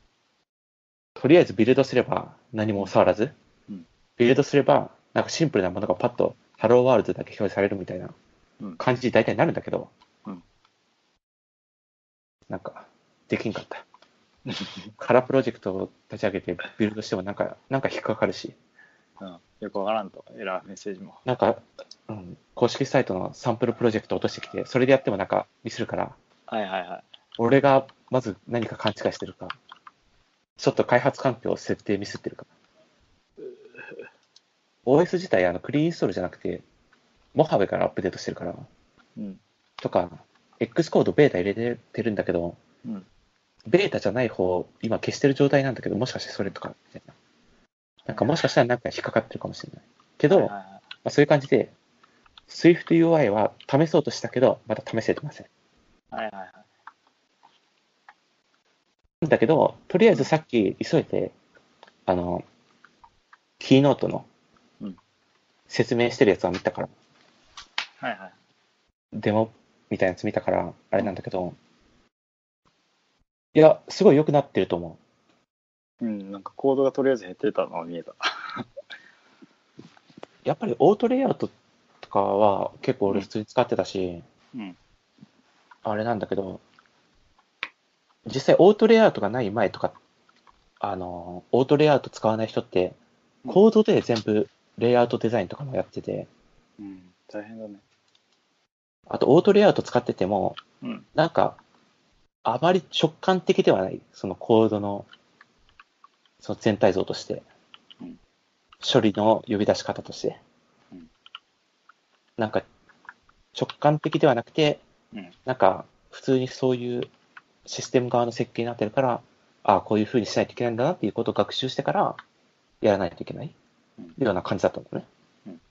Speaker 1: とりあえずビルドすれば何も触らず、
Speaker 2: うん
Speaker 1: ビルドすればなんかシンプルなものがパッとハローワールドだけ表示されるみたいな
Speaker 2: うん
Speaker 1: 感じに大体なるんだけど、
Speaker 2: うん
Speaker 1: なんかできんか
Speaker 2: <laughs>
Speaker 1: った。カラープロジェクトを立ち上げてビルドしてもなんかなんか引っかかるし、
Speaker 2: うん。よくわからんと、エラーメッセージも。
Speaker 1: なんか、うん、公式サイトのサンプルプロジェクトを落としてきて、それでやってもなんかミスるから、
Speaker 2: はいはいはい。
Speaker 1: 俺がまず何か勘違いしてるか、ちょっと開発環境を設定ミスってるか。OS 自体、あの、クリーンインストールじゃなくて、モハベからアップデートしてるから、
Speaker 2: うん。
Speaker 1: とか、X コードベータ入れてるんだけど、
Speaker 2: うん。
Speaker 1: ベータじゃない方を今消してる状態なんだけど、もしかしてそれとか、みたいな。なんかもしかしたらなんか引っかかってるかもしれない。けど、
Speaker 2: はいはい
Speaker 1: ま
Speaker 2: はい
Speaker 1: あ、そういう感じで、SwiftUI は試そうとしたけど、まだ試せてません。
Speaker 2: はいはいはい。
Speaker 1: だけど、とりあえずさっき急いで、あの、キーノートの
Speaker 2: うん
Speaker 1: 説明してるやつは見たから、
Speaker 2: はいはい。
Speaker 1: デモみたいなやつ見たから、あれなんだけど、いや、すごい良くなってると思
Speaker 2: うん、なんかコードがとりあえず減ってたのは見えた。
Speaker 1: う。やっぱりオートレイアウトとかは結構俺普通に使ってたし、
Speaker 2: うん。
Speaker 1: あれなんだけど、実際オートレイアウトがない前とか、あの、オートレイアウト使わない人って、コードで全部レイアウトデザインとかもやってて、
Speaker 2: うん、大変だね。
Speaker 1: あとオートレイアウト使ってても、
Speaker 2: うん。
Speaker 1: なんか、あまり直感的ではない、そのコードの、その全体像として
Speaker 2: うん、
Speaker 1: 処理の呼び出し方として
Speaker 2: うん、
Speaker 1: なんか、直感的ではなくて、
Speaker 2: うん。
Speaker 1: なんか、普通にそういうシステム側の設計になってるから、ああ、こういう風にしないといけないんだなっていうことを学習してから、やらないといけない
Speaker 2: うん
Speaker 1: ような感じだったんだね
Speaker 2: うん。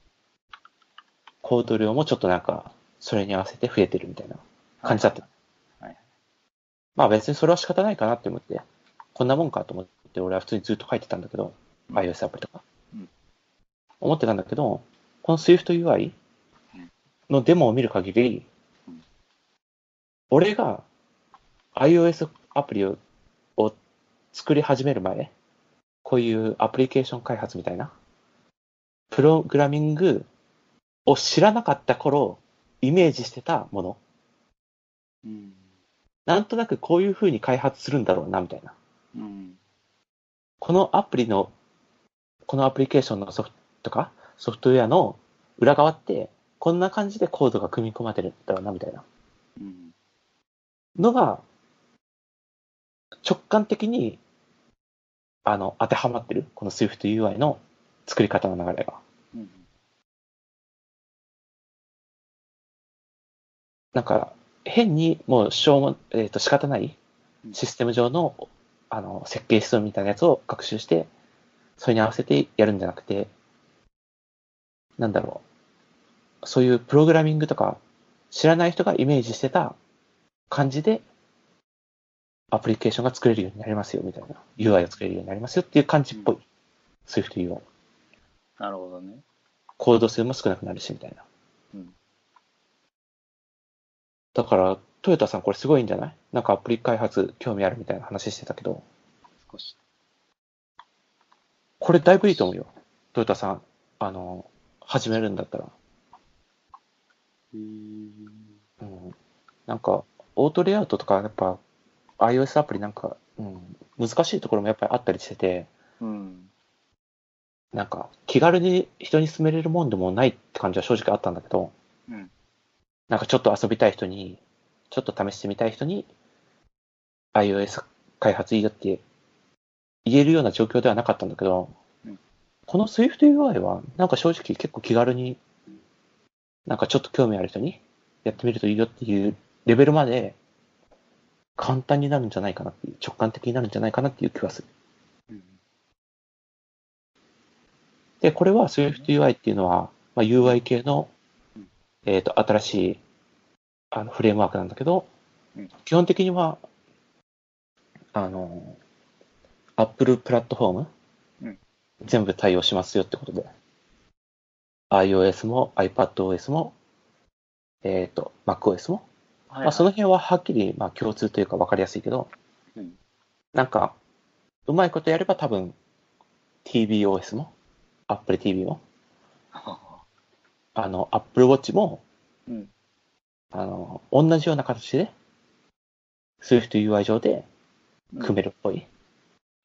Speaker 1: コード量もちょっとなんか、それに合わせて増えてるみたいな感じだった。
Speaker 2: はいはい
Speaker 1: まあ別にそれは仕方ないかなって思って、こんなもんかと思って、俺は普通にずっと書いてたんだけど、
Speaker 2: うん
Speaker 1: iOS アプリとか
Speaker 2: うん。
Speaker 1: 思ってたんだけど、この SwiftUI
Speaker 2: うん
Speaker 1: のデモを見る限り
Speaker 2: うん、
Speaker 1: 俺が iOS アプリをを作り始める前、こういうアプリケーション開発みたいな、プログラミングを知らなかった頃、イメージしてたもの、
Speaker 2: うん。
Speaker 1: なんとなくこういう風に開発するんだろうな、みたいな。
Speaker 2: うん。
Speaker 1: このアプリの、このアプリケーションのソフトとか、ソフトウェアの裏側って、こんな感じでコードが組み込まれてるんだろうな、みたいな
Speaker 2: うん。
Speaker 1: のが、直感的に、あの、当てはまってる。この SwiftUI の作り方の流れが。
Speaker 2: うん。
Speaker 1: なんか、変にもうしょうも、えー、と仕方ない
Speaker 2: うん
Speaker 1: システム上のあの設計思想みたいなやつを学習して、それに合わせてやるんじゃなくて、なんだろう、そういうプログラミングとか知らない人がイメージしてた感じで、アプリケーションが作れるようになりますよみたいな、UI を作れるようになりますよっていう感じっぽい、SwiftUI。
Speaker 2: なるほどね。
Speaker 1: コード数も少なくなるしみたいな。
Speaker 2: うん
Speaker 1: だから、トヨタさんこれすごいんじゃないなんかアプリ開発興味あるみたいな話してたけど、
Speaker 2: 少し。
Speaker 1: これだいぶいいと思うよ。トヨタさん、あの、始めるんだったら。
Speaker 2: うん。
Speaker 1: うん。なんか、オートレイアウトとか、やっぱ、iOS アプリなんか、うん、難しいところもやっぱりあったりしてて、
Speaker 2: うん。
Speaker 1: なんか、気軽に人に勧めれるもんでもないって感じは正直あったんだけど、
Speaker 2: うん
Speaker 1: なんかちょっと遊びたい人に、ちょっと試してみたい人に、iOS 開発いいよって言えるような状況ではなかったんだけど、
Speaker 2: うん
Speaker 1: この SwiftUI は、なんか正直結構気軽に、なんかちょっと興味ある人にやってみるといいよっていうレベルまで、簡単になるんじゃないかなっていう、直感的になるんじゃないかなっていう気はする。
Speaker 2: うん。
Speaker 1: で、これは SwiftUI っていうのは、まあ、UI 系の
Speaker 2: うん、
Speaker 1: えっと新しいあのフレームワークなんだけど
Speaker 2: うん、
Speaker 1: 基本的には、あの、Apple プラットフォー
Speaker 2: う
Speaker 1: ム
Speaker 2: ん
Speaker 1: 全部対応しますよってことで、iOS も iPadOS も、えっと、MacOS も、
Speaker 2: はい、
Speaker 1: まあ、その、辺ははっきりまあ共通というか分かりやすいけど、
Speaker 2: うん
Speaker 1: なんか、うまいことやれば多分、TBOS も、Apple TV も、あの、Apple Watch も、
Speaker 2: うん。
Speaker 1: あの、同じような形で、SwiftUI 上で <laughs> 組めるっぽい。っ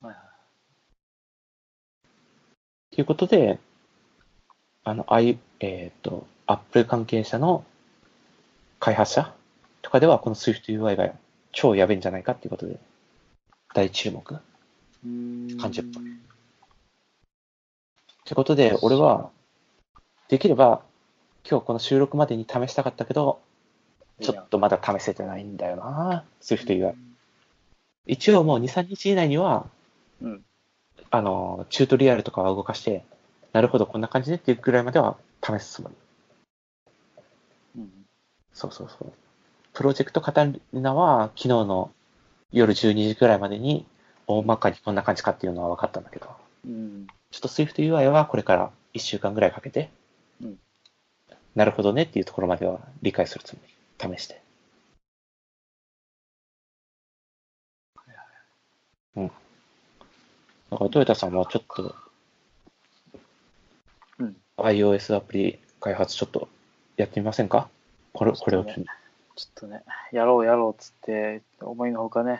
Speaker 2: はいはい。
Speaker 1: ていうことで、あの、I、えっ、と、Apple 関係者の開発者とかでは、この SwiftUI が超やべえんじゃないかっていうことで、大注目。30
Speaker 2: 分。
Speaker 1: ということで、俺は、できれば、今日この収録までに試したかったけど、ちょっとまだ試せてないんだよな、Swift 以外。一応もう2、3日以内には、
Speaker 2: うん。
Speaker 1: あの、チュートリアルとかは動かして、なるほど、こんな感じでっていうぐらいまでは試すつもり。
Speaker 2: うん。
Speaker 1: そうそうそう。プロジェクトカタリナは、昨日の夜12時ぐらいまでに、大まかにこんな感じかっていうのは分かったんだけど、
Speaker 2: うん。
Speaker 1: ちょっと SwiftUI はこれから1週間ぐらいかけて、なるほどねっていうところまでは理解するつもり。試して。うん。だから、トヨタさんはちょっと、
Speaker 2: うん。
Speaker 1: iOS アプリ開発ちょっとやってみませんかこれ、これを機に。
Speaker 2: ちょっとね、やろうやろうっつって、思いのほかね、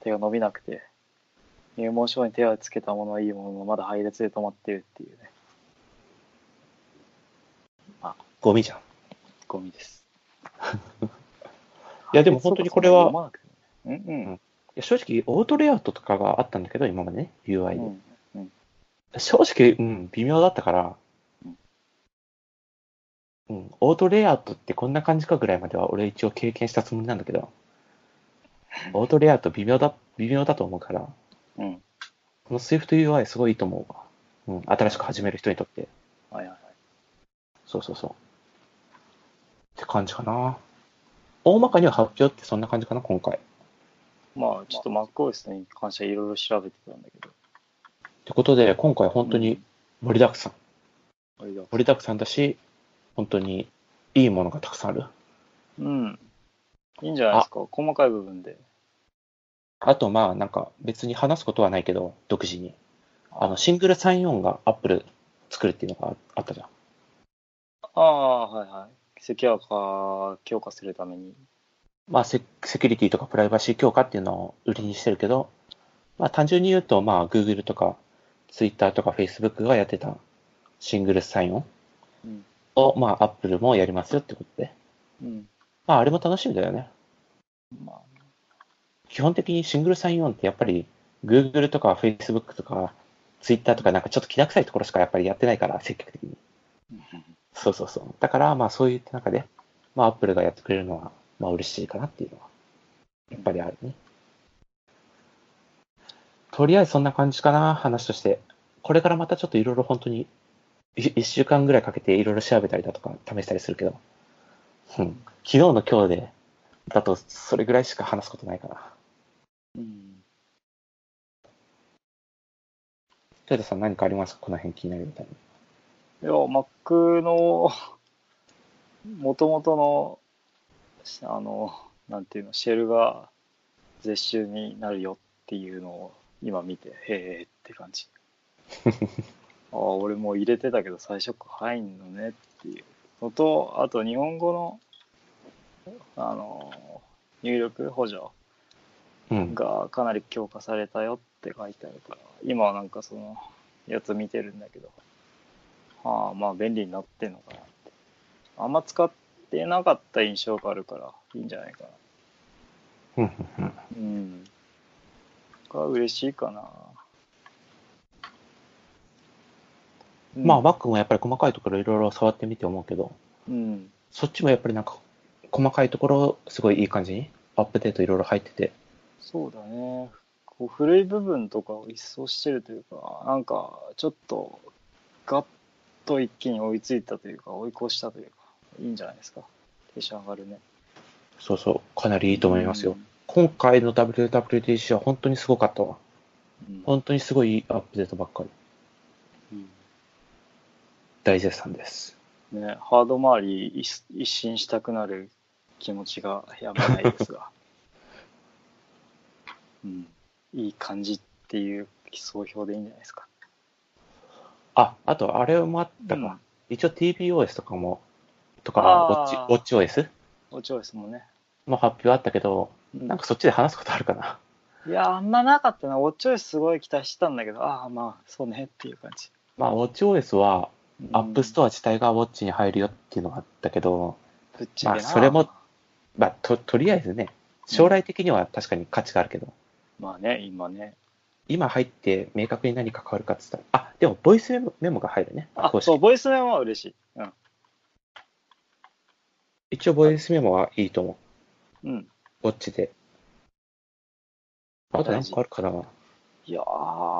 Speaker 2: 手が伸びなくて、入門書に手をつけたものはいいものの、まだ配列で止まってるっていうね、
Speaker 1: ゴミじゃん。い
Speaker 2: ゴミです。
Speaker 1: や、でも本当にこれは、
Speaker 2: 配列とかそんなに読まなく
Speaker 1: や正直、オートレイアウトとかがあったんだけど、今までね、UI
Speaker 2: て
Speaker 1: で。
Speaker 2: もね。うん。
Speaker 1: 正直、うん、微妙だったから
Speaker 2: うん、
Speaker 1: うん、オートレイアウトってこんな感じかぐらいまでは俺一応経験したつもりなんだけど、オートレイアウト微妙だ、微妙だと思うから、
Speaker 2: うん。うん。
Speaker 1: この SwiftUI すごいいいと思うわ。うん、新しく始める人にとって。
Speaker 2: はいはいはい。
Speaker 1: そうそうそう。って感じかな。大まかには発表ってそんな感じかな、今回。っ
Speaker 2: まあ、ちょっと MacOS に関してはいろいろ調べてたんだけど、
Speaker 1: てことで、今回本当に盛りだくさん。
Speaker 2: あれだ
Speaker 1: 盛りだくさんだし、本当にいいものがたくさんある。
Speaker 2: うん。いいんじゃないですか、細かい部分で。
Speaker 1: あと、まあ、なんか別に話すことはないけど、独自に。あの、シングル34が Apple 作るっていうのがあったじゃん。
Speaker 2: ああ、はいはい。セキュア化強化するために。
Speaker 1: まあセ、セキュリティとかプライバシー強化っていうのを売りにしてるけど、まあ、単純に言うと、まあ、Google とか Twitter とか Facebook がやってたシングル34
Speaker 2: うん。
Speaker 1: を、まあ、Apple もやりますよってことで。
Speaker 2: うん。
Speaker 1: まあ、あれも楽しみだよね。
Speaker 2: まあ、
Speaker 1: 基本的にシングル34ってやっぱり Google とか Facebook とか Twitter とかなんかちょっと気な臭いところしかやっぱりやってないから、積極的に。そうそうそう。だから、まあそういった中で、まあ Apple がやってくれるのは、まあ嬉しいかなっていうのは、やっぱりあるね。とりあえずそんな感じかな、話として。これからまたちょっといろいろ本当に、い一週間ぐらいかけていろいろ調べたりだとか試したりするけど、うん、昨日の今日で、だとそれぐらいしか話すことないかな。
Speaker 2: うん。
Speaker 1: トヨタさん何かありますかこの辺気になるみたい
Speaker 2: いや、Mac の、もともとの、あの、なんていうの、シェルが絶種になるよっていうのを今見て、へえって感じ。ああ、俺もう入れてたけど最初から入んのねっていうのと、あと日本語の、あの、入力補助
Speaker 1: な。うん。
Speaker 2: がかなり強化されたよって書いてあるから今はなんかそのやつ見てるんだけどああまあ便利になってんのかなってあんま使ってなかった印象があるからいいんじゃないかな
Speaker 1: うんうんうん
Speaker 2: うんが嬉しいかな
Speaker 1: まあ Mac もやっぱり細かいところいろいろ触ってみて思うけど、
Speaker 2: うん
Speaker 1: そっちもやっぱりなんか、細かいところ、すごいいい感じに、アップデートいろいろ入ってて。
Speaker 2: そうだね。こう古い部分とかを一掃してるというか、なんかちょっとガッと一気に追いついたというか、追い越したというか、いいんじゃないですか。テンション上がるね。
Speaker 1: そうそう、かなりいいと思いますよ。
Speaker 2: うん。
Speaker 1: 今回の WWDC は本当にすごかったわ。
Speaker 2: うん
Speaker 1: 本当にすごいいいアップデートばっかり。大絶賛です。
Speaker 2: うんね、ハード周り一一新したくなる気持ちがやまないですが、 <laughs> うん、いい感じっていう総評でいいんじゃないですか。
Speaker 1: あ、あと、あれもあった
Speaker 2: うん
Speaker 1: か。一応 TBOS とかも、とか
Speaker 2: あ、
Speaker 1: ウ
Speaker 2: ー
Speaker 1: ォッチ、ウォッチ OS
Speaker 2: おチョイスもね。
Speaker 1: の発表あったけど、
Speaker 2: うん
Speaker 1: なんかそっちで話すことあるかな。
Speaker 2: いや、あんまなかったな。ウォッチョイスすごい期待してたんだけど、ああ、まあ、そうねっていう感じ。
Speaker 1: まあ、ウォッチ OS は、アップスト
Speaker 2: ト
Speaker 1: ア自体がウォッチに入るよっていうのがあったけど、
Speaker 2: ア、ぶっちゃけな
Speaker 1: まあそれも、まあ、と、とりあえずね、将来的には確かに価値があるけど、
Speaker 2: まあね、今ね。
Speaker 1: 今入って明確に何か変わるかって言ったら、あ、でもボイスメモメモが入るね。
Speaker 2: あ
Speaker 1: 公、式
Speaker 2: そう、ボイスメモは嬉しい。うん。
Speaker 1: 一応ボイスメモはいいと思
Speaker 2: うん。
Speaker 1: う。ウォッチで。あと何かあるかな。
Speaker 2: いやー、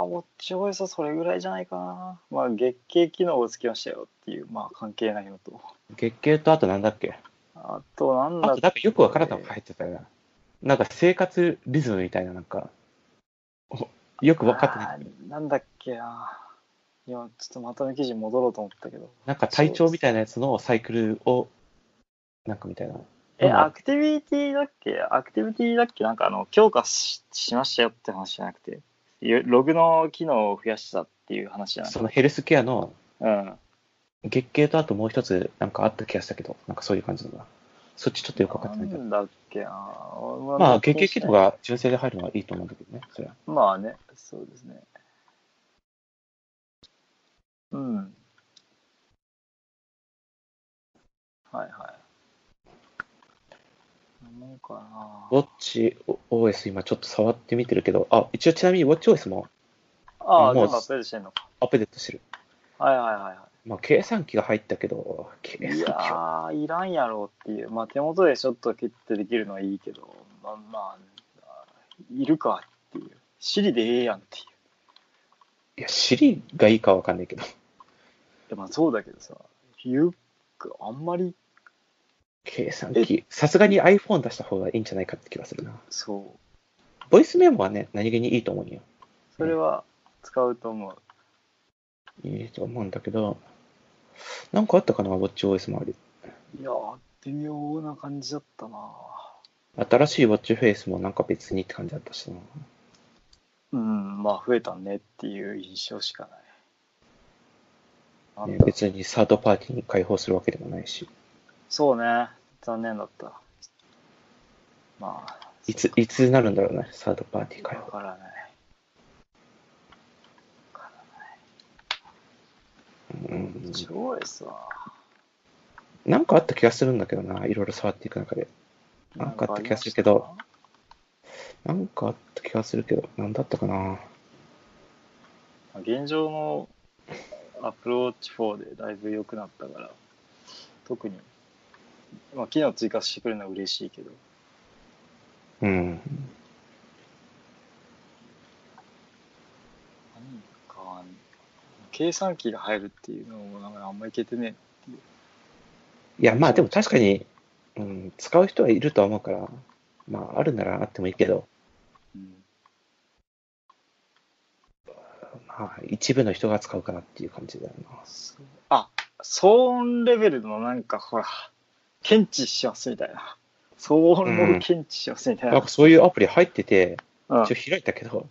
Speaker 2: ウォッチョイスはそれぐらいじゃないかな。まあ、月経機能をつきましたよっていう、まあ、関係ないのと。
Speaker 1: 月経とあとなんだっけ
Speaker 2: あと、なん
Speaker 1: あ
Speaker 2: だ
Speaker 1: となんかよくわからないのが入ってたよな。なんか生活リズムみたいななんか、およくわかってない。
Speaker 2: い。なんだっけな。いや、ちょっとまとめ記事に戻ろうと思ったけど。
Speaker 1: なんか体調みたいなやつのサイクルを、なんかみたいな。
Speaker 2: え、
Speaker 1: うん
Speaker 2: アクティビティだっけアクティビティだっけなんかあの、強化ししましたよって話じゃなくて、ゆログの機能を増やしたっていう話じゃなくて。
Speaker 1: そのヘルスケアの
Speaker 2: うん。
Speaker 1: 月経とあともう一つなんかあった気がしたけど、なんかそういう感じだな。そっちちょっとよくわかってないけ
Speaker 2: な
Speaker 1: ど。
Speaker 2: んだっけな
Speaker 1: まあ、月経機能。が純正で入るのはいいと思うんだけどね、それは。
Speaker 2: まあね、そうですね。うん。はいはい。なもん
Speaker 1: ウ
Speaker 2: かな
Speaker 1: ォッチ OS 今ちょっと触ってみてるけど、あ、一応ちなみにウォッチ OS も
Speaker 2: ああ、
Speaker 1: もう
Speaker 2: 全部アップデートしてんのか。
Speaker 1: アップデートしてる。
Speaker 2: はいはいはいはい。
Speaker 1: まあ、計算機が入ったけど、計算
Speaker 2: い
Speaker 1: 機
Speaker 2: や
Speaker 1: は
Speaker 2: ー、いらんやろっていう、まあ、手元でちょっと切ってできるのはいいけど、まあ、まあ、いるかっていう、シリでええやんっていう、い
Speaker 1: いや、Siri がいいかわかんないけど、
Speaker 2: やまあそうだけどさ、言うか、あんまり
Speaker 1: 計算機、さすがに iPhone 出した方がいいんじゃないかって気がするな。
Speaker 2: そう、
Speaker 1: ボイスメモはね、何気にいいと思うんよ。
Speaker 2: それは使うと思う。
Speaker 1: いいと思うんだけど、なんかあったかな、ウォッチ OS 周り。
Speaker 2: いやー、微妙な感じだったな
Speaker 1: 新しいウォッチフェイスもなんか別にって感じだったしな。
Speaker 2: うん、まあ増えたねっていう印象しかない。な
Speaker 1: ね
Speaker 2: んだ、
Speaker 1: 別にサードパーティーに開放するわけでもないし、
Speaker 2: そうね、残念だった。まあ、
Speaker 1: いつ、いつになるんだろうね、サードパーティー
Speaker 2: わ
Speaker 1: 開放。
Speaker 2: からない。
Speaker 1: うん。
Speaker 2: すごいさ。
Speaker 1: なんかあった気がするんだけどな、いろいろ触っていく中で。なんかあった気がするけど。なんかあった気がするけど、なんだったかな。
Speaker 2: 現状のアプローチ4でだいぶ良くなったから、特に、まあ、機能追加してくれるのは嬉しいけど、
Speaker 1: うん。
Speaker 2: 何か、計算機が入るっていうのもなんかあんまいけてね
Speaker 1: いや、まあでも確かに、うん、使う人はいるとは思うから、まああるならあってもいいけど、
Speaker 2: え。
Speaker 1: まあ一部の人が使うかなっていう感じだよな。
Speaker 2: そうあ、騒音レベルのなんかほら、検知しますみたいな。騒音を検知しますみたい
Speaker 1: なん
Speaker 2: な
Speaker 1: か。そういうアプリ入ってて、
Speaker 2: うん
Speaker 1: 一応開いたけど、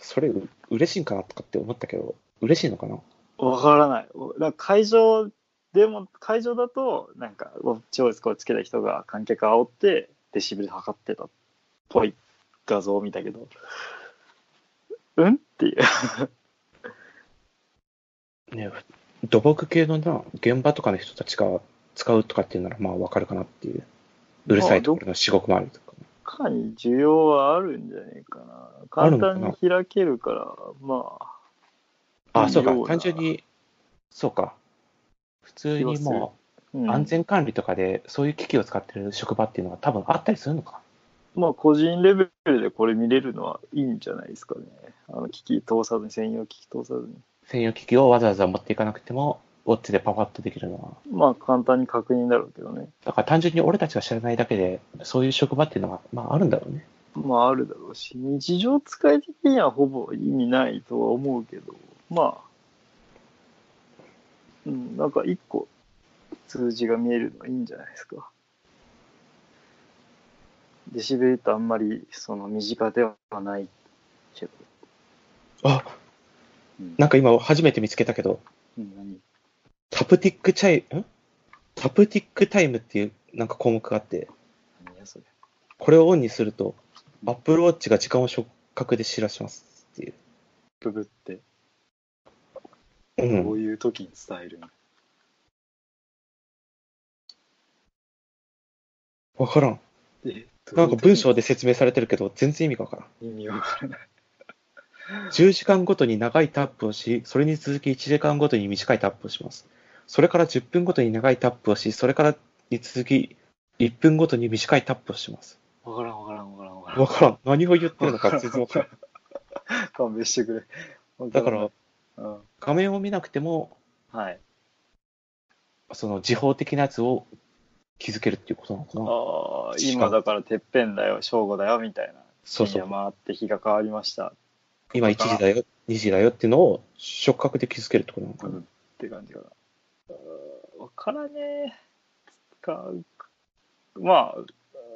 Speaker 1: それう嬉しいんかなとかって思ったけど、嬉しいのかな
Speaker 2: わからない。おなんか会場でも、会場だと、なんか、ウォッチオイスこうつけた人が観客煽って、デシベル測ってたっぽい画像を見たけど、うんっていう。
Speaker 1: ね、土木系のな、現場とかの人たちが使うとかっていうなら、まあわかるかなっていう。うるさいところの至極もあるとか。
Speaker 2: かに需要はあるんじゃないかな。
Speaker 1: ある
Speaker 2: 簡
Speaker 1: のかな
Speaker 2: 単に開けるから、まあ、
Speaker 1: あ、そう
Speaker 2: いいよう
Speaker 1: か。単
Speaker 2: な
Speaker 1: 純に、そうか。普通にもう、
Speaker 2: うん
Speaker 1: 安全管理とかでそういう機器を使ってる職場っていうのが多分あったりするのか。
Speaker 2: まあ、個人レベルでこれ見れるのはいいんじゃないですかね。あの、機器通さずに、専用機器通さずに。
Speaker 1: 専用機器をわざわざ持っていかなくても、ウォッチでパパッとできるのは。
Speaker 2: まあ、簡単に確認だろうけどね。
Speaker 1: だから単純に俺たちが知らないだけで、そういう職場っていうのが、まああるんだろうね。
Speaker 2: まああるだろうし、日常使い的にはほぼ意味ないとは思うけど、まあ、うん、なんか一個数字が見えるのはいいんじゃないですか。デシベルってあんまりその身近ではないけど、
Speaker 1: あ、
Speaker 2: うん、
Speaker 1: なんか今初めて見つけたけど、
Speaker 2: うん何
Speaker 1: タプティックチャイ、んタプティックタイムっていうなんか項目があって、
Speaker 2: 何やそれ。
Speaker 1: これをオンにすると、アップルウォッチが時間を触覚で知らしますっていう。
Speaker 2: ブブって、
Speaker 1: う。
Speaker 2: こうんいう時に伝えるの。
Speaker 1: わからん。
Speaker 2: え
Speaker 1: なんか文章
Speaker 2: で。
Speaker 1: で説明されてるけど、全然意味がわからん。
Speaker 2: 意味わからない。
Speaker 1: 10時間ごとに長いタップをし、それに続き1時間ごとに短いタップをします。それから10分ごとに長いタップをし、それからに続き1分ごとに短いタップをします。
Speaker 2: わからんわからんわからんわからん
Speaker 1: わ。からん。何を言ってるのか全然わからん。
Speaker 2: 勘弁してくれ。わ
Speaker 1: だか
Speaker 2: んな
Speaker 1: ら
Speaker 2: い、うん、
Speaker 1: 画面を見なくても、
Speaker 2: はい。
Speaker 1: その時報的なやつを気づけるっていうことなのかな。
Speaker 2: ああ、
Speaker 1: しかも
Speaker 2: 今だからてっぺんだよ、正午だよ、みたいな。
Speaker 1: そうそう
Speaker 2: 深夜回って日が変わりました。
Speaker 1: 今1時だよ、2時だよっていうのを触覚で気づけるってことなのか
Speaker 2: う
Speaker 1: な。
Speaker 2: んって感じかな。うーんわからねえ。使うか。まあ、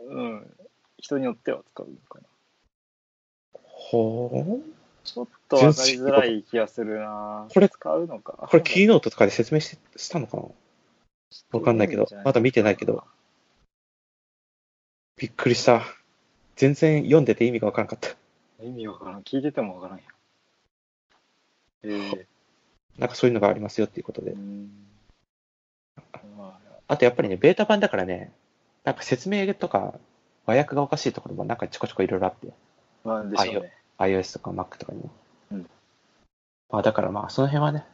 Speaker 2: うん。人によっては使うのかな。
Speaker 1: ほう。
Speaker 2: ちょっと分かりづらい気がするな
Speaker 1: これ
Speaker 2: 使うのか。
Speaker 1: これキーノートとかで説明してしたのかなわかんないけどまだ見てないけど。びっくりした。全然読んでて意味がわからなかった。
Speaker 2: 意味わからん。聞いててもわからんよ。え
Speaker 1: なんかそういうのがありますよっていうこと
Speaker 2: え
Speaker 1: で
Speaker 2: う。ん。まあ、
Speaker 1: あとやっぱりね、ベータ版だからね、なんか説明とか和訳がおかしいところもなんかちょこちょこいろいろあって、
Speaker 2: まあ、でしょうね。
Speaker 1: iOS とか Mac とかにも。
Speaker 2: うん
Speaker 1: まあだからまあその辺はね、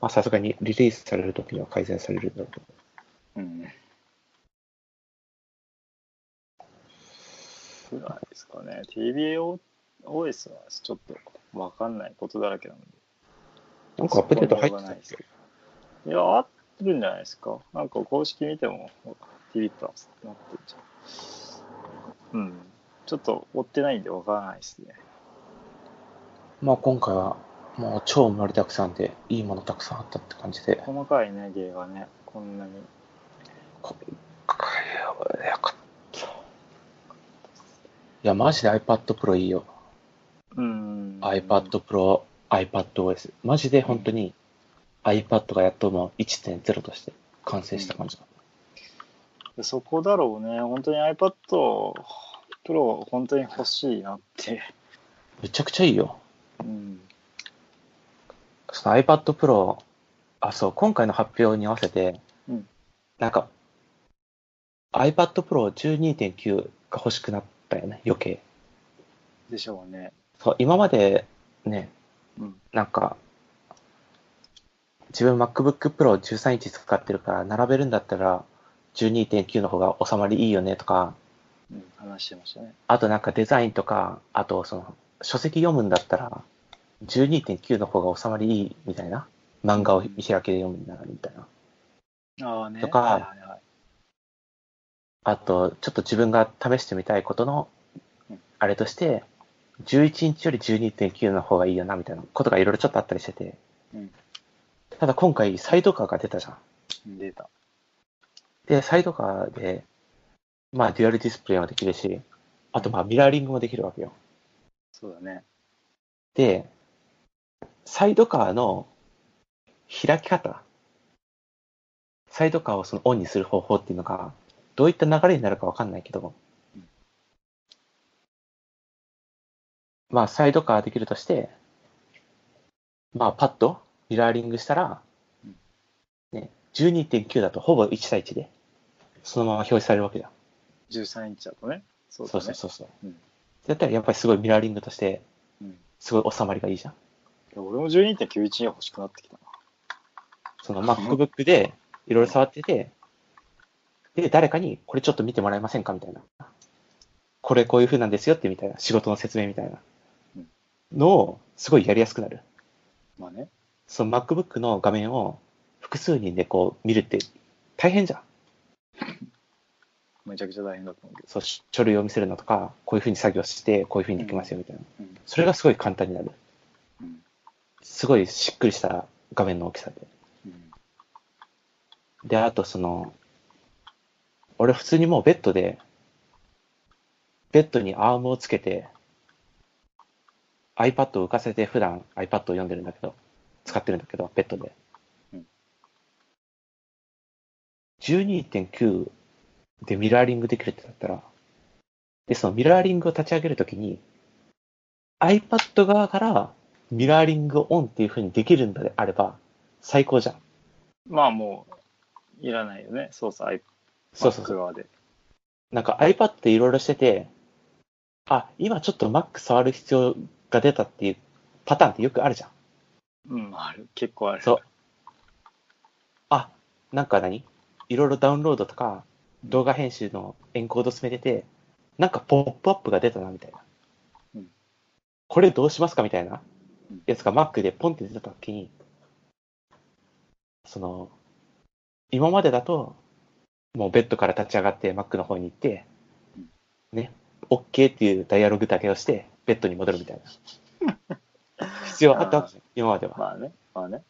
Speaker 1: まあさすがにリリースされるときには改善されるんだろうと。
Speaker 2: うん。ぐらいですかね。TBOS はちょっとわかんないことだらけなので。
Speaker 1: なんかアップデート入って
Speaker 2: そこは
Speaker 1: た
Speaker 2: ない
Speaker 1: ん
Speaker 2: で
Speaker 1: ですす
Speaker 2: け
Speaker 1: よ。
Speaker 2: どいや、合ってるんじゃないですか。なんか公式見ても、ティリッパーなってんじゃん。うん。ちょっと追ってないんでわからないですね。
Speaker 1: まあ今回はもう超盛りだくさんで、いいものたくさんあったって感じで。
Speaker 2: 細かいね、芸がね、こんなに。
Speaker 1: これはよかった。いや、マジで iPad Pro いいよ。
Speaker 2: うん。
Speaker 1: iPad Pro、iPadOS。マジで本当に iPad がやっともう1.0として完成した感じだ。
Speaker 2: でそこだろうね。本当に iPad Pro、本当に欲しいなって。
Speaker 1: めちゃくちゃいいよ。
Speaker 2: うん。
Speaker 1: その iPad Pro、あ、そう、今回の発表に合わせて、
Speaker 2: うん
Speaker 1: なんか、iPad Pro 12.9が欲しくなったよね、余計。
Speaker 2: でしょうね。
Speaker 1: そう、今までね、
Speaker 2: うん。
Speaker 1: なんか、自分 MacBook Pro 13インチ使ってるから、並べるんだったら12.9の方が収まりいいよねとか、
Speaker 2: うん、話してましたね。
Speaker 1: あとなんかデザインとか、あとその書籍読むんだったら12.9の方が収まりいいみたいな。漫画を見開きで読むならみたいな。
Speaker 2: ああね。
Speaker 1: とか
Speaker 2: はいはいはい
Speaker 1: あと、ちょっと自分が試してみたいことの
Speaker 2: うん、
Speaker 1: あれとして、11インチより12.9の方がいいよなみたいなことがいろいろちょっとあったりしてて。
Speaker 2: うん
Speaker 1: ただ今回サイドカーが出たじゃん。
Speaker 2: うん出た。
Speaker 1: で、サイドカーで、まあ、デュアルディスプレイもできるし、あと、まあ、ミラーリングもできるわけよ。
Speaker 2: そうだね。
Speaker 1: で、サイドカーの開き方、サイドカーをそのオンにする方法っていうのが、どういった流れになるかわかんないけど
Speaker 2: うん、
Speaker 1: まあ、サイドカーできるとして、まあ、パッとミラーリングしたら
Speaker 2: うん、
Speaker 1: ね、12.9だとほぼ1対1で、そのまま表示されるわけだ。
Speaker 2: 13インチだとね。そうだ
Speaker 1: そ
Speaker 2: ね。
Speaker 1: うそうそうそう。
Speaker 2: うん
Speaker 1: だったらやっぱりすごいミラーリングとして、
Speaker 2: うん
Speaker 1: すごい収まりがいいじゃん。
Speaker 2: いや俺も12.91が欲しくなってきたな。
Speaker 1: その MacBook でいろいろ触ってて、で、誰かにこれちょっと見てもらえませんかみたいな。これこういう風なんですよってみたいな、仕事の説明みたいな
Speaker 2: うん
Speaker 1: のをすごいやりやすくなる。
Speaker 2: まあね。
Speaker 1: その MacBook の画面を複数人でこう見るって大変じゃん。
Speaker 2: めちゃくちゃ大変だと思うけど。
Speaker 1: そう書類を見せるのとか、こういう風に作業して、こういう風にできますよみたいな。
Speaker 2: うん
Speaker 1: それがすごい簡単になる。
Speaker 2: うん
Speaker 1: すごいしっくりした画面の大きさで。
Speaker 2: うん
Speaker 1: で、あとその、俺普通にもうベッドで、ベッドにアームをつけて、iPad を浮かせて普段 iPad を読んでるんだけど、使ってるんだけど、ベッドで
Speaker 2: うん。
Speaker 1: 12.9でミラーリングできるってなったら、で、そのミラーリングを立ち上げるときに、iPad 側からミラーリングをオンっていう風にできるんであれば、最高じゃん。
Speaker 2: まあもう、いらないよね。そうそう、
Speaker 1: そうそうそう
Speaker 2: iPad 側で。
Speaker 1: なんか iPad でいろいろしてて、あ、今ちょっと Mac 触る必要が出たっていうパターンってよくあるじゃん。
Speaker 2: うん、ある。結構ある。
Speaker 1: そうあ、なんか何いろいろダウンロードとか動画編集のエンコード進めてて、なんかポップアップが出たなみたいな
Speaker 2: うん。
Speaker 1: これどうしますかみたいな
Speaker 2: うん
Speaker 1: やつが Mac でポンって出たときに、その、今までだと、もうベッドから立ち上がって Mac の方に行って
Speaker 2: うん、 <laughs>
Speaker 1: ね、OK っていうダイアログだけをして、ベッドに戻るみたいな。必要あったわけじゃん、今までは。
Speaker 2: まあね、まあね。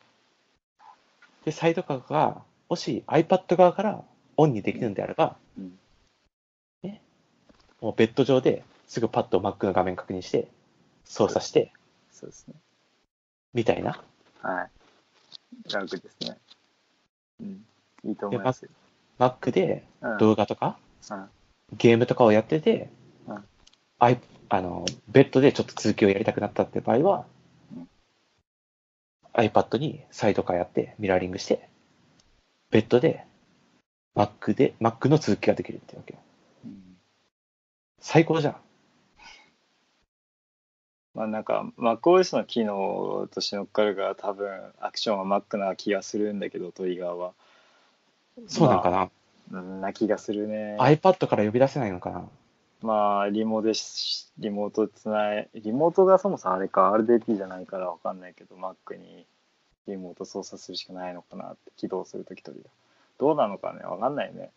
Speaker 1: で、サイドカーが、もし iPad 側からオンにできるんであれば、
Speaker 2: うん
Speaker 1: ね、もうベッド上ですぐパッと Mac の画面確認して、操作して、
Speaker 2: そうですね。
Speaker 1: みたいな。
Speaker 2: はい。楽ですね。うん。いいと思いますよ。
Speaker 1: Mac で
Speaker 2: うん
Speaker 1: 動画とか、
Speaker 2: うん
Speaker 1: ゲームとかをやってて、
Speaker 2: うん
Speaker 1: あいあのベッドでちょっと続きをやりたくなったって場合は、
Speaker 2: うん
Speaker 1: iPad にサイドカーやってミラーリングして、ベッドで Mac で、Mac の続きができるってわけよ。
Speaker 2: うん
Speaker 1: 最高じゃん。
Speaker 2: まあなんか MacOS の機能として乗っかるから多分アクションは Mac な気がするんだけどトリガーは
Speaker 1: そうなのかな、
Speaker 2: うんな気がするね
Speaker 1: ?iPad から呼び出せないのかな
Speaker 2: まあリモでしリモートつないリモートがそもそもあれか RDP じゃないからわかんないけど Mac にリモート操作するしかないのかなって起動するときトリガーどうなのかねわかんないね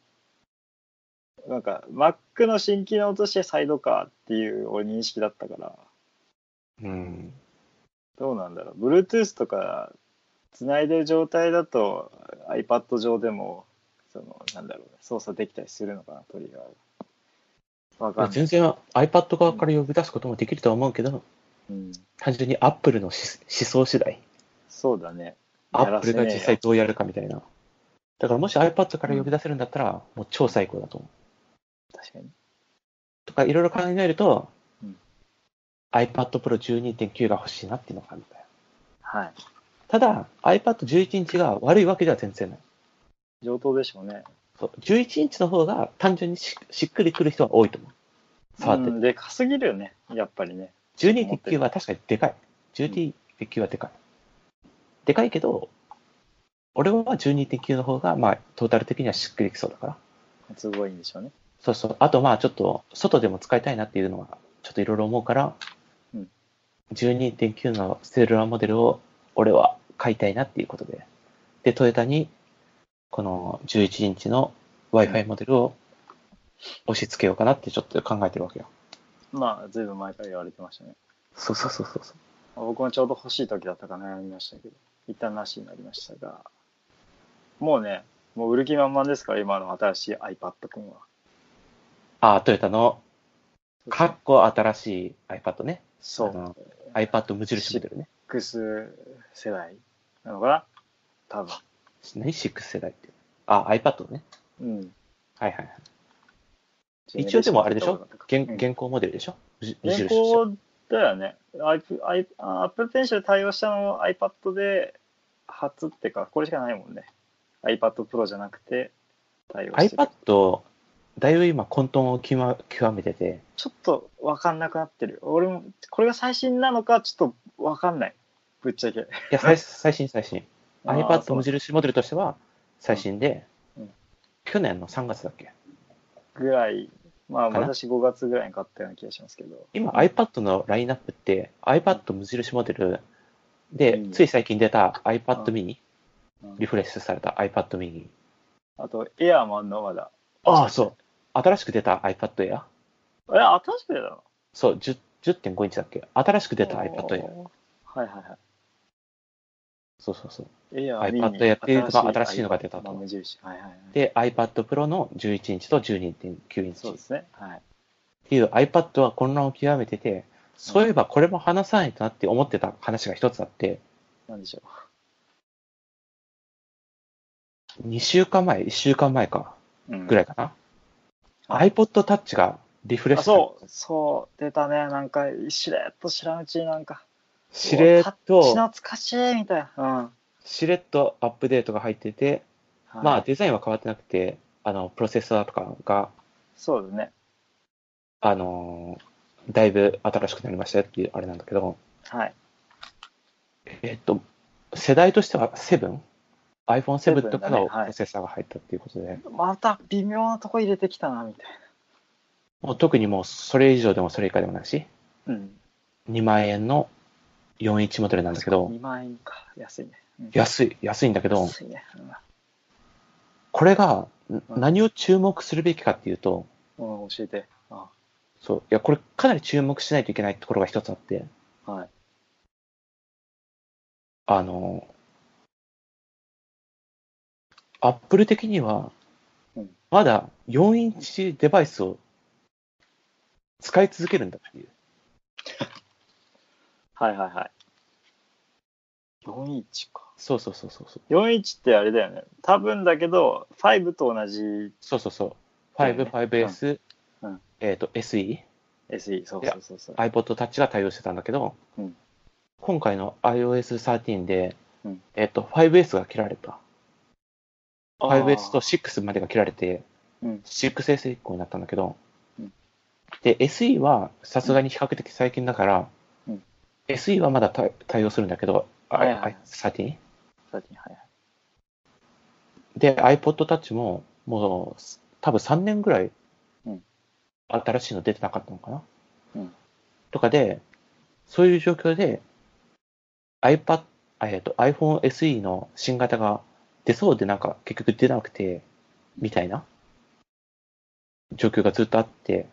Speaker 2: なんか Mac の新機能としてサイドカーっていう俺認識だったから
Speaker 1: うん。
Speaker 2: どうなんだろう Bluetooth とかつないでる状態だと iPad 上でもそのなんだろうね操作できたりするのかなトリガーがわかんない、
Speaker 1: 全然 iPad 側から呼び出すこともできるとは思うけど、
Speaker 2: うん、
Speaker 1: 単純に Apple の思思想次第。
Speaker 2: そうだね
Speaker 1: ア
Speaker 2: や
Speaker 1: ッ
Speaker 2: ら
Speaker 1: プル
Speaker 2: せ
Speaker 1: が
Speaker 2: ねえ
Speaker 1: 実
Speaker 2: や
Speaker 1: 際どうやるかみたいな。だからもし iPad から呼び出せるんだったら、もう超最高だと思う。
Speaker 2: 確かに
Speaker 1: とかいろいろ考えると、
Speaker 2: うん
Speaker 1: iPad Pro 12.9が欲しいなっていうのがあるんだよ。
Speaker 2: はい
Speaker 1: ただ、iPad 11インチが悪いわけでは全然ない。
Speaker 2: 上等でしょうね
Speaker 1: そう11インチの方が単純にししっくりくる人は多いと思う。触って
Speaker 2: う
Speaker 1: て。
Speaker 2: ん、でかすぎるよねやっぱりね
Speaker 1: 12.9は確かにでかい。12.9はでかい。でかいけど、俺は12.9の方が、まあ、トータル的にはしっくりきそうだから。
Speaker 2: すごいんでしょうね
Speaker 1: そうそう。あとまあちょっと、外でも使いたいなっていうのは、ちょっといろいろ思うから、
Speaker 2: うん
Speaker 1: 12.9のセルラーモデルを、俺は買いたいなっていうことで。で、トヨタに、この11インチの Wi-Fi モデルを押し付けようかなってちょっと考えてるわけよ。
Speaker 2: まあずいぶん前から言われてましたね
Speaker 1: そうそうそうそうそう。
Speaker 2: 僕もちょうど欲しい時だったから悩みましたけど一旦なしになりましたがもうねもう売る気満々ですから今の新しい iPad 君は
Speaker 1: ああ、トヨタの、かっこ新しい iPad ね。
Speaker 2: そ
Speaker 1: あ
Speaker 2: う
Speaker 1: の iPad 無印モデルね。
Speaker 2: X 世代なのかな多分。
Speaker 1: 何 ?6 世代って。あ、iPad ね。
Speaker 2: うん。
Speaker 1: はいはいはい。一応でもあれでしょ現
Speaker 2: うん
Speaker 1: 現行モデルでしょ無印でし
Speaker 2: 現
Speaker 1: ょ
Speaker 2: 行だよね。iP- i- あ Apple Pencil で対応したのを iPad で初ってか、これしかないもんね。iPad Pro じゃなくて対応してる。
Speaker 1: iPad、だいぶ今混沌を極ま極めてて、
Speaker 2: ちょっとわかんなくなってる。俺も、これが最新なのかちょっとわかんない。ぶっちゃけ。
Speaker 1: いや、最最新最新。
Speaker 2: あー
Speaker 1: iPad 無印モデルとしては最新で
Speaker 2: うん、
Speaker 1: 去年の3月だっけ
Speaker 2: ぐらい。まあ
Speaker 1: かな
Speaker 2: 私5月ぐらいに買ったような気がしますけど。
Speaker 1: 今 iPad のラインナップって、iPad 無印モデルで
Speaker 2: う、ん
Speaker 1: つい最近出た iPad mini、
Speaker 2: うん
Speaker 1: リフレッシュされた iPad mini。
Speaker 2: あと、Air もあんのまだ。
Speaker 1: ああ、そう。新しく出た iPad Air。
Speaker 2: え、新しく出たの
Speaker 1: そう、10 10.5インチだっけ新しく出た iPad
Speaker 2: はい
Speaker 1: Air。
Speaker 2: はいは
Speaker 1: そうそうそう。
Speaker 2: い。エア
Speaker 1: iPad やってるとか新しいのが出たと
Speaker 2: まあ無印。はいはいはい。
Speaker 1: で、iPad Pro の11インチと12.9インチ。
Speaker 2: そうですね。はい。
Speaker 1: っていう iPad は混乱を極めてて、そういえばこれも話さないとなって思ってた話が一つあって、
Speaker 2: なんでしょ
Speaker 1: 2週間前、1週間前か、
Speaker 2: う。うん
Speaker 1: ぐらいかな。
Speaker 2: はい
Speaker 1: iPod Touch がリフレッ
Speaker 2: あ
Speaker 1: シュされ
Speaker 2: そう、そう、出たね。なんか、しれっと知らんうちになんか。
Speaker 1: しれっ
Speaker 2: うわタッ
Speaker 1: と、
Speaker 2: チ懐かしいみたいな。
Speaker 1: しれっとアップデートが入ってて、
Speaker 2: うん。はい
Speaker 1: まあデザインは変わってなくて、あの、プロセッサーとかが、
Speaker 2: そうだね。
Speaker 1: あのーだいぶ新しくなりましたよっていうあれなんだけど、
Speaker 2: はい。
Speaker 1: えっと、世代としては 7?iPhone 7とかの
Speaker 2: 7
Speaker 1: プ
Speaker 2: だねはい
Speaker 1: ロセッサーが入ったっていうことで、
Speaker 2: また微妙なとこ入れてきたな、みたい
Speaker 1: もう特にもうそれ以上でもそれ以下でもないし、
Speaker 2: な。うん。
Speaker 1: 2万円の41モデルなんだけど、
Speaker 2: 2万円か。安いね。うん
Speaker 1: 安い、安いんだけど、
Speaker 2: 安いね。
Speaker 1: これがん何を注目するべきかっていうと、
Speaker 2: うん、うん教えて。あ
Speaker 1: そう、いや、これかなり注目しないといけないところが一つあって、
Speaker 2: はい。
Speaker 1: あの、アップル的には
Speaker 2: うん、
Speaker 1: まだ4インチデバイスを使い続けるんだっていう。
Speaker 2: はいはいはい。41か。
Speaker 1: そうそうそうそうそう。
Speaker 2: 41ってあれだよね。多分だけど、5と同じ
Speaker 1: そうそうそう。
Speaker 2: だよね
Speaker 1: 5、5S、
Speaker 2: うんうん
Speaker 1: えっ、と、SE、
Speaker 2: SE。そうそうそうそう。
Speaker 1: iPod Touch が対応してたんだけど、
Speaker 2: うん
Speaker 1: 今回の iOS13 で、
Speaker 2: うん
Speaker 1: えっ、と、5S が切られた。
Speaker 2: あー
Speaker 1: 5S と6までが切られて、
Speaker 2: うん。
Speaker 1: 6S 以降になったんだけど、
Speaker 2: うん
Speaker 1: で、SE はさすがに比較的最近だから、
Speaker 2: うん
Speaker 1: SE はまだ対対応するんだけど、
Speaker 2: はいはい
Speaker 1: 13?
Speaker 2: 最近はいはい。
Speaker 1: で、iPod Touch も、もう、多分3年ぐらい
Speaker 2: うん、
Speaker 1: 新しいの出てなかったのかな、
Speaker 2: うん
Speaker 1: とかで、そういう状況で、iPad、あえっと、iPhone SE の新型が出そうでなんか結局出なくて、みたいな状況がずっとあって、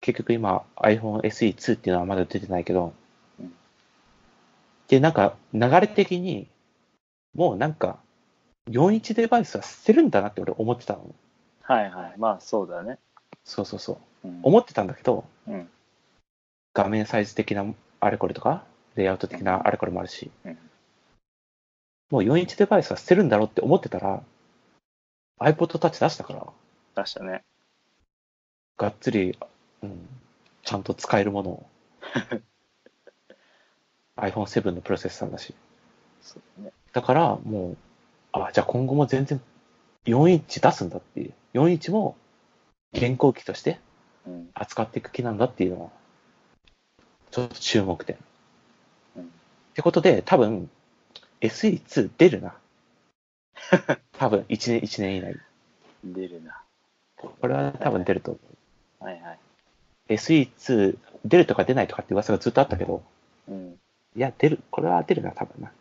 Speaker 1: 結局今 iPhone SE2 っていうのはまだ出てないけど
Speaker 2: うん、
Speaker 1: で、なんか流れ的に、もうなんか、41デバイスは捨てるんだなって俺思ってたの。
Speaker 2: はいはい。まあそうだね。
Speaker 1: そうそうそう。
Speaker 2: うん
Speaker 1: 思ってたんだけど、
Speaker 2: うん
Speaker 1: 画面サイズ的なあれこれとか、レイアウト的なあれこれもあるし、
Speaker 2: うん
Speaker 1: もう4インチデバイスは捨てるんだろうって思ってたら、iPod Touch 出したから、
Speaker 2: 出したね。
Speaker 1: がっつり、うん、ちゃんと使えるもの
Speaker 2: <laughs>
Speaker 1: を。iPhone7 のプロセッサーだし。
Speaker 2: そうだね。
Speaker 1: だから、もう、あ、じゃあ今後も全然4インチ出すんだっていう。4インチも現行機として
Speaker 2: うん。
Speaker 1: 扱っていく気なんだっていうのは、ちょっと注目点。
Speaker 2: うん
Speaker 1: ってことで、多分、SE2 出る
Speaker 2: <laughs>
Speaker 1: な。多分、1年、一年以内。
Speaker 2: 出るな。
Speaker 1: これは多分出ると思
Speaker 2: はいはい。
Speaker 1: う。SE2 出るとか出ないとかって噂がずっとあったけど、
Speaker 2: うん。
Speaker 1: いや、出る、これは出るな、多分な。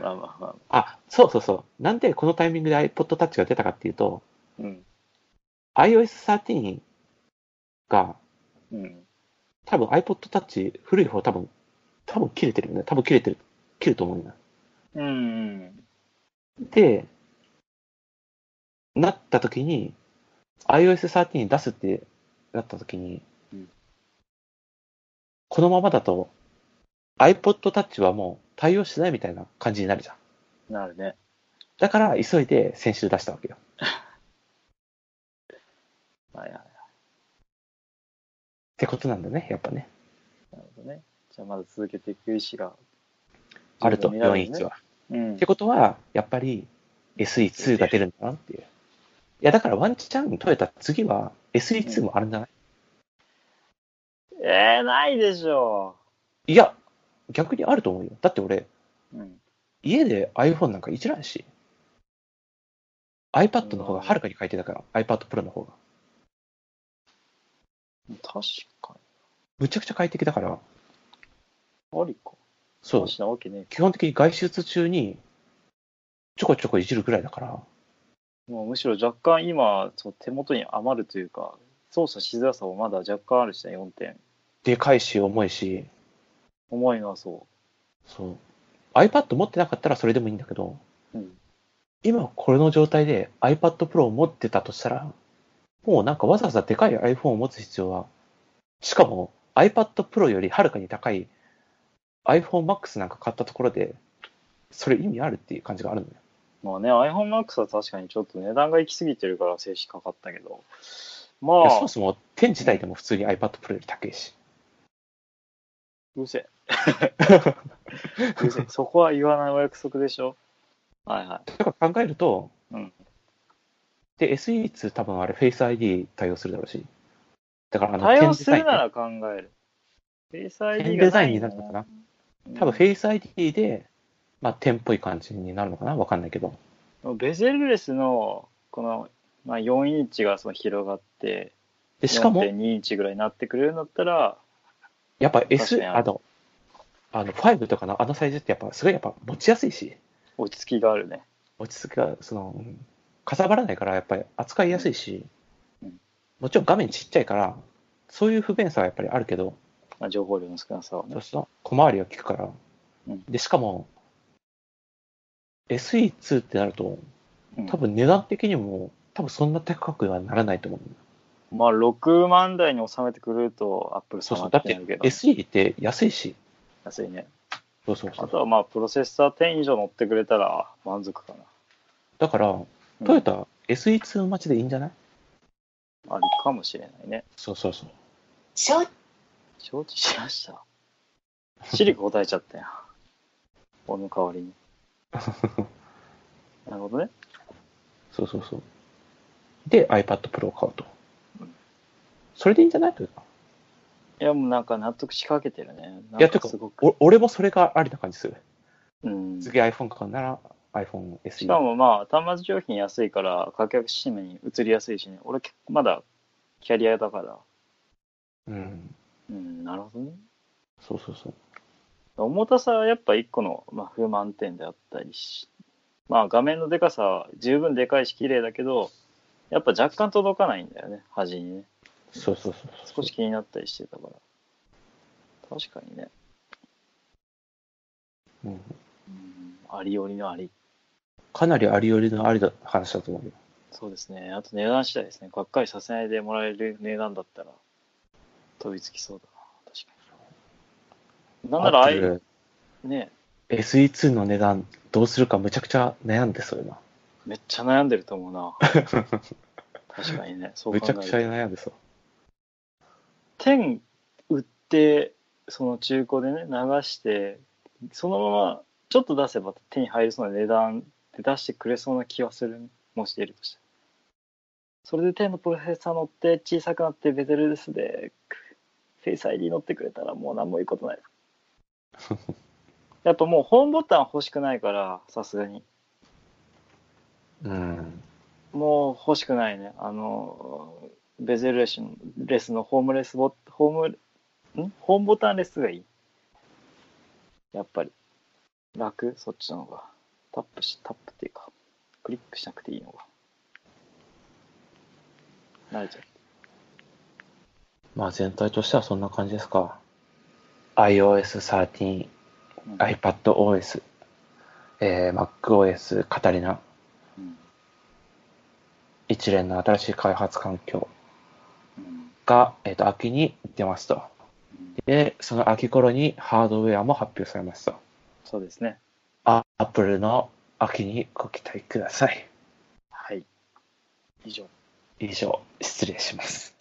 Speaker 2: まあまあまあ。
Speaker 1: あ、そうそうそう。なんでこのタイミングで iPod Touch が出たかっていうと、
Speaker 2: うん。
Speaker 1: iOS13 が、
Speaker 2: うん。
Speaker 1: 多分 iPod Touch 古い方多分、多分切れてるよね。多分切れてる、切ると思うんだ。
Speaker 2: うん。
Speaker 1: で、なった時に、iOS13 出すってなった時に、
Speaker 2: うん
Speaker 1: このままだと iPod Touch はもう対応しないみたいな感じになるじゃん。
Speaker 2: なるね。
Speaker 1: だから急いで先週出したわけよ。
Speaker 2: はいはい。
Speaker 1: ってことなんだね、やっぱね。
Speaker 2: なるほどね。じゃあまだ続けていく意思が、
Speaker 1: あると、
Speaker 2: 見られるね
Speaker 1: 411は。
Speaker 2: うん
Speaker 1: って。ことは、やっぱり SE2 が出るんだなっていう。いや、だからワンチャントヨタ次は SE2 もあるんじゃない、
Speaker 2: えー、ないでしょ
Speaker 1: いや、逆にあると思うよ。だって俺、
Speaker 2: う。うん。
Speaker 1: 家で iPhone なんか一覧し iPad の方がはるかに快適だから、iPad Pro の方が
Speaker 2: 確か
Speaker 1: むちゃくちゃ快適だから
Speaker 2: に。ありか。
Speaker 1: そう
Speaker 2: しなわけねえか
Speaker 1: 基本的に外出中にちょこちょこいじるぐらいだから
Speaker 2: もうむしろ若干今、そう手元に余るというか、操作しづらさもまだ若干あるしね、4点。
Speaker 1: でかいし重いし
Speaker 2: 重いのはそ
Speaker 1: そう iPad 持ってなかったらそれでもいいんだけど
Speaker 2: う。うん。
Speaker 1: 今これの状態で iPad Pro を持ってたとしたらもうなんかわざわざでかい iPhone を持つ必要はしかも iPad Pro よりはるかに高い iPhoneMax なんか買ったところでそれ意味あるっていう感じがあるのよ
Speaker 2: まあね、iPhoneMax は確かにちょっと値段が行き過ぎてるから静止かかったけど。ま
Speaker 1: いや
Speaker 2: あ
Speaker 1: そも、そも10自体でも普通に iPad Pro より高いし
Speaker 2: うるせえ。 <laughs> うるせえ。そこは言わないお約束でしょ。はいは
Speaker 1: だから考えると、
Speaker 2: うん
Speaker 1: で SE2 多分あれ Face ID 対応するだろうしだからあ
Speaker 2: い。
Speaker 1: の
Speaker 2: 対応
Speaker 1: 10
Speaker 2: す
Speaker 1: デザイ
Speaker 2: る
Speaker 1: ン
Speaker 2: なら考える。Face
Speaker 1: 10
Speaker 2: ID が
Speaker 1: デザ
Speaker 2: な
Speaker 1: イン
Speaker 2: い
Speaker 1: に
Speaker 2: んだ
Speaker 1: なる
Speaker 2: な
Speaker 1: のかな多分 Face ID で、まあ、10っぽい感じになるのかなわかんないけど
Speaker 2: ベゼルレスのこの、まあ、4インチがその広がって
Speaker 1: でしかも
Speaker 2: 4.2インチぐらいになってくれるんだったら
Speaker 1: やっぱ
Speaker 2: 確
Speaker 1: S
Speaker 2: かにある
Speaker 1: あのあの5とかのあのサイズってやっぱすごいやっぱ持ちやすいし
Speaker 2: 落ち着きがあるね
Speaker 1: 落ち着きがそのうんかさばらないからやっぱり扱いやすいし、
Speaker 2: うん
Speaker 1: もちろん画面ちっちゃいからそういう不便さはやっぱりあるけど
Speaker 2: まあ、情報量の少なさを
Speaker 1: そ
Speaker 2: ね
Speaker 1: う。すると小回りが効くから
Speaker 2: うん。
Speaker 1: で、しかも、SE2 ってなると、
Speaker 2: うん
Speaker 1: 多分値段的にも、多分そんな高くはならないと思う。
Speaker 2: まあ、6万台に収めてくれると、アップル
Speaker 1: そうそ
Speaker 2: 様
Speaker 1: う。だっ
Speaker 2: っ
Speaker 1: てて
Speaker 2: なるけど、
Speaker 1: SE って安いし。
Speaker 2: 安いね。
Speaker 1: そうそうそ
Speaker 2: あ
Speaker 1: う。
Speaker 2: とは、まあ、プロセッサー10以上乗ってくれたら満足かな。
Speaker 1: だから、
Speaker 2: うん
Speaker 1: トヨタ SE2 待ちでいいんじゃない
Speaker 2: あるかもしれないね。
Speaker 1: そうそうそう。
Speaker 2: 承知しました。シリコ答えちゃったよ。 <laughs> 俺の代わ
Speaker 1: <laughs>
Speaker 2: りに。なるほどね。
Speaker 1: そうそうそう。で、iPad Pro を買うと
Speaker 2: うん。
Speaker 1: それでいいんじゃないというか。
Speaker 2: いや、もうなんか納得しかけてるね。
Speaker 1: いや、
Speaker 2: な
Speaker 1: て
Speaker 2: んか
Speaker 1: か
Speaker 2: すご、く。
Speaker 1: お俺もそれがありな感じする。
Speaker 2: うん。し
Speaker 1: 次 iPhone 買うなら iPhone SE。
Speaker 2: かもまあ、端末料品安いから、価格締めに移りやすいしね。俺、結構まだキャリアだから。
Speaker 1: うん。
Speaker 2: うん、なるほどね。
Speaker 1: そうそうそう。
Speaker 2: 重たさはやっぱ一個の、まあ、不満点であったりし、まあ、画面のでかさは十分でかいし綺麗だけどやっぱ若干届かないんだよね端にね
Speaker 1: そうそうそうそう。
Speaker 2: 少し気になったりしてたから確かにね、
Speaker 1: うん
Speaker 2: うん、ありよりのあり
Speaker 1: かなりありよりのありだ話だと思うよ。
Speaker 2: そうですねあと値段次第ですねがっかりさせないでもらえる値段だったら飛びつきそうだな確かになんならああいう
Speaker 1: Apple
Speaker 2: ね
Speaker 1: SE2 の値段どうするかむちゃくちゃ悩んでそうよな。
Speaker 2: めっちゃ悩んでると思うな
Speaker 1: <laughs>
Speaker 2: 確かにねそう
Speaker 1: む
Speaker 2: 考
Speaker 1: ちゃ
Speaker 2: える
Speaker 1: くち
Speaker 2: と
Speaker 1: ゃ悩んでそう。
Speaker 2: 10売ってその中古でね流してそのままちょっと出せば手に入りそうな値段で出してくれそうな気はする、もし出るとしたらそれで10のプロセッサー乗って小さくなってベゼルレスでフェイス ID 乗ってくれたらもう何もいいことないやっぱもうホームボタン欲しくないからさすがに
Speaker 1: うん。
Speaker 2: もう欲しくないね。あの、ベゼルレスのレスのホームレスボ、ホーム、んホームボタンレスがいい。やっぱり。楽そっちの方が。タップし、タップっていうか、クリックしなくていいのが。慣れちゃう。
Speaker 1: まあ全体としてはそんな感じですか。iOS 13、
Speaker 2: うん
Speaker 1: iPadOS、えー MacOS、カタリナ、
Speaker 2: うん
Speaker 1: 一連の新しい開発環境
Speaker 2: うん
Speaker 1: が、えー、と秋に出ますと。
Speaker 2: うん
Speaker 1: で、その秋頃にハードウェアも発表されますと。
Speaker 2: そうですね。
Speaker 1: あ Apple の秋にご期待ください。
Speaker 2: はい。以上。
Speaker 1: 以上、失礼します。